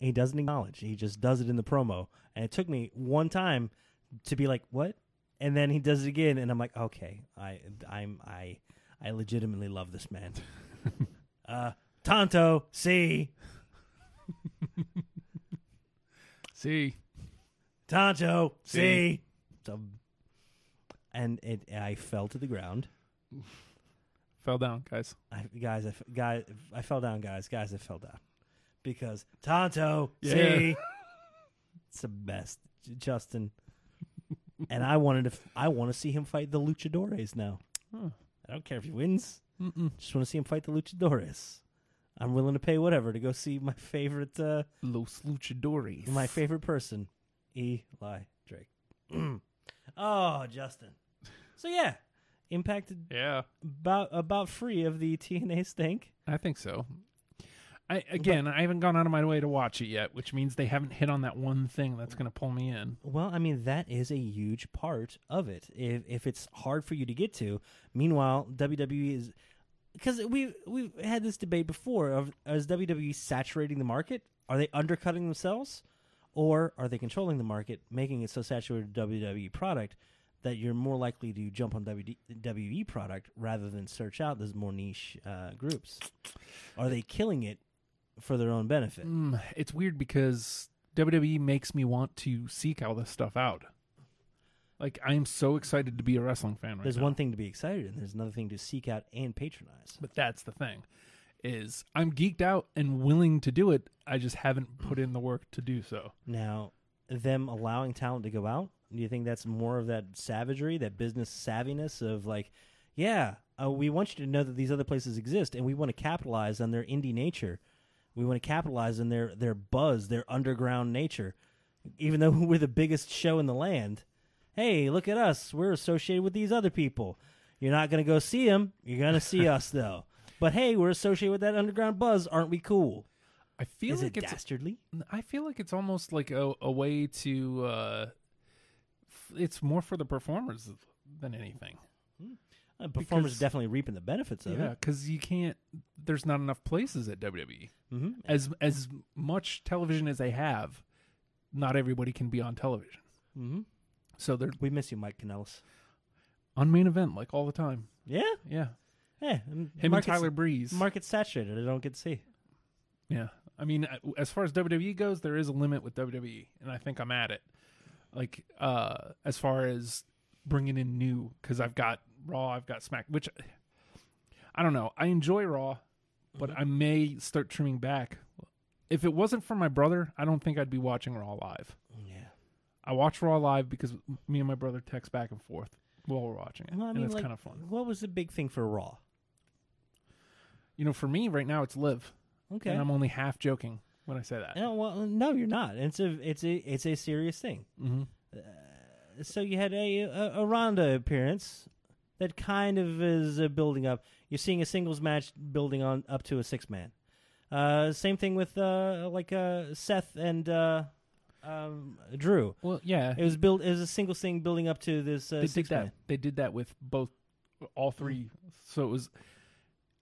[SPEAKER 8] He doesn't acknowledge. He just does it in the promo. And it took me one time to be like, "What?" And then he does it again, and I'm like, "Okay, I, I'm, I, I legitimately love this man." uh, Tonto, see,
[SPEAKER 4] See.
[SPEAKER 8] Tonto, see.
[SPEAKER 4] See.
[SPEAKER 8] So, and it, I fell to the ground.
[SPEAKER 4] Fell down, guys.
[SPEAKER 8] I, guys, I, f- guy, I fell down, guys, guys, I fell down because Tonto,
[SPEAKER 4] Yeah.
[SPEAKER 8] see, it's the best, J- Justin. and I wanted to, f- I want to see him fight the Luchadores now. I don't care if he wins. Just want to see him fight the Luchadores. I'm willing to pay whatever to go see my favorite, uh,
[SPEAKER 4] Los Luchadores.
[SPEAKER 8] my favorite person, Eli Drake. [clears throat] oh, Justin. So yeah, impacted
[SPEAKER 4] Yeah.
[SPEAKER 8] about about free of the TNA stink.
[SPEAKER 4] I think so. I again, I haven't gone out of my way to watch it yet, which means they haven't hit on that one thing that's going to pull me in.
[SPEAKER 8] Well, I mean that is a huge part of it. If if it's hard for you to get to, meanwhile WWE is because we we had this debate before of is WWE saturating the market? Are they undercutting themselves, or are they controlling the market, making it so saturated WWE E product that you're more likely to jump on WWE E product rather than search out those more niche uh, groups? Are they killing it for their own benefit?
[SPEAKER 4] Mm, It's weird because WWE makes me want to seek all this stuff out. Like I am so excited to be a wrestling fan right
[SPEAKER 8] There's
[SPEAKER 4] now.
[SPEAKER 8] one thing to be excited, and there's another thing to seek out and patronize.
[SPEAKER 4] But that's the thing is I'm geeked out and willing to do it. I just haven't put in the work to do so.
[SPEAKER 8] Now, them allowing talent to go out, do you think that's more of that savagery, that business savviness of like, yeah, uh, we want you to know that these other places exist, and we want to capitalize on their indie nature. We want to capitalize on their their buzz, their underground nature. Even though [laughs] we're the biggest show in the land, hey, look at us. We're associated with these other people. You're not going to go see them. You're going to see us though. But hey, we're associated with that underground buzz. Aren't we cool?
[SPEAKER 4] I feel
[SPEAKER 8] Is
[SPEAKER 4] like
[SPEAKER 8] it
[SPEAKER 4] it's
[SPEAKER 8] dastardly?
[SPEAKER 4] I feel like it's almost like a, a way to uh f- it's more for the performers than anything.
[SPEAKER 8] Uh, performers
[SPEAKER 4] Because-
[SPEAKER 8] definitely reaping the benefits of
[SPEAKER 4] Yeah,
[SPEAKER 8] it.
[SPEAKER 4] because you can't. There's not enough places at WWE. Mm-hmm. As as much television as they have, not everybody can be on television. Mm-hmm. So they're
[SPEAKER 8] We miss you, Mike Kanellis.
[SPEAKER 4] on main event like all the time.
[SPEAKER 8] Yeah,
[SPEAKER 4] Yeah,
[SPEAKER 8] yeah.
[SPEAKER 4] him and Tyler Breeze.
[SPEAKER 8] Market saturated. I don't get to see.
[SPEAKER 4] yeah, I mean, I- as far as WWE goes, there is a limit with WWE, and I think I'm at it. Like uh as far as bringing in new, because I've got Raw, I've got Smack, which I don't know. I enjoy Raw, but
[SPEAKER 8] Mm-hmm.
[SPEAKER 4] I may start trimming back. If it wasn't for my brother, I don't think I'd be watching Raw live.
[SPEAKER 8] Yeah.
[SPEAKER 4] I watch Raw live because me and my brother text back and forth while we're watching it,
[SPEAKER 8] Well, I
[SPEAKER 4] and
[SPEAKER 8] mean,
[SPEAKER 4] it's
[SPEAKER 8] like,
[SPEAKER 4] kind of fun.
[SPEAKER 8] what was the big thing for Raw?
[SPEAKER 4] You know, for me right now, it's live,
[SPEAKER 8] Okay.
[SPEAKER 4] and I'm only half joking when I say that.
[SPEAKER 8] No, well, no, you're not. It's a, it's a, it's a serious thing. Mm-hmm. Uh, so you had a, a, a Ronda appearance that kind of is uh, building up. You're seeing a singles match building on up to a six man. Uh, same thing with uh, like uh, Seth and uh, um, Drew.
[SPEAKER 4] Well, yeah,
[SPEAKER 8] It was built. It was a single thing building up to this. Uh,
[SPEAKER 4] they did
[SPEAKER 8] six
[SPEAKER 4] that.
[SPEAKER 8] man. Mm-hmm.
[SPEAKER 4] They did that with both, all three. So it was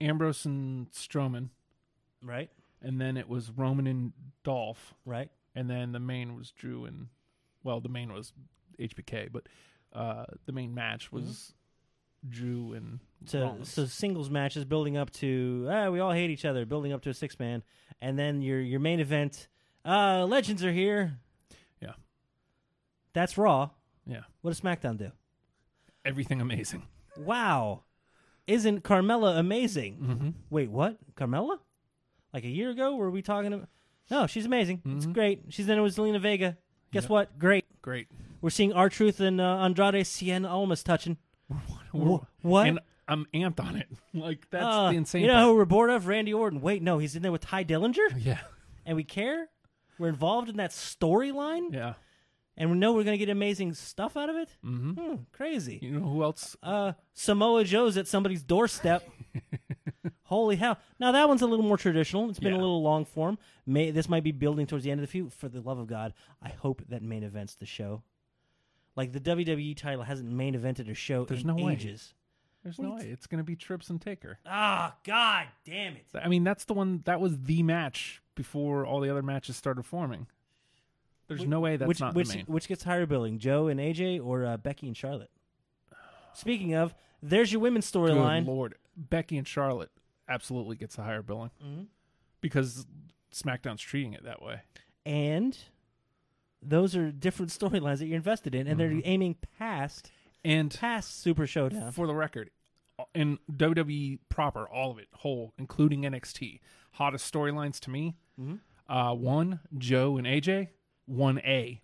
[SPEAKER 4] Ambrose and Strowman,
[SPEAKER 8] right?
[SPEAKER 4] and then it was Roman and Dolph,
[SPEAKER 8] Right.
[SPEAKER 4] and then the main was Drew and well, the main was HBK, but uh, the main match was
[SPEAKER 8] Mm-hmm.
[SPEAKER 4] Drew and
[SPEAKER 8] So
[SPEAKER 4] Rollins.
[SPEAKER 8] so singles matches building up to ah, we all hate each other, building up to a six man, and then your your main event, uh, legends are here.
[SPEAKER 4] yeah,
[SPEAKER 8] That's Raw.
[SPEAKER 4] yeah,
[SPEAKER 8] What does SmackDown do?
[SPEAKER 4] everything amazing.
[SPEAKER 8] Wow, isn't Carmella amazing?
[SPEAKER 4] Mm-hmm.
[SPEAKER 8] Wait, what? Carmella? Like a year ago, were we talking about? No, she's amazing. It's
[SPEAKER 4] Mm-hmm.
[SPEAKER 8] great. She's in it with Zelina Vega. Guess what? Great.
[SPEAKER 4] Great.
[SPEAKER 8] We're seeing our truth and uh, Andrade Cien
[SPEAKER 4] [laughs]
[SPEAKER 8] almost touching. Wh- what?
[SPEAKER 4] And I'm amped on it. [laughs] Like that's
[SPEAKER 8] Uh,
[SPEAKER 4] the insane.
[SPEAKER 8] You know
[SPEAKER 4] part.
[SPEAKER 8] who we're bored of? Randy Orton. Wait, no, he's in there with Ty Dillinger,
[SPEAKER 4] Yeah,
[SPEAKER 8] and we care. We're involved in that storyline,
[SPEAKER 4] yeah.
[SPEAKER 8] and we know we're going to get amazing stuff out of it. Mm-hmm. crazy.
[SPEAKER 4] You know who else?
[SPEAKER 8] Uh, Samoa Joe's at
[SPEAKER 4] [laughs]
[SPEAKER 8] somebody's doorstep. Holy hell! Now that one's a little more traditional. It's been a
[SPEAKER 4] Yeah.
[SPEAKER 8] little long form. May this might be building towards the end of the feud. For the love of God, I hope that main events the show. Like the WWE title E hasn't main evented a show
[SPEAKER 4] There's
[SPEAKER 8] in
[SPEAKER 4] no way.
[SPEAKER 8] ages.
[SPEAKER 4] There's no way. It's going to be Trips and Taker.
[SPEAKER 8] Ah, god damn it.
[SPEAKER 4] I mean, that's the one that was the match before all the other matches started forming. There's no way that's
[SPEAKER 8] which
[SPEAKER 4] not
[SPEAKER 8] which
[SPEAKER 4] the main.
[SPEAKER 8] which gets higher billing, Joe and AJ or uh, Becky and Charlotte? Speaking of, there's your women's
[SPEAKER 4] Good
[SPEAKER 8] storyline.
[SPEAKER 4] lord, Becky and Charlotte absolutely gets a higher billing
[SPEAKER 8] Mm-hmm.
[SPEAKER 4] because SmackDown's treating it that way.
[SPEAKER 8] and those are different [laughs] storylines that you're invested in, and
[SPEAKER 4] Mm-hmm.
[SPEAKER 8] they're aiming past
[SPEAKER 4] And
[SPEAKER 8] past Super Showdown.
[SPEAKER 4] for the record, in WWE proper, all of it, whole, including NXT, hottest storylines to me:
[SPEAKER 8] Mm-hmm.
[SPEAKER 4] uh, one, Joe and AJ; one, A,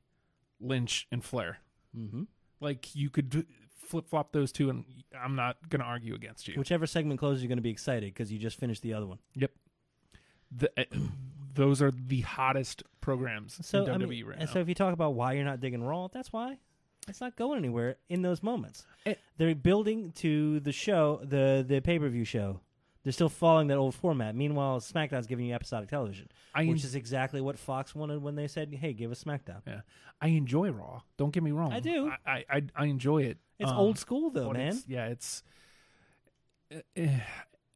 [SPEAKER 4] Lynch and Flair. Mm-hmm. Like you could flip flop those two, and I'm not gonna argue against you.
[SPEAKER 8] Whichever segment closes, you're going to be excited because you just finished the other one.
[SPEAKER 4] Yep. The, eh, [clears throat] those are the hottest programs
[SPEAKER 8] So
[SPEAKER 4] in
[SPEAKER 8] I
[SPEAKER 4] WWE
[SPEAKER 8] mean,
[SPEAKER 4] right now.
[SPEAKER 8] and so if you talk about why you're not digging Raw, that's why it's not going anywhere in those moments.
[SPEAKER 4] Eh.
[SPEAKER 8] They're building to the show, the the pay per view show. They're still following that old format. Meanwhile, SmackDown's giving you episodic television,
[SPEAKER 4] I
[SPEAKER 8] which
[SPEAKER 4] en-
[SPEAKER 8] is exactly what Fox wanted when they said, "Hey, give us SmackDown."
[SPEAKER 4] yeah. I enjoy Raw. Don't get me wrong.
[SPEAKER 8] I do.
[SPEAKER 4] I I, I enjoy it.
[SPEAKER 8] It's
[SPEAKER 4] Um,
[SPEAKER 8] old school though,
[SPEAKER 4] but
[SPEAKER 8] man.
[SPEAKER 4] it's- yeah, it's eh, eh,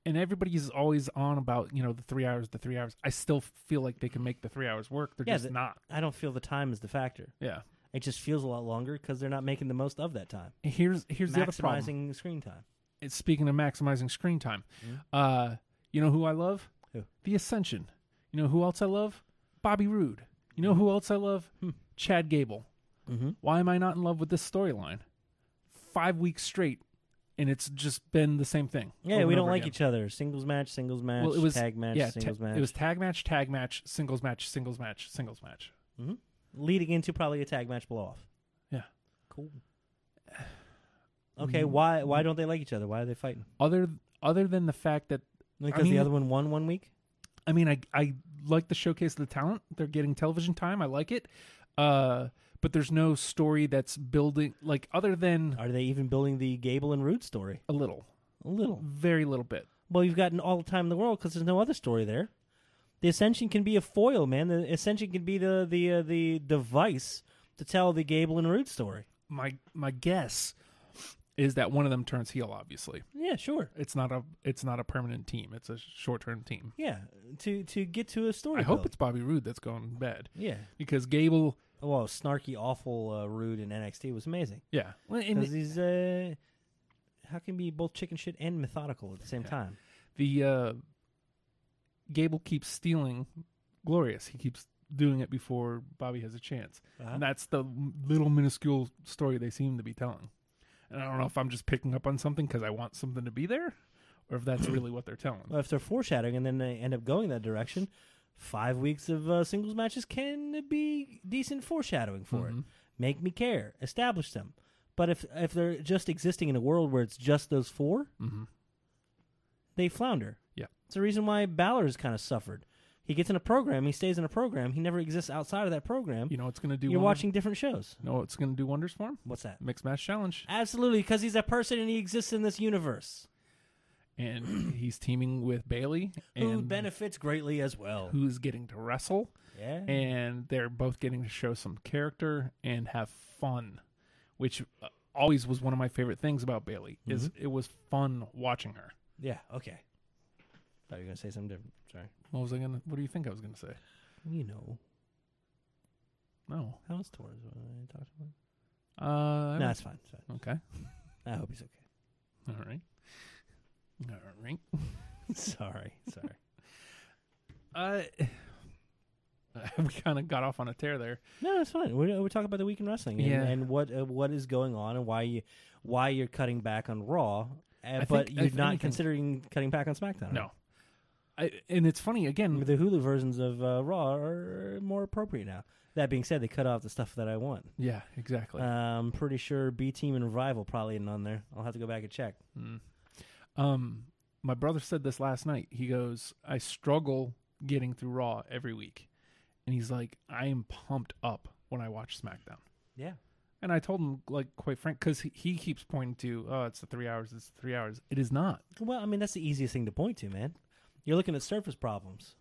[SPEAKER 4] and everybody's always on about, you know, the 3 hours, the 3 hours. I still feel like they can make the 3 hours work. They're
[SPEAKER 8] Yeah,
[SPEAKER 4] just
[SPEAKER 8] the-
[SPEAKER 4] not.
[SPEAKER 8] I don't feel the time is the factor.
[SPEAKER 4] Yeah.
[SPEAKER 8] It just feels a lot longer because they're not making the most of that time,
[SPEAKER 4] Here's here's the other problem.
[SPEAKER 8] maximizing screen time.
[SPEAKER 4] it's speaking of maximizing screen time. Uh, you know who I love?
[SPEAKER 8] Who?
[SPEAKER 4] The Ascension. You know who else I love? Bobby Roode. You
[SPEAKER 8] Mm-hmm.
[SPEAKER 4] know who else I love?
[SPEAKER 8] Hmm.
[SPEAKER 4] Chad Gable. Why am I not in love with this storyline? Five weeks straight, and it's just been the same thing.
[SPEAKER 8] Yeah,
[SPEAKER 4] over
[SPEAKER 8] we
[SPEAKER 4] and
[SPEAKER 8] don't
[SPEAKER 4] over
[SPEAKER 8] like
[SPEAKER 4] again.
[SPEAKER 8] each other. Singles match, singles match,
[SPEAKER 4] Well, it was
[SPEAKER 8] tag match,
[SPEAKER 4] yeah, ta-
[SPEAKER 8] singles match.
[SPEAKER 4] It was tag match, tag match, singles match, singles match, singles match.
[SPEAKER 8] leading into probably a tag match blow off.
[SPEAKER 4] Yeah.
[SPEAKER 8] Cool. [sighs]
[SPEAKER 4] Mm.
[SPEAKER 8] Okay, why why don't they like each other? Why are they fighting?
[SPEAKER 4] Other other than the fact that
[SPEAKER 8] Because
[SPEAKER 4] mean-
[SPEAKER 8] the other one won one week.
[SPEAKER 4] I mean, I I like the showcase of the talent. They're getting television time. I like it. Uh, but there's no story that's building like other than
[SPEAKER 8] Are they even building the Gable and Rude story?
[SPEAKER 4] a little,
[SPEAKER 8] A little.
[SPEAKER 4] very little bit.
[SPEAKER 8] Well, you've gotten all the time in the world because there's no other story there. The Ascension can be a foil, man. The Ascension can be the the uh, the device to tell the Gable and Rude story.
[SPEAKER 4] My my guess is that one of them turns heel. Obviously,
[SPEAKER 8] Yeah, sure.
[SPEAKER 4] it's not a it's not a permanent team. It's a short term team.
[SPEAKER 8] Yeah, to to get to a story.
[SPEAKER 4] I hope
[SPEAKER 8] build.
[SPEAKER 4] it's Bobby Roode that's going bad.
[SPEAKER 8] yeah.
[SPEAKER 4] because Gable.
[SPEAKER 8] Well, snarky, awful, uh, rude in NXT was amazing.
[SPEAKER 4] Yeah, Well, and
[SPEAKER 8] Because he's uh, how can he be both chicken shit and methodical at the same time?
[SPEAKER 4] the uh, Gable keeps stealing Glorious. He keeps doing it before Bobby has a chance,
[SPEAKER 8] Uh-huh.
[SPEAKER 4] and that's the m- little minuscule story they seem to be telling. And I don't know if I'm just picking up on something because I want something to be there, or if that's really what they're telling.
[SPEAKER 8] Well, if they're foreshadowing and then they end up going that direction, five weeks of uh, singles matches can be decent foreshadowing for
[SPEAKER 4] Mm-hmm.
[SPEAKER 8] it. Make me care, establish them. But if if they're just existing in a world where it's just those 4
[SPEAKER 4] Mm-hmm.
[SPEAKER 8] they flounder.
[SPEAKER 4] Yeah.
[SPEAKER 8] it's the reason why Balor's kind of suffered. He gets in a program, he stays in a program, he never exists outside of that program.
[SPEAKER 4] you know, it's going to do.
[SPEAKER 8] You're
[SPEAKER 4] wonders-
[SPEAKER 8] watching different shows.
[SPEAKER 4] You know, it's going to do wonders for him.
[SPEAKER 8] What's that?
[SPEAKER 4] Mixed match challenge,
[SPEAKER 8] Absolutely, because he's a person and he exists in this universe. [clears throat]
[SPEAKER 4] and he's teaming with Bailey, and
[SPEAKER 8] who benefits greatly as well.
[SPEAKER 4] who's getting to wrestle.
[SPEAKER 8] Yeah.
[SPEAKER 4] and they're both getting to show some character and have fun, which uh, always was one of my favorite things about Bailey. Is it was fun watching her.
[SPEAKER 8] yeah. Okay. Thought you were gonna say something different. Sorry.
[SPEAKER 4] What was I gonna? What do you think I was gonna say?
[SPEAKER 8] You know,
[SPEAKER 4] No.
[SPEAKER 8] how was Torres when I talked to him?
[SPEAKER 4] Uh,
[SPEAKER 8] No, it's fine. It's fine.
[SPEAKER 4] okay.
[SPEAKER 8] I hope he's [laughs] okay.
[SPEAKER 4] All right. All right.
[SPEAKER 8] sorry. Sorry.
[SPEAKER 4] Uh, [laughs] we kind of got off on a tear there.
[SPEAKER 8] No, it's fine. We're, we're talking about the week in wrestling and,
[SPEAKER 4] Yeah.
[SPEAKER 8] and what uh, what is going on and why you why you're cutting back on Raw, uh, but
[SPEAKER 4] think-
[SPEAKER 8] you're
[SPEAKER 4] if
[SPEAKER 8] not
[SPEAKER 4] anything-
[SPEAKER 8] considering cutting back on SmackDown.
[SPEAKER 4] No. I, and it's funny
[SPEAKER 8] right?
[SPEAKER 4] again.
[SPEAKER 8] the Hulu versions of uh, Raw are more appropriate now. That being said, they cut off the stuff that I want.
[SPEAKER 4] yeah, exactly.
[SPEAKER 8] I'm pretty sure B Team and Revival probably isn't on there. I'll have to go back and check.
[SPEAKER 4] Um, my brother said this last night. He goes, I struggle getting through Raw every week. And he's like, I am pumped up when I watch SmackDown.
[SPEAKER 8] Yeah.
[SPEAKER 4] And I told him, like, quite frank, because he, he keeps pointing to, oh, it's the three hours, it's the three hours. It is not.
[SPEAKER 8] Well, I mean, that's the easiest thing to point to, man. You're looking at surface problems.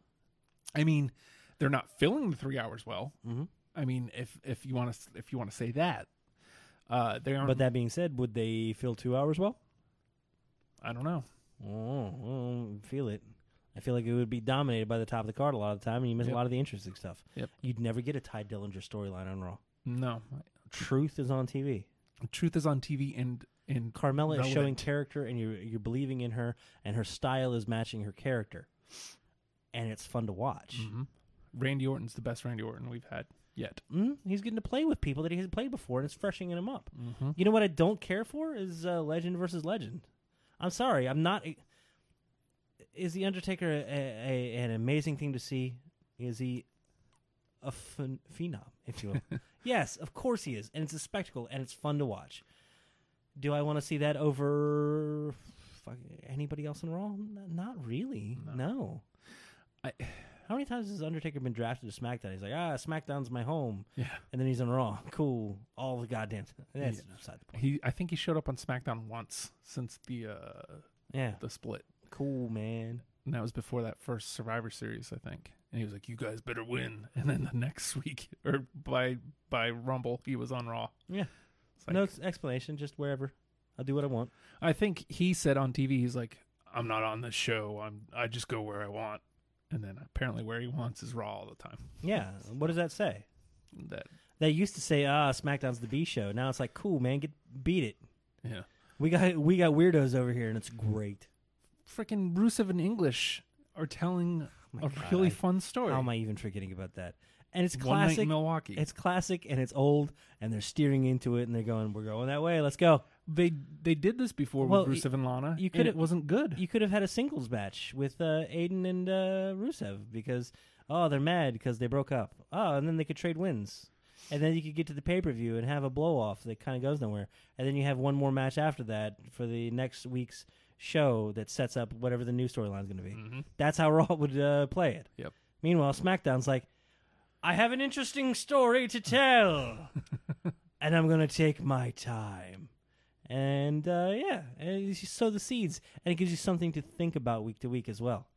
[SPEAKER 4] I mean, they're not filling the three hours well.
[SPEAKER 8] Mm-hmm.
[SPEAKER 4] I mean, if if you want to if you want to say that, uh, they aren't.
[SPEAKER 8] But that being said, would they fill two hours well?
[SPEAKER 4] I don't know.
[SPEAKER 8] Oh, well, feel it. I feel like it would be dominated by the top of the card a lot of the time, and you miss
[SPEAKER 4] Yep.
[SPEAKER 8] a lot of the interesting stuff.
[SPEAKER 4] Yep.
[SPEAKER 8] You'd never get a Ty Dillinger storyline on Raw.
[SPEAKER 4] No,
[SPEAKER 8] Truth is on TV.
[SPEAKER 4] truth is on TV, and and
[SPEAKER 8] Carmella is showing
[SPEAKER 4] relevant.
[SPEAKER 8] character, and you're you're believing in her, and her style is matching her character, and it's fun to watch.
[SPEAKER 4] Mm-hmm. Randy Orton's the best Randy Orton we've had yet.
[SPEAKER 8] Mm, he's getting to play with people that he hasn't played before, and it's freshening him up. You know what I don't care for is uh, Legend versus Legend. I'm sorry, I'm not. Is the Undertaker a, a, an amazing thing to see? Is he a phen- phenom, if you will? yes, of course he is, and it's a spectacle, and it's fun to watch. Do I want to see that over fuck, anybody else in Raw? N- Not really. No.
[SPEAKER 4] I-
[SPEAKER 8] How many times has Undertaker been drafted to SmackDown? He's like, ah, SmackDown's my home.
[SPEAKER 4] Yeah,
[SPEAKER 8] And then he's on Raw. Cool. All the goddamn. That's beside the point.
[SPEAKER 4] he. I think he showed up on SmackDown once since the uh
[SPEAKER 8] Yeah.
[SPEAKER 4] the split,
[SPEAKER 8] Cool, man.
[SPEAKER 4] and that was before that first Survivor Series, I think. And he was like, "You guys better win." [laughs] And then the next week, or by by Rumble, he was on Raw.
[SPEAKER 8] Yeah.
[SPEAKER 4] like-
[SPEAKER 8] no ex- explanation. Just wherever. I'll do what I want.
[SPEAKER 4] I think he said on TV, he's like, "I'm not on this show. I'm I just go where I want." And then apparently, where he wants is Raw all the time.
[SPEAKER 8] Yeah. What does that say?
[SPEAKER 4] That
[SPEAKER 8] They used to say, ah, SmackDown's the B show. Now it's like, cool, man. Get beat it.
[SPEAKER 4] yeah,
[SPEAKER 8] We got we got weirdos over here, and it's great.
[SPEAKER 4] freaking Rusev and English are telling
[SPEAKER 8] Oh my
[SPEAKER 4] a
[SPEAKER 8] God,
[SPEAKER 4] really
[SPEAKER 8] I-
[SPEAKER 4] fun story.
[SPEAKER 8] How am I even forgetting about that? And it's
[SPEAKER 4] One night
[SPEAKER 8] classic.
[SPEAKER 4] in Milwaukee.
[SPEAKER 8] It's classic and it's old, and they're steering into it, and they're going, "We're going that way. Let's go."
[SPEAKER 4] they they did this before
[SPEAKER 8] Well, y-
[SPEAKER 4] with Rusev and Lana.
[SPEAKER 8] you
[SPEAKER 4] You
[SPEAKER 8] could-
[SPEAKER 4] could it wasn't good.
[SPEAKER 8] You could have had a singles match with uh, Aiden and uh, Rusev because oh they're mad because they broke up. Oh, and then they could trade wins, and then you could get to the pay per view and have a blow off that kind of goes nowhere, and then you have one more match after that for the next week's show that sets up whatever the new storyline is going to be. That's how Raw would uh, play it.
[SPEAKER 4] Mm-hmm. Yep.
[SPEAKER 8] Meanwhile, SmackDown's like, I have an interesting story
[SPEAKER 4] [laughs]
[SPEAKER 8] to tell, and I'm going to take my time. And uh, yeah, and you sow the seeds, and it gives you something to think about week to week as well.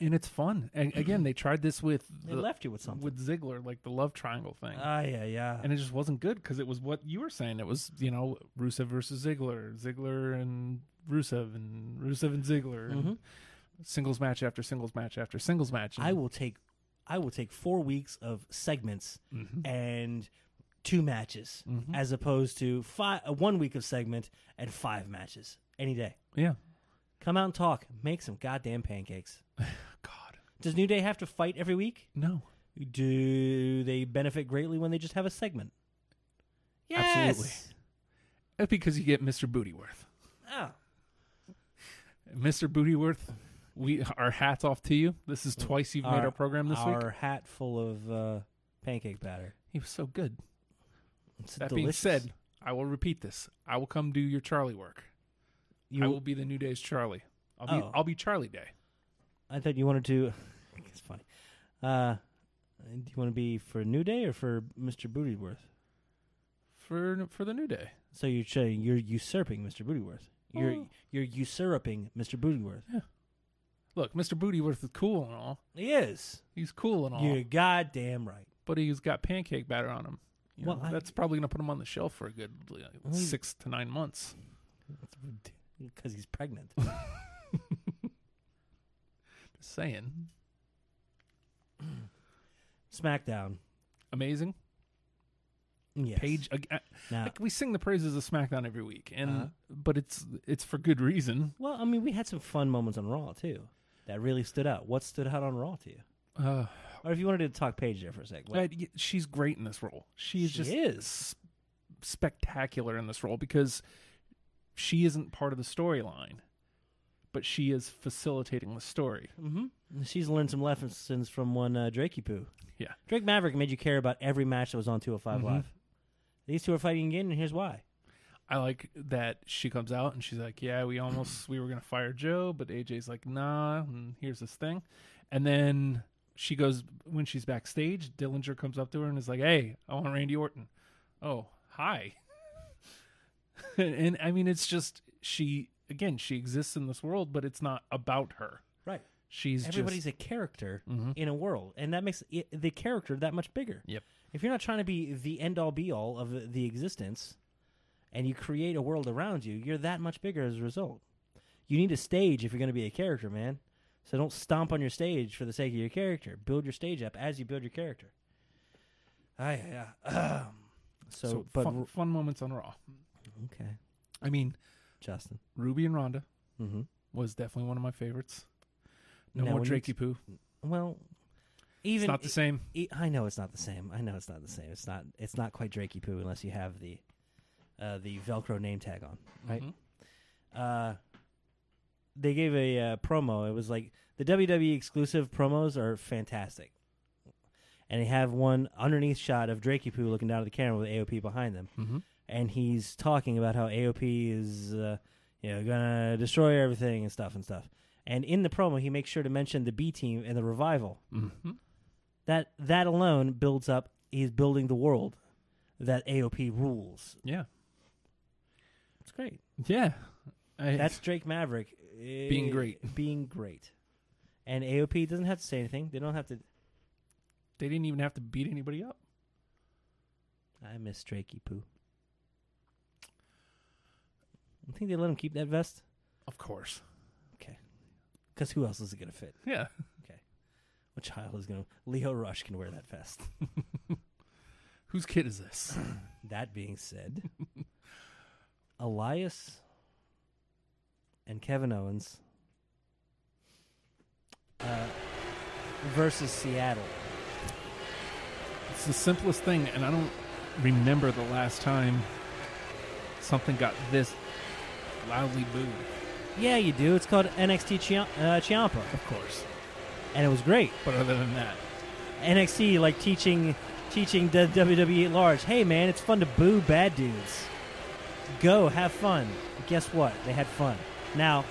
[SPEAKER 4] and it's fun. [clears throat] And again, they tried this with
[SPEAKER 8] They left you with something.
[SPEAKER 4] Uh, with Ziggler, like the love triangle thing,
[SPEAKER 8] Ah, yeah, yeah.
[SPEAKER 4] and it just wasn't good because it was what you were saying. It was you know Rusev versus Ziggler, Ziggler and Rusev, and Rusev and Ziggler, and singles match after singles match after singles match. And
[SPEAKER 8] I will take, I will take four weeks of segments
[SPEAKER 4] Mm-hmm.
[SPEAKER 8] and two matches, as opposed to five, uh, one week of segment and five matches any day.
[SPEAKER 4] Yeah.
[SPEAKER 8] Come out and talk. Make some goddamn pancakes.
[SPEAKER 4] God.
[SPEAKER 8] Does New Day have to fight every week?
[SPEAKER 4] No.
[SPEAKER 8] Do they benefit greatly when they just have a segment? Yes.
[SPEAKER 4] Absolutely. That's because you get Mr. Bootyworth.
[SPEAKER 8] Oh.
[SPEAKER 4] Mr. Bootyworth, we our hats off to you. This is twice you've made our program this
[SPEAKER 8] our
[SPEAKER 4] week.
[SPEAKER 8] hat full of uh, pancake batter.
[SPEAKER 4] He was so good.
[SPEAKER 8] It's
[SPEAKER 4] That
[SPEAKER 8] delicious.
[SPEAKER 4] being said, I will repeat this. I will come do your Charlie work.
[SPEAKER 8] you,
[SPEAKER 4] I will be the new day's Charlie. I'll be
[SPEAKER 8] Oh.
[SPEAKER 4] I'll be Charlie Day.
[SPEAKER 8] I thought you wanted to. [laughs] it's funny. Uh, do you want to be for New Day or for Mr. Bootyworth?
[SPEAKER 4] For for the new day.
[SPEAKER 8] So you're saying you're usurping Mr. Bootyworth. You're
[SPEAKER 4] Oh.
[SPEAKER 8] you're usurping Mr. Bootyworth.
[SPEAKER 4] Look, Mr. Bootyworth is cool and all.
[SPEAKER 8] He is.
[SPEAKER 4] He's cool and all.
[SPEAKER 8] You're goddamn right.
[SPEAKER 4] But he's got pancake batter on him. You
[SPEAKER 8] Well,
[SPEAKER 4] know,
[SPEAKER 8] I-
[SPEAKER 4] that's probably gonna put him on the shelf for a good like, six to nine months.
[SPEAKER 8] Because he's pregnant.
[SPEAKER 4] [laughs] Just saying.
[SPEAKER 8] SmackDown.
[SPEAKER 4] Amazing.
[SPEAKER 8] Yes.
[SPEAKER 4] Page ag- uh,
[SPEAKER 8] Now,
[SPEAKER 4] like we sing the praises of SmackDown every week, and
[SPEAKER 8] uh-huh.
[SPEAKER 4] but it's it's for good reason.
[SPEAKER 8] Well, I mean, we had some fun moments on Raw too that really stood out. What stood out on Raw to you?
[SPEAKER 4] Uh,
[SPEAKER 8] Or if you wanted to talk Paige there for a sec, what,
[SPEAKER 4] Uh, y- she's great in this role. She's
[SPEAKER 8] She
[SPEAKER 4] just
[SPEAKER 8] is.
[SPEAKER 4] s- spectacular in this role because she isn't part of the storyline, but she is facilitating the story.
[SPEAKER 8] she's learned some lessons from one uh, Drakey poo.
[SPEAKER 4] Yeah.
[SPEAKER 8] Drake Maverick made you care about every match that was on 205 Live. These two are fighting again, and here's why.
[SPEAKER 4] I like that she comes out and she's like, "Yeah, we almost we were gonna fire Joe, but AJ's like, nah, and here's this thing," and then she goes when she's backstage. Dillinger comes up to her and is like, "Hey, I want Randy Orton." Oh, hi. [laughs] and, and I mean, it's just she again. She exists in this world, but it's not about her.
[SPEAKER 8] Right.
[SPEAKER 4] She's
[SPEAKER 8] Everybody's
[SPEAKER 4] just, Mm-hmm.
[SPEAKER 8] a character in a world, and that makes it, the character that much bigger.
[SPEAKER 4] Yep.
[SPEAKER 8] If you're not trying to be the end all be all of the- the existence, and you create a world around you, you're that much bigger as a result. You need a stage if you're going to be a character, man. So don't stomp on your stage for the sake of your character. Build your stage up as you build your character. I, yeah. [clears throat] Um, so,
[SPEAKER 4] So,
[SPEAKER 8] but
[SPEAKER 4] fun, fun moments on Raw.
[SPEAKER 8] okay,
[SPEAKER 4] I mean,
[SPEAKER 8] Justin.
[SPEAKER 4] Ruby and Rhonda
[SPEAKER 8] Mhm.
[SPEAKER 4] was definitely one of my favorites. No
[SPEAKER 8] Now
[SPEAKER 4] more
[SPEAKER 8] we need
[SPEAKER 4] Drakey poo.
[SPEAKER 8] Well, even
[SPEAKER 4] It's not the same.
[SPEAKER 8] E- I know it's not the same. I know it's not the same. It's not. It's not quite Drakey poo unless you have the uh, the Velcro name tag on, right? Uh, they gave a uh, promo. It was like the WWE exclusive promos are fantastic, and they have one underneath shot of Drakey poo looking down at the camera with AOP behind them, and he's talking about how AOP is uh, you know gonna destroy everything and stuff and stuff. And in the promo, he makes sure to mention the B team and the revival that that alone builds up he's building the world that AOP rules.
[SPEAKER 4] Yeah,
[SPEAKER 8] It's great.
[SPEAKER 4] yeah. I,
[SPEAKER 8] That's Drake Maverick
[SPEAKER 4] Being
[SPEAKER 8] eh,
[SPEAKER 4] great.
[SPEAKER 8] Being great. And AOP doesn't have to say anything. They don't have to
[SPEAKER 4] they didn't even have to beat anybody up.
[SPEAKER 8] I miss Drakey Poo. I think they let him keep that vest.
[SPEAKER 4] Of course.
[SPEAKER 8] Okay. Cuz who else is it going to fit?
[SPEAKER 4] Yeah.
[SPEAKER 8] What child is going to Leo Rush can wear that vest.
[SPEAKER 4] Whose kid is this?
[SPEAKER 8] That being said, [laughs] Elias and Kevin Owens uh, versus Seattle.
[SPEAKER 4] It's the simplest thing, and I don't remember the last time something got this loudly booed.
[SPEAKER 8] Yeah, you do. It's called NXT Chia- uh, Ciampa,
[SPEAKER 4] Of course.
[SPEAKER 8] and it was great.
[SPEAKER 4] But other than that,
[SPEAKER 8] NXT like teaching teaching the WWE at large. Hey, man, it's fun to boo bad dudes. Go have fun. Guess what? They had fun. Now,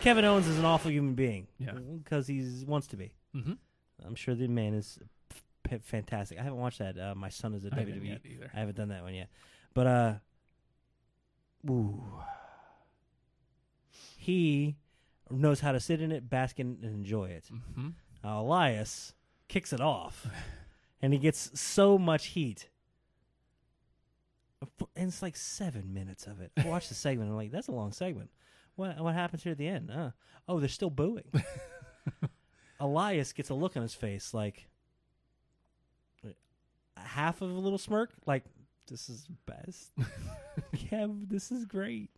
[SPEAKER 8] Kevin Owens is an awful human being.
[SPEAKER 4] Yeah.
[SPEAKER 8] because he wants to be.
[SPEAKER 4] Mhm.
[SPEAKER 8] I'm sure the man is f- p- fantastic. I haven't watched that. Uh, my son is a
[SPEAKER 4] I haven't
[SPEAKER 8] WWE.
[SPEAKER 4] yet either.
[SPEAKER 8] I haven't done that one yet, but uh, ooh, he knows how to sit in it, bask in, it, and enjoy it.
[SPEAKER 4] Mm-hmm.
[SPEAKER 8] Now, Elias kicks it off, [laughs] and he gets so much heat. And it's like seven minutes of it. I watched the segment. I'm like, that's a long segment. What what happens here at the end? Uh, oh, they're still
[SPEAKER 4] [laughs]
[SPEAKER 8] booing. Elias gets a look on his face, like half of a little smirk, like this is best. Kev, this is great.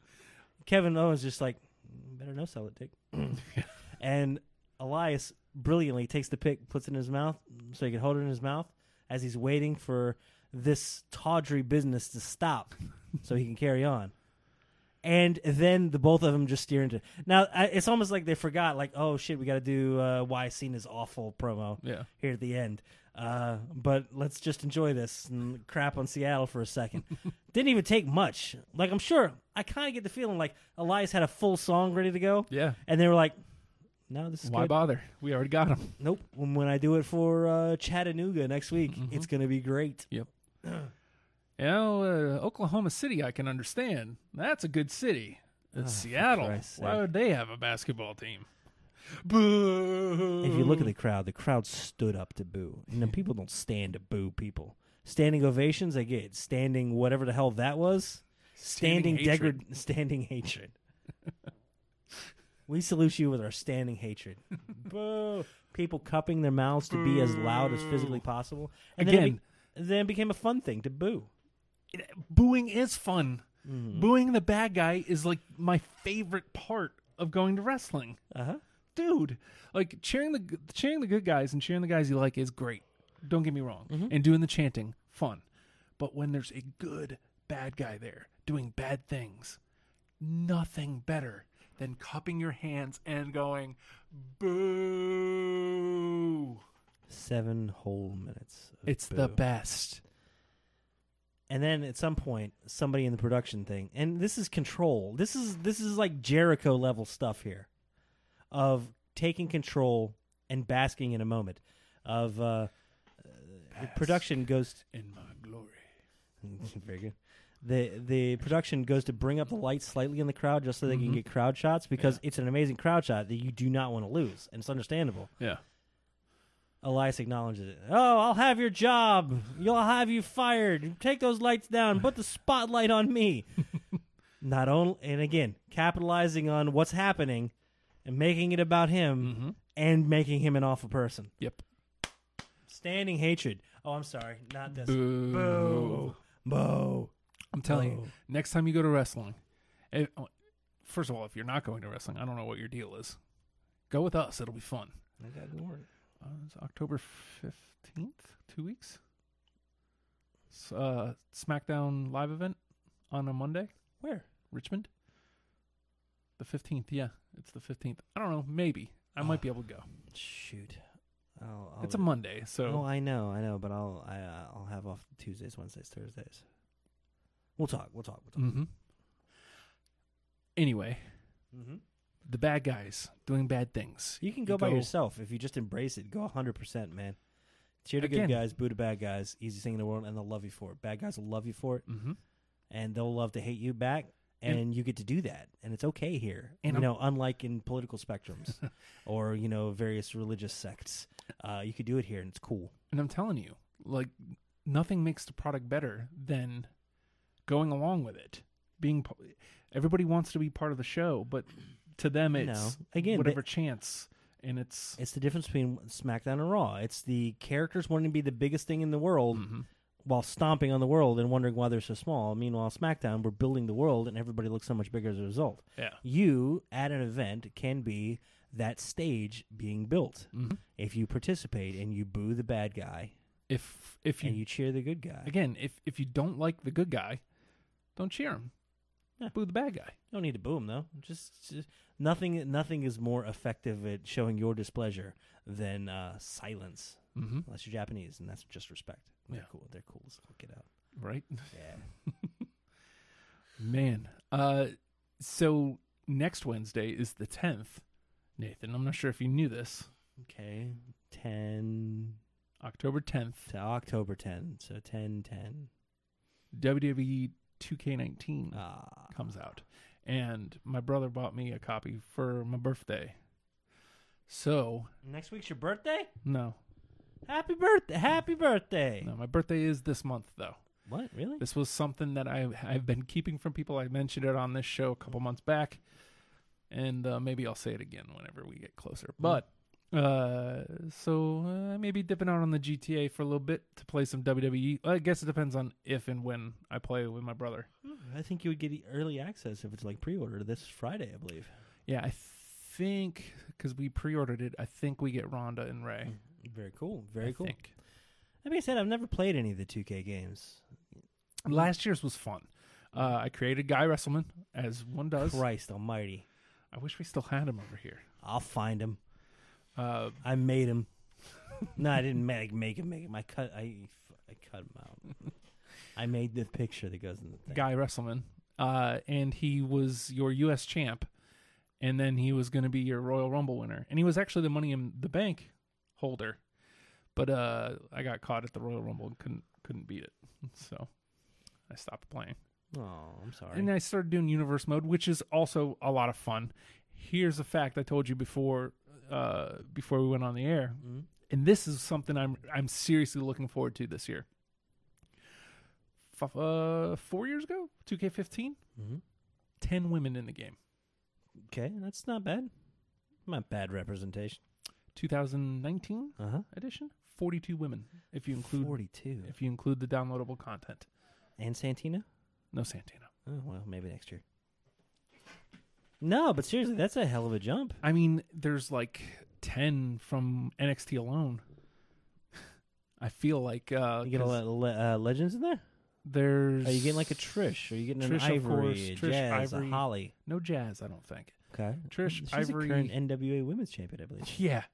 [SPEAKER 8] Kevin Owens just like better no sell it, Dick. and Elias brilliantly takes the pick, puts it in his mouth, so he can hold it in his mouth as he's waiting for this tawdry business to stop, so he can carry on. And then the both of them just steer into. Now I, it's almost like they forgot, like, oh shit, we got to do uh, why Cena's awful promo
[SPEAKER 4] Yeah.
[SPEAKER 8] here at the end. Uh, but let's just enjoy this and crap on Seattle for
[SPEAKER 4] [laughs]
[SPEAKER 8] a second. Didn't even take much. Like I'm sure I kind of get the feeling like Elias had a full song ready to go.
[SPEAKER 4] Yeah.
[SPEAKER 8] and they were like, "No, this is
[SPEAKER 4] why
[SPEAKER 8] good.
[SPEAKER 4] bother? We already got him.
[SPEAKER 8] Nope. When when I do it for uh, Chattanooga next week, it's gonna be great.
[SPEAKER 4] [clears throat] Yep. you know, uh, Oklahoma City, I can understand. That's a good city. It's Seattle.
[SPEAKER 8] Christ's
[SPEAKER 4] Why
[SPEAKER 8] sake.
[SPEAKER 4] would they have a basketball team? Boo!
[SPEAKER 8] If you look at the crowd, the crowd stood up to boo. And then people don't stand to boo people. Standing ovations, I get. Standing whatever the hell that was. Standing
[SPEAKER 4] Standing hatred.
[SPEAKER 8] degrad standing hatred. we salute you with our standing hatred. boo. People cupping their mouths to be as loud as physically possible. And
[SPEAKER 4] Again.
[SPEAKER 8] then it, be- then it became a fun thing to boo.
[SPEAKER 4] booing is fun. Booing the bad guy is like my favorite part of going to wrestling.
[SPEAKER 8] Uh-huh.
[SPEAKER 4] Dude, like cheering the g- cheering the good guys and cheering the guys you like is great. Don't get me wrong. And doing the chanting, fun. But when there's a good bad guy there doing bad things, nothing better than cupping your hands and going boo.
[SPEAKER 8] Seven whole minutes. of
[SPEAKER 4] It's
[SPEAKER 8] boo.
[SPEAKER 4] the best.
[SPEAKER 8] and then at some point somebody in the production thing and this is control this is this is like jericho level stuff here of taking control and basking in a moment of uh, uh production goes
[SPEAKER 4] In my glory.
[SPEAKER 8] [laughs] very good the the production goes to bring up the lights slightly in the crowd just so they can get crowd shots because it's an amazing crowd shot that you do not want to lose and it's understandable
[SPEAKER 4] Yeah.
[SPEAKER 8] Elias acknowledges it. Oh, I'll have your
[SPEAKER 4] [laughs]
[SPEAKER 8] job. You'll have you fired. Take those lights down. Put the spotlight on me. Not only, and again, capitalizing on what's happening and making it about him
[SPEAKER 4] Mm-hmm.
[SPEAKER 8] and making him an awful person.
[SPEAKER 4] Yep.
[SPEAKER 8] Standing hatred. Oh, I'm sorry. Not this.
[SPEAKER 4] Boo.
[SPEAKER 8] Bo.
[SPEAKER 4] I'm telling you, next time you go to wrestling, if, oh, first of all, if you're not going to wrestling, I don't know what your deal is. Go with us; it'll be fun. Uh, it's October fifteenth, two weeks. S- uh, SmackDown live event on a Monday. Where? Richmond. The fifteenth. Yeah, it's the fifteenth. I don't know. Maybe I might be able to go.
[SPEAKER 8] Shoot. I'll, I'll
[SPEAKER 4] It's a Monday, so
[SPEAKER 8] Oh, I know, I know, but I'll I, uh, I'll have off Tuesdays, Wednesdays, Thursdays. We'll talk. We'll talk. We'll talk.
[SPEAKER 4] Mm-hmm. Anyway, Mm-hmm.
[SPEAKER 8] Mm-hmm.
[SPEAKER 4] the bad guys doing bad things.
[SPEAKER 8] You can go by yourself if you just embrace it. Go 100%, man. Cheer to
[SPEAKER 4] Again.
[SPEAKER 8] good guys, boo to bad guys. Easiest thing in the world, and they'll love you for it. Bad guys will love you for it,
[SPEAKER 4] Mhm.
[SPEAKER 8] and they'll love to hate you back. And, you get to do that, and it's okay here.
[SPEAKER 4] And
[SPEAKER 8] you
[SPEAKER 4] I'm-
[SPEAKER 8] know, unlike in political spectrums or you know various religious sects, uh, you could do it here, and it's cool.
[SPEAKER 4] And I'm telling you, like, nothing makes the product better than going along with it. Being p- everybody wants to be part of the show, but to them, it's
[SPEAKER 8] Again,
[SPEAKER 4] whatever
[SPEAKER 8] but-
[SPEAKER 4] chance, and it's
[SPEAKER 8] It's the difference between SmackDown and Raw. It's the characters wanting to be the biggest thing in the world
[SPEAKER 4] Mm-hmm.
[SPEAKER 8] while stomping on the world and wondering why they're so small. Meanwhile, SmackDown, we're building the world and everybody looks so much bigger as a result.
[SPEAKER 4] Yeah.
[SPEAKER 8] You, at an event, can be that stage being built
[SPEAKER 4] Mm-hmm.
[SPEAKER 8] if you participate and you boo the bad guy
[SPEAKER 4] if if you,
[SPEAKER 8] and you cheer the good guy.
[SPEAKER 4] again if if you don't like the good guy, don't cheer him.
[SPEAKER 8] Yeah.
[SPEAKER 4] Boo the bad guy.
[SPEAKER 8] You don't need to boo him, though. Just, just nothing. Nothing is more effective at showing your displeasure than uh, silence,
[SPEAKER 4] Mm-hmm.
[SPEAKER 8] unless you're Japanese, and that's just respect. They're
[SPEAKER 4] Yeah.
[SPEAKER 8] cool. They're cool. as fuck. Get out.
[SPEAKER 4] Right.
[SPEAKER 8] Yeah.
[SPEAKER 4] Man. Uh so next Wednesday is the tenth. Nathan, I'm not sure if you knew this.
[SPEAKER 8] Okay. 10
[SPEAKER 4] October tenth,
[SPEAKER 8] to October 10. So 10 10.
[SPEAKER 4] WWE E two K nineteen
[SPEAKER 8] Ah.
[SPEAKER 4] comes out. And my brother bought me a copy for my birthday. So
[SPEAKER 8] Next week's your birthday?
[SPEAKER 4] no.
[SPEAKER 8] Happy birthday. Happy birthday.
[SPEAKER 4] No, my birthday is this month though.
[SPEAKER 8] What? Really?
[SPEAKER 4] This was something that I I've been keeping from people. I mentioned it on this show a couple months back, and uh, maybe I'll say it again whenever we get closer. But uh, so uh, maybe dipping out on the GTA for a little bit to play some WWE. I guess it depends on if and when I play with my brother.
[SPEAKER 8] I think you would get early access if it's like pre order this Friday, I believe.
[SPEAKER 4] Yeah, I think because we pre-ordered it, I think we get Ronda and Ray.
[SPEAKER 8] Very cool. Very
[SPEAKER 4] I
[SPEAKER 8] cool.
[SPEAKER 4] think.
[SPEAKER 8] That being said, I've never played any of the 2K games.
[SPEAKER 4] Last year's was fun. Uh, I created Guy Wrestleman as one does.
[SPEAKER 8] Christ almighty.
[SPEAKER 4] I wish we still had him over here.
[SPEAKER 8] I'll find him.
[SPEAKER 4] Uh,
[SPEAKER 8] I made him. [laughs] no, I didn't make, make him. Make him. I cut. I, I cut him out.
[SPEAKER 4] [laughs]
[SPEAKER 8] I made the picture that goes in the thing.
[SPEAKER 4] Guy Wrestleman, uh, and he was your U.S. champ, and then he was going to be your Royal Rumble winner, and he was actually the Money in the Bank holder, but uh, I got caught at the Royal Rumble and couldn't couldn't beat it, [laughs] so I stopped playing,
[SPEAKER 8] Oh, I'm sorry.
[SPEAKER 4] and I started doing Universe mode, which is also a lot of fun. Here's a fact I told you before uh, before we went on the air, and this is something I'm I'm seriously looking forward to this year. F- uh, four years ago, 2K15, 10 women in the game.
[SPEAKER 8] Okay, that's not bad. Not bad representation.
[SPEAKER 4] 2019
[SPEAKER 8] Uh huh.
[SPEAKER 4] edition, 42 women if you include
[SPEAKER 8] Forty-two.
[SPEAKER 4] if you include the downloadable content.
[SPEAKER 8] And Santino.
[SPEAKER 4] No Santino.
[SPEAKER 8] Oh well, maybe next year. No, but seriously, that's a hell of a jump.
[SPEAKER 4] I mean, there's like 10 from NXT alone. [laughs] I feel like uh,
[SPEAKER 8] You get a
[SPEAKER 4] 'cause
[SPEAKER 8] lot of le- uh, legends in there.
[SPEAKER 4] there's
[SPEAKER 8] Are you getting like a Trish? Are you getting
[SPEAKER 4] Trish,
[SPEAKER 8] an
[SPEAKER 4] of
[SPEAKER 8] Ivory?
[SPEAKER 4] course,
[SPEAKER 8] a
[SPEAKER 4] Trish,
[SPEAKER 8] Jazz, a
[SPEAKER 4] Ivory.
[SPEAKER 8] Holly.
[SPEAKER 4] no jazz, I don't think.
[SPEAKER 8] Okay.
[SPEAKER 4] Trish,
[SPEAKER 8] She's
[SPEAKER 4] Ivory-
[SPEAKER 8] a current NWA Women's Champion, I believe.
[SPEAKER 4] Yeah.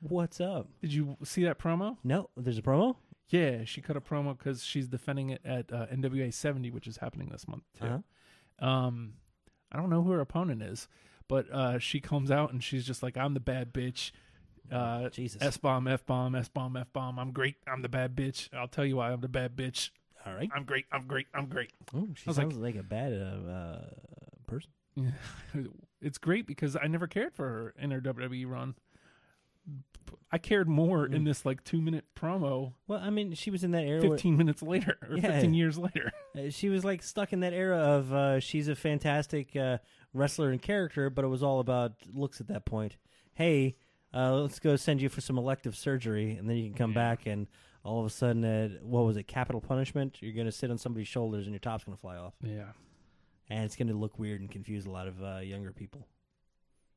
[SPEAKER 8] What's up?
[SPEAKER 4] Did you see that promo?
[SPEAKER 8] No, there's a promo.
[SPEAKER 4] Yeah, she cut a promo because she's defending it at uh, NWA 70, which is happening this month too.
[SPEAKER 8] Uh-huh.
[SPEAKER 4] Um, I don't know who her opponent is, but uh, she comes out and she's just like, "I'm the bad bitch." Uh,
[SPEAKER 8] Jesus.
[SPEAKER 4] S bomb, F bomb, S bomb, F bomb. I'm great. I'm the bad bitch. I'll tell you why I'm the bad bitch.
[SPEAKER 8] All right.
[SPEAKER 4] I'm great. I'm great. I'm great.
[SPEAKER 8] Oh, she
[SPEAKER 4] I was like-
[SPEAKER 8] sounds like, a bad uh, uh, person.
[SPEAKER 4] it's great because I never cared for her in her WWE E run. I cared more
[SPEAKER 8] Mm.
[SPEAKER 4] in this like two minute promo
[SPEAKER 8] Well, I mean, she was in that era. where-
[SPEAKER 4] 15 minutes later or
[SPEAKER 8] Yeah.
[SPEAKER 4] 15 years later.
[SPEAKER 8] uh, she was like stuck in that era of uh, she's a fantastic uh, wrestler and character, but it was all about looks at that point. Hey, uh, let's go send you for some elective surgery, and then you can come back and. All of a sudden, uh, what was it? Capital punishment. You're going to sit on somebody's shoulders, and your top's going to fly off.
[SPEAKER 4] Yeah.
[SPEAKER 8] and it's going to look weird and confuse a lot of uh, younger people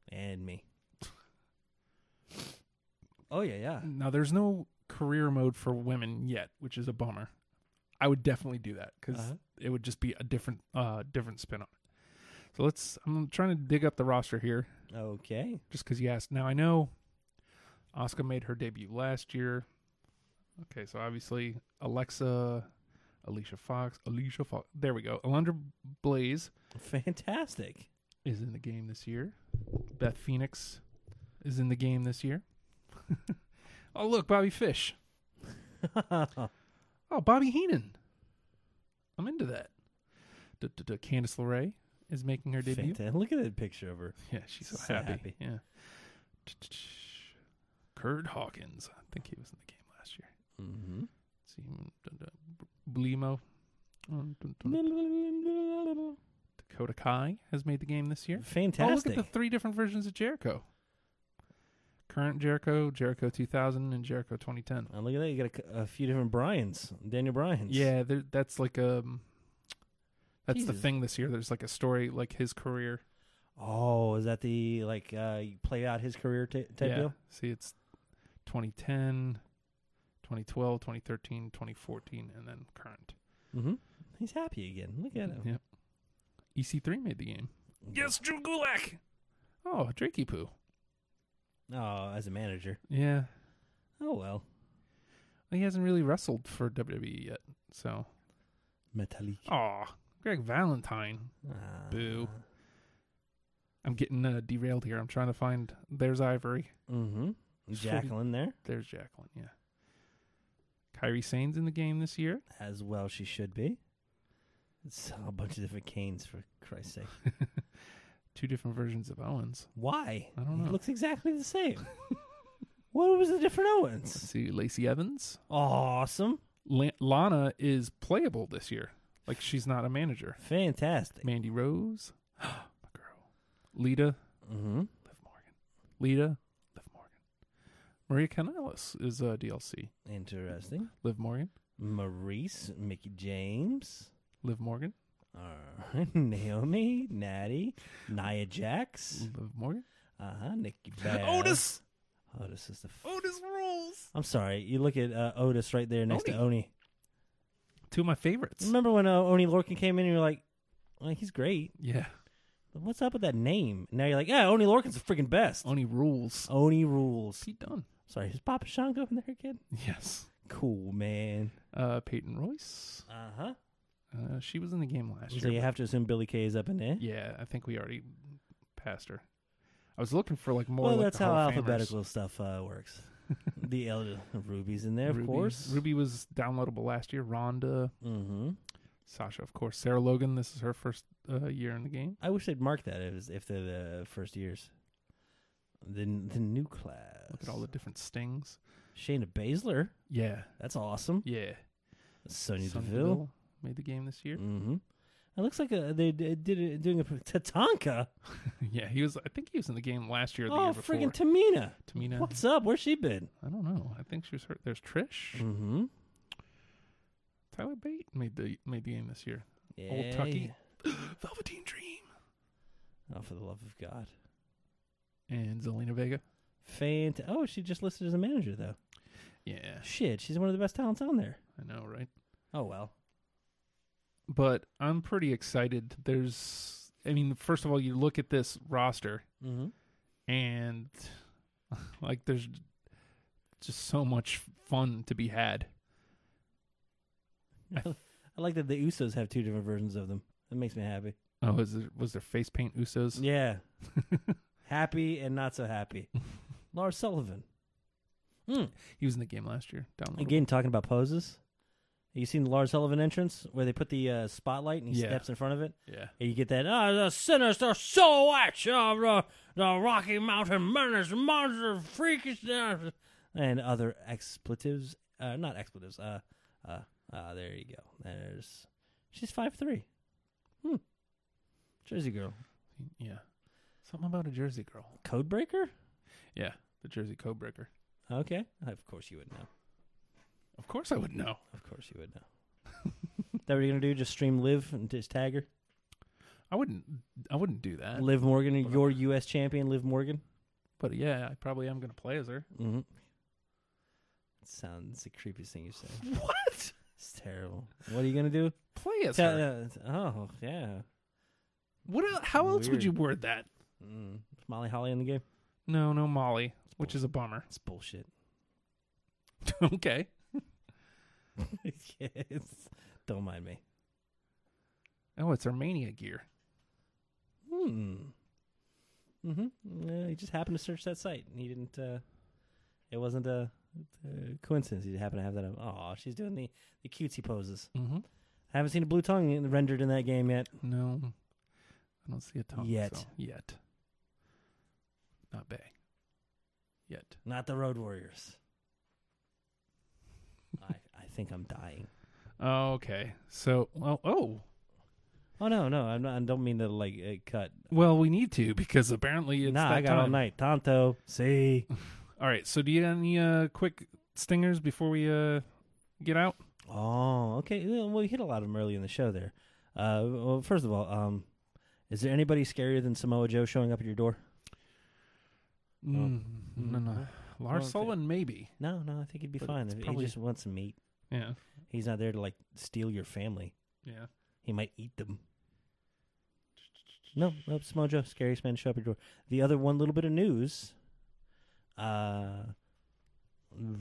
[SPEAKER 8] and me. Oh yeah, yeah.
[SPEAKER 4] Now there's no career mode for women yet, which is a bummer. I would definitely do that because
[SPEAKER 8] Uh-huh.
[SPEAKER 4] it would just be a different, uh, different spin on it. So let's. I'm trying to dig up the roster here,
[SPEAKER 8] Okay.
[SPEAKER 4] just because you asked. Now I know Oscar made her debut last year. Okay, so obviously Alexa, Alicia Fox, Alicia Fox. There we go. Alundra Blaze
[SPEAKER 8] Fantastic.
[SPEAKER 4] is in the game this year. Beth Phoenix is in the game this year. [laughs] oh look, Bobby Fish. Oh, Bobby Heenan. I'm into that. Duh, duh, duh. Candice LeRae is making her debut.
[SPEAKER 8] Fantastic. Look at that picture of her.
[SPEAKER 4] [laughs] Yeah, she's so,
[SPEAKER 8] So
[SPEAKER 4] happy.
[SPEAKER 8] happy.
[SPEAKER 4] Yeah. Kurt Hawkins. I think he was in the game last year.
[SPEAKER 8] Mm-hmm.
[SPEAKER 4] See, mm, dun, dun, B- Blimo. Mm, dun, dun, dun. Dakota Kai has made the game this year.
[SPEAKER 8] Fantastic.
[SPEAKER 4] Oh, look at the three different versions of Jericho. Current Jericho, Jericho 2000, and Jericho 2010.
[SPEAKER 8] Oh, look at that. You got a c- a, few different Bryans. Daniel Bryans.
[SPEAKER 4] Yeah, there, that's like um, that's the
[SPEAKER 8] Jesus.
[SPEAKER 4] thing this year. There's like a story, like his career.
[SPEAKER 8] Oh, is that the like uh you play out his career t- type
[SPEAKER 4] yeah.
[SPEAKER 8] deal?
[SPEAKER 4] See, it's 2010, 2012, 2013, 2014, and then current.
[SPEAKER 8] Mm-hmm. He's happy again. Look at him.
[SPEAKER 4] Yep. EC3 made the game. Yes, Drew Gulak. Oh, Drakey Poo.
[SPEAKER 8] Oh, as a manager.
[SPEAKER 4] Yeah.
[SPEAKER 8] Oh well.
[SPEAKER 4] He hasn't really wrestled for WWE yet. So,
[SPEAKER 8] Metallic.
[SPEAKER 4] oh, Greg Valentine.
[SPEAKER 8] Ah.
[SPEAKER 4] Oh, Boo. I'm getting uh, derailed here. I'm trying to find. There's Ivory.
[SPEAKER 8] Mm-hmm. Jacqueline there.
[SPEAKER 4] There's Jacqueline. Yeah. Kyrie Sane's in the game this year.
[SPEAKER 8] as well she should be. It's a bunch of different canes for
[SPEAKER 4] [laughs]
[SPEAKER 8] Christ's sake.
[SPEAKER 4] Two different versions of Owens.
[SPEAKER 8] Why?
[SPEAKER 4] I don't know.
[SPEAKER 8] He looks exactly
[SPEAKER 4] [laughs]
[SPEAKER 8] the same. what was the different
[SPEAKER 4] Let's
[SPEAKER 8] Owens?
[SPEAKER 4] see, Lacey Evans.
[SPEAKER 8] Awesome.
[SPEAKER 4] La- Lana is playable this year. Like she's not a manager.
[SPEAKER 8] Fantastic.
[SPEAKER 4] Mandy Rose, [gasps] my girl. Lita,
[SPEAKER 8] Mm-hmm.
[SPEAKER 4] Liv Morgan. Lita, Liv Morgan. Maria Canales is a DLC.
[SPEAKER 8] Interesting.
[SPEAKER 4] Liv Morgan,
[SPEAKER 8] Maurice, Mickey James,
[SPEAKER 4] Liv Morgan,
[SPEAKER 8] uh, [laughs] Naomi, Natty, Nia Jax,
[SPEAKER 4] Liv Morgan.
[SPEAKER 8] uh-huh, Nikki Bell.
[SPEAKER 4] Otis,
[SPEAKER 8] Otis is the... F-
[SPEAKER 4] Otis rules.
[SPEAKER 8] I'm sorry. You look at uh, Otis right there next to
[SPEAKER 4] Oni.
[SPEAKER 8] Oni.
[SPEAKER 4] Two of my favorites.
[SPEAKER 8] Remember when uh, Oni Lorcan came in and you were like, well, he's great.
[SPEAKER 4] Yeah,
[SPEAKER 8] What's up with that name? Now you're like, yeah, Oni Lorcan's the freaking best.
[SPEAKER 4] Oni rules.
[SPEAKER 8] Oni rules.
[SPEAKER 4] Pete Dunne.
[SPEAKER 8] Sorry, is Papa Shango in there again?
[SPEAKER 4] Yes.
[SPEAKER 8] Cool, man.
[SPEAKER 4] Uh, Peyton Royce.
[SPEAKER 8] Uh huh.
[SPEAKER 4] Uh, she was in the game last
[SPEAKER 8] So
[SPEAKER 4] year.
[SPEAKER 8] you have to assume Billy Kay is up in there.
[SPEAKER 4] Yeah, I think we already passed her. I was looking for like more.
[SPEAKER 8] well,
[SPEAKER 4] like
[SPEAKER 8] that's
[SPEAKER 4] the
[SPEAKER 8] how
[SPEAKER 4] Hall of Famers.
[SPEAKER 8] alphabetical stuff uh,
[SPEAKER 4] [laughs]
[SPEAKER 8] works. the elder Ruby's in there, of
[SPEAKER 4] Ruby-
[SPEAKER 8] course.
[SPEAKER 4] Ruby was downloadable last year. Rhonda,
[SPEAKER 8] Mm-hmm.
[SPEAKER 4] Sasha, of course. Sarah Logan. This is her first uh, year in the game.
[SPEAKER 8] I wish they'd mark that as if they're the first years. The the new class.
[SPEAKER 4] Look at all the different stings.
[SPEAKER 8] Shayna Baszler.
[SPEAKER 4] Yeah,
[SPEAKER 8] That's awesome.
[SPEAKER 4] yeah.
[SPEAKER 8] Sonya
[SPEAKER 4] Sonya
[SPEAKER 8] Deville.
[SPEAKER 4] Deville made the game this year.
[SPEAKER 8] Mm-hmm. It looks like uh they d- did it doing a [laughs] Tatanka.
[SPEAKER 4] [laughs] yeah, he was. I think he was in the game last year. Or the year
[SPEAKER 8] Oh,
[SPEAKER 4] before.
[SPEAKER 8] friggin' Tamina.
[SPEAKER 4] Tamina.
[SPEAKER 8] What's up? Where's she been?
[SPEAKER 4] I don't know. I think she was hurt. There's Trish.
[SPEAKER 8] Mm-hmm.
[SPEAKER 4] Tyler Bate made the made the game this year.
[SPEAKER 8] Yeah.
[SPEAKER 4] Old Tucky. Velveteen Dream.
[SPEAKER 8] Oh, for the love of God.
[SPEAKER 4] And Zelina Vega.
[SPEAKER 8] Fant. Oh, she just listed as a manager, though.
[SPEAKER 4] Yeah,
[SPEAKER 8] Shit, she's one of the best talents on there.
[SPEAKER 4] I know, right?
[SPEAKER 8] Oh, well.
[SPEAKER 4] but I'm pretty excited. There's, I mean, first of all, you look at this roster
[SPEAKER 8] Mm-hmm.
[SPEAKER 4] and [laughs] like there's just so much fun to be had.
[SPEAKER 8] I like that the Usos have two different versions of them. That makes me happy.
[SPEAKER 4] Oh, is there, was there face paint Usos?
[SPEAKER 8] Yeah. happy and not so happy. Lars Sullivan.
[SPEAKER 4] He was in the game last year. Downloadable.
[SPEAKER 8] Again, talking about poses. You seen the Lars Sullivan entrance where they put the uh, spotlight and he
[SPEAKER 4] Yeah.
[SPEAKER 8] steps in front of it?
[SPEAKER 4] Yeah.
[SPEAKER 8] And you get that, ah,
[SPEAKER 7] Uh, the sinister silhouette of the, the Rocky Mountain menace, monster, freakish. uh,
[SPEAKER 8] and other expletives. Uh, not expletives. Uh, uh, uh, there you go. There's. She's five three. Hmm. Jersey girl.
[SPEAKER 4] Yeah. Something about a Jersey girl.
[SPEAKER 8] Codebreaker?
[SPEAKER 4] Yeah. The Jersey Codebreaker.
[SPEAKER 8] Okay. Of course you would know.
[SPEAKER 4] Of course I would know.
[SPEAKER 8] Of course you would know. [laughs] that what you're gonna do? Just stream live and just tag her.
[SPEAKER 4] I wouldn't I wouldn't do that.
[SPEAKER 8] Liv Morgan, your U.S. champion, Liv Morgan.
[SPEAKER 4] But yeah, I probably am gonna play as her.
[SPEAKER 8] Mm-hmm. Sounds the creepiest thing you [laughs] said.
[SPEAKER 4] What?
[SPEAKER 8] It's terrible. What are you gonna [laughs] do?
[SPEAKER 4] Play as
[SPEAKER 8] Tell-
[SPEAKER 4] her.
[SPEAKER 8] uh, oh yeah,
[SPEAKER 4] What el- how else would
[SPEAKER 8] Weird.
[SPEAKER 4] you word that?
[SPEAKER 8] mm. Is Molly Holly in the game.
[SPEAKER 4] No, no Molly, which is a bummer. [laughs]
[SPEAKER 8] It's bullshit.
[SPEAKER 4] okay.
[SPEAKER 8] [laughs] yes. Don't mind me.
[SPEAKER 4] Oh, it's her mania gear.
[SPEAKER 8] Hmm. Mm-hmm. Yeah, he just happened to search that site, and he didn't. Uh, it wasn't a, a coincidence. He happened to have that. Oh, she's doing the the cutesy poses.
[SPEAKER 4] Mm-hmm.
[SPEAKER 8] I haven't seen a blue tongue in- rendered in that game yet.
[SPEAKER 4] No. I don't see a tongue.
[SPEAKER 8] Yet.
[SPEAKER 4] so- Yet. Not Bay. Yet.
[SPEAKER 8] Not the Road Warriors. I I think I'm dying.
[SPEAKER 4] Oh, Okay. So, well, oh,
[SPEAKER 8] Oh no, no, I'm not, I don't mean to like uh, cut.
[SPEAKER 4] well, we need to because apparently it's
[SPEAKER 8] nah,
[SPEAKER 4] that
[SPEAKER 8] I got
[SPEAKER 4] time.
[SPEAKER 8] all night. Tonto, see.
[SPEAKER 4] All right. So, do you have any uh, quick stingers before we uh, get out?
[SPEAKER 8] Oh, okay. Well, we hit a lot of them early in the show there. Uh, well, first of all, um, is there anybody scarier than Samoa Joe showing up at your door?
[SPEAKER 4] Mm, no, no. Lars
[SPEAKER 8] Oh. Mm-hmm. okay.
[SPEAKER 4] Sullivan, maybe.
[SPEAKER 8] No, no, I think he'd be
[SPEAKER 4] But
[SPEAKER 8] fine.
[SPEAKER 4] it's
[SPEAKER 8] If
[SPEAKER 4] probably-
[SPEAKER 8] He just wants some meat.
[SPEAKER 4] Yeah.
[SPEAKER 8] He's not there to like steal your family.
[SPEAKER 4] Yeah.
[SPEAKER 8] He might eat them. No, no, Samoa Joe, scariest man to show up at your door. The other one little bit of news. Uh,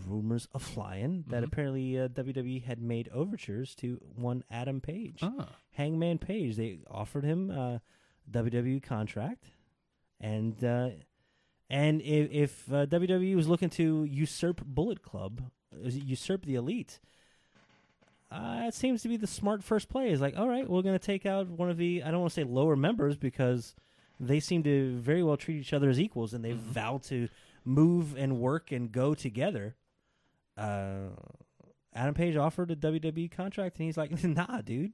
[SPEAKER 8] rumors of flying that
[SPEAKER 4] Mhm.
[SPEAKER 8] apparently uh, WWE had made overtures to one Adam Page.
[SPEAKER 4] Ah.
[SPEAKER 8] Hangman Page. They offered him a WWE contract, and uh, and if, if uh, WWE was looking to usurp Bullet Club, uh, usurp the Elite, uh, it seems to be the smart first play. Is like, all right, we're going to take out one of the I don't want to say lower members because they seem to very well treat each other as equals, and they vow to move and work and go together. Uh, Adam Page offered a WWE contract, and he's like, [laughs] "Nah, dude."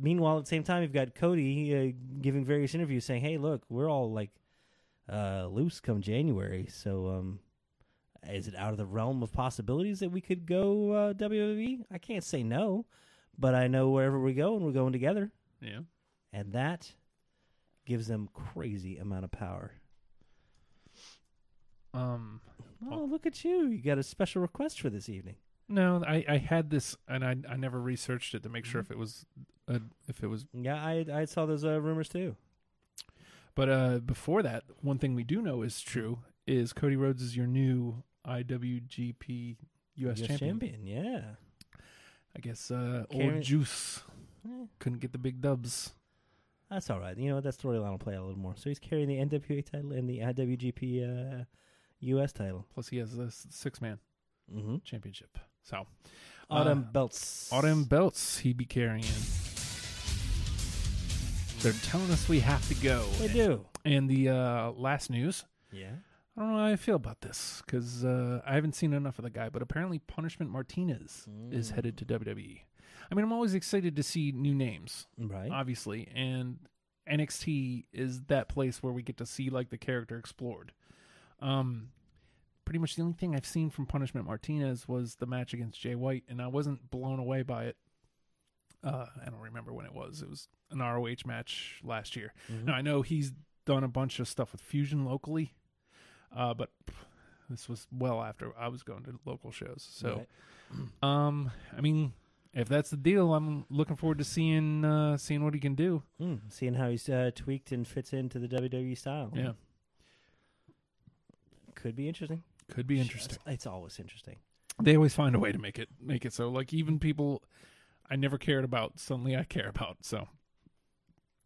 [SPEAKER 8] meanwhile, at the same time, you've got Cody uh, giving various interviews saying, "Hey, look, we're all like uh, loose come January, so um, is it out of the realm of possibilities that we could go uh, WWE? I can't say no, but I know wherever we go, and we're going together,
[SPEAKER 4] Yeah.
[SPEAKER 8] and that gives them crazy amount of power."
[SPEAKER 4] Um.
[SPEAKER 8] Oh, look at you! You got a special request for this evening.
[SPEAKER 4] No, I, I had this, and I I never researched it to make
[SPEAKER 8] Mm-hmm.
[SPEAKER 4] sure if it was, uh, if it was
[SPEAKER 8] Yeah, I I saw those uh, rumors too.
[SPEAKER 4] But uh, before that, one thing we do know is true is Cody Rhodes is your new IWGP US,
[SPEAKER 8] US
[SPEAKER 4] champion.
[SPEAKER 8] champion, yeah.
[SPEAKER 4] I guess uh,
[SPEAKER 8] Karen-
[SPEAKER 4] old Juice
[SPEAKER 8] Eh.
[SPEAKER 4] couldn't get the big dubs.
[SPEAKER 8] That's all right. You know what? That storyline will play out a little more. So he's carrying the NWA title and the IWGP uh, US title.
[SPEAKER 4] Plus, he has a six man
[SPEAKER 8] Mm-hmm.
[SPEAKER 4] championship. So, uh,
[SPEAKER 8] Autumn belts.
[SPEAKER 4] Autumn belts he be carrying. They're telling us we have to go.
[SPEAKER 8] They do.
[SPEAKER 4] And the uh, last news
[SPEAKER 8] Yeah.
[SPEAKER 4] I don't know how I feel about this because uh, I haven't seen enough of the guy, but apparently Punishment Martinez is headed to WWE. I mean, I'm always excited to see new names,
[SPEAKER 8] Right.
[SPEAKER 4] obviously, and NXT is that place where we get to see like the character explored. Um, pretty much the only thing I've seen from Punishment Martinez was the match against Jay White, and I wasn't blown away by it. Uh, I don't remember when it was. It was an ROH match last year. Now I know he's done a bunch of stuff with Fusion locally, uh, but pff, this was well after I was going to local shows. So, um, I mean, if that's the deal, I'm looking forward to seeing uh, seeing what he can do.
[SPEAKER 8] Mm. Seeing how he's uh, tweaked and fits into the WWE style.
[SPEAKER 4] Yeah,
[SPEAKER 8] Could be interesting.
[SPEAKER 4] could be interesting.
[SPEAKER 8] It's, it's always interesting.
[SPEAKER 4] they always find a way to make it make it so like even people I never cared about suddenly I care about. So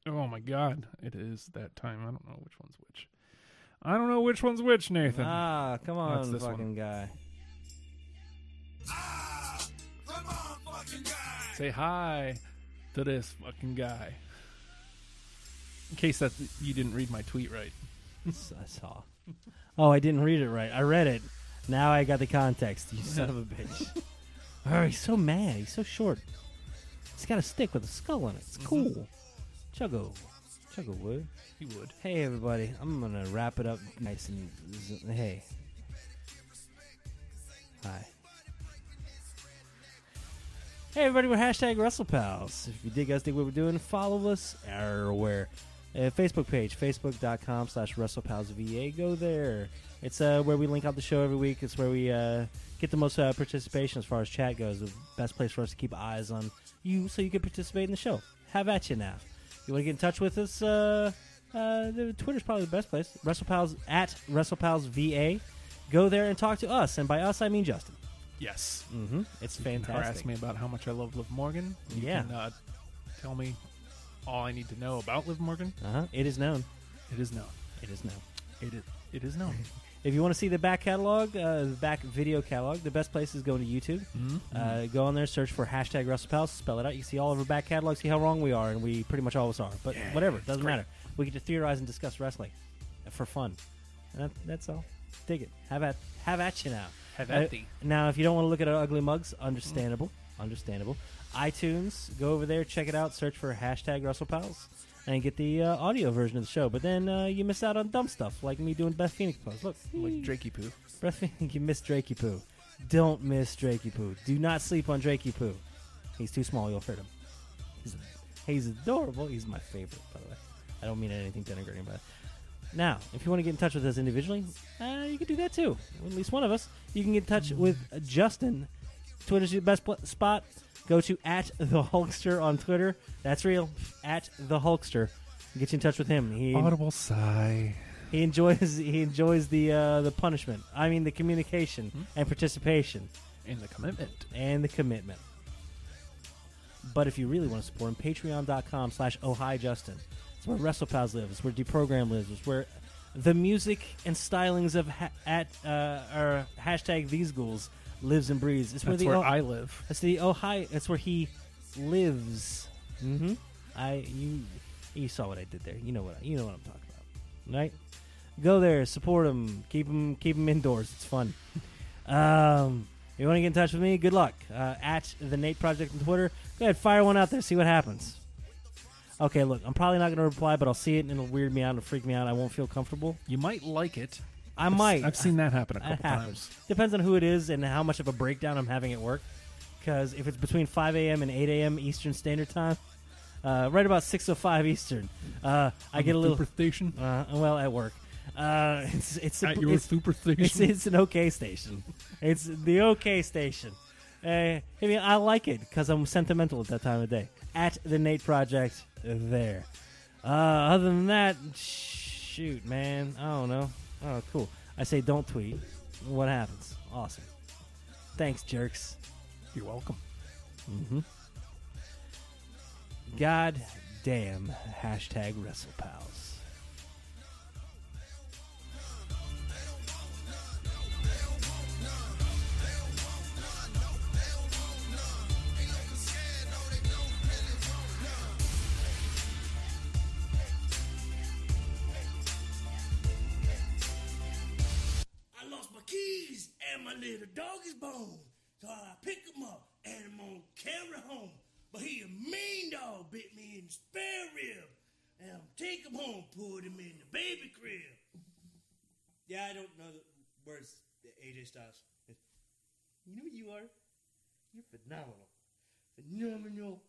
[SPEAKER 4] Oh my god, it is that time. I don't know which one's which. I don't know which one's which, Nathan.
[SPEAKER 8] Ah, come
[SPEAKER 4] That's
[SPEAKER 8] on,
[SPEAKER 4] this
[SPEAKER 8] fucking
[SPEAKER 4] one.
[SPEAKER 8] guy.
[SPEAKER 11] Ah, the motherfucker.
[SPEAKER 4] Say hi to this fucking guy. In case that you didn't read my tweet right.
[SPEAKER 8] I saw. Oh, I didn't read it right. I read it. Now I got the context. You son of a bitch. Oh, he's so mad. He's so short. He's got a stick with a skull on it. It's cool. Chuggo. Chuggo wood.
[SPEAKER 4] He would.
[SPEAKER 8] Hey, everybody. I'm going to wrap it up nice and. z- Hey. Hi. Hey, everybody. We're hashtag WrestlePals. If you did guys dig what we're doing, follow us everywhere. Uh, Facebook page, facebook.com slash WrestlePalsVA. Go there. It's uh, where we link out the show every week. It's where we uh, get the most uh, participation as far as chat goes. The best place for us to keep eyes on you so you can participate in the show. Have at you now. You want to get in touch with us? Uh, uh, the- Twitter's probably the best place. WrestlePals at WrestlePalsVA. Go there and talk to us. And by us, I mean Justin.
[SPEAKER 4] Yes.
[SPEAKER 8] Mm-hmm. It's
[SPEAKER 4] Harass
[SPEAKER 8] fantastic.
[SPEAKER 4] me about how much I love Liv Morgan. You
[SPEAKER 8] Yeah.
[SPEAKER 4] Can, uh, tell me all I need to know about Liv Morgan.
[SPEAKER 8] Uh-huh. It is known.
[SPEAKER 4] It is known.
[SPEAKER 8] It is known.
[SPEAKER 4] It is. It is
[SPEAKER 8] [laughs]
[SPEAKER 4] known.
[SPEAKER 8] If you want to see the back catalog, uh, the back video catalog, the best place is going to YouTube.
[SPEAKER 4] Mm-hmm.
[SPEAKER 8] Uh, go on there, search for hashtag WrestlePals, spell it out. You can see all of our back catalog, see how wrong we are, and we pretty much always are. But whatever, it doesn't matter. We get to theorize and discuss wrestling for fun. And that, that's all. Dig it. Have at have at you now.
[SPEAKER 4] Have at
[SPEAKER 8] Uh,
[SPEAKER 4] thee.
[SPEAKER 8] now, if you don't want to look at our ugly mugs, understandable, understandable. iTunes, go over there, check it out, search for hashtag WrestlePals, and get the uh, audio version of the show. But then uh, you miss out on dumb stuff like me doing Beth Phoenix pose. Look,
[SPEAKER 4] like Drakey Poo.
[SPEAKER 8] [laughs] Breath you miss Drakey Poo. Don't miss Drakey Poo. Do not sleep on Drakey Poo. He's too small, you'll hurt him. He's, he's adorable. He's my favorite, by the way. I don't mean anything denigrating, but. Now, if you want to get in touch with us individually, uh, you can do that too. At least one of us. You can get in touch with uh, Justin. Twitter's your best pl- spot. Go to at the Hulkster on Twitter. That's real. At the Hulkster. Get you in touch with him. He
[SPEAKER 4] Audible sigh.
[SPEAKER 8] he enjoys he enjoys the uh, the punishment. I mean the communication
[SPEAKER 4] Hmm?
[SPEAKER 8] and participation
[SPEAKER 4] In the commitment.
[SPEAKER 8] and the commitment. But if you really want to support him, patreon.com slash Justin. It's where WrestlePals lives. It's where Deprogram lives. It's where the music and stylings of ha- at uh, or hashtag these ghouls lives and breathes. It's where
[SPEAKER 4] That's
[SPEAKER 8] the
[SPEAKER 4] where
[SPEAKER 8] O-
[SPEAKER 4] I live.
[SPEAKER 8] that's the Ohio. That's where he lives. Mm-hmm. I you you saw what I did there. You know what I, you know what I'm talking about, right? Go there, support him, keep him keep him indoors.
[SPEAKER 4] [laughs]
[SPEAKER 8] It's fun. Um, you want to get in touch with me? Good luck. Uh, at the Nate Project on Twitter. Go ahead, fire one out there. See what happens. Okay, look, I'm probably not going to reply, but I'll see it and it'll weird me out and freak me out. I won't feel comfortable.
[SPEAKER 4] You might like it.
[SPEAKER 8] I might.
[SPEAKER 4] I've seen that happen a couple
[SPEAKER 8] That happens.
[SPEAKER 4] times.
[SPEAKER 8] Uh-huh. Depends on who it is and how much of a breakdown I'm having at work. Because if it's between 5 a.m. and 8 a.m. Eastern Standard Time, uh, right about 6:05 Eastern, uh, I get a little.
[SPEAKER 4] Superstation.
[SPEAKER 8] Uh, well, at work, uh, it's it's,
[SPEAKER 4] At your
[SPEAKER 8] it's,
[SPEAKER 4] superstation.
[SPEAKER 8] it's it's an okay station. It's the okay station. Uh, I mean, I like it because I'm sentimental at that time of day. At the Nate Project, there. Uh, other than that, shoot, man, I don't know. Oh, cool. I say don't tweet. What happens? Awesome. Thanks, jerks. Mm-hmm.
[SPEAKER 4] You're welcome.
[SPEAKER 8] God damn. Hashtag WrestlePals.
[SPEAKER 12] I lost my keys and my little dog is bone. So I pick him up and I'm gonna carry home. But he a mean dog bit me in the spare rib. And I'm take him home, put him in the baby crib. Yeah, I don't know the words that AJ Styles. You know what you are? You're phenomenal. Phenomenal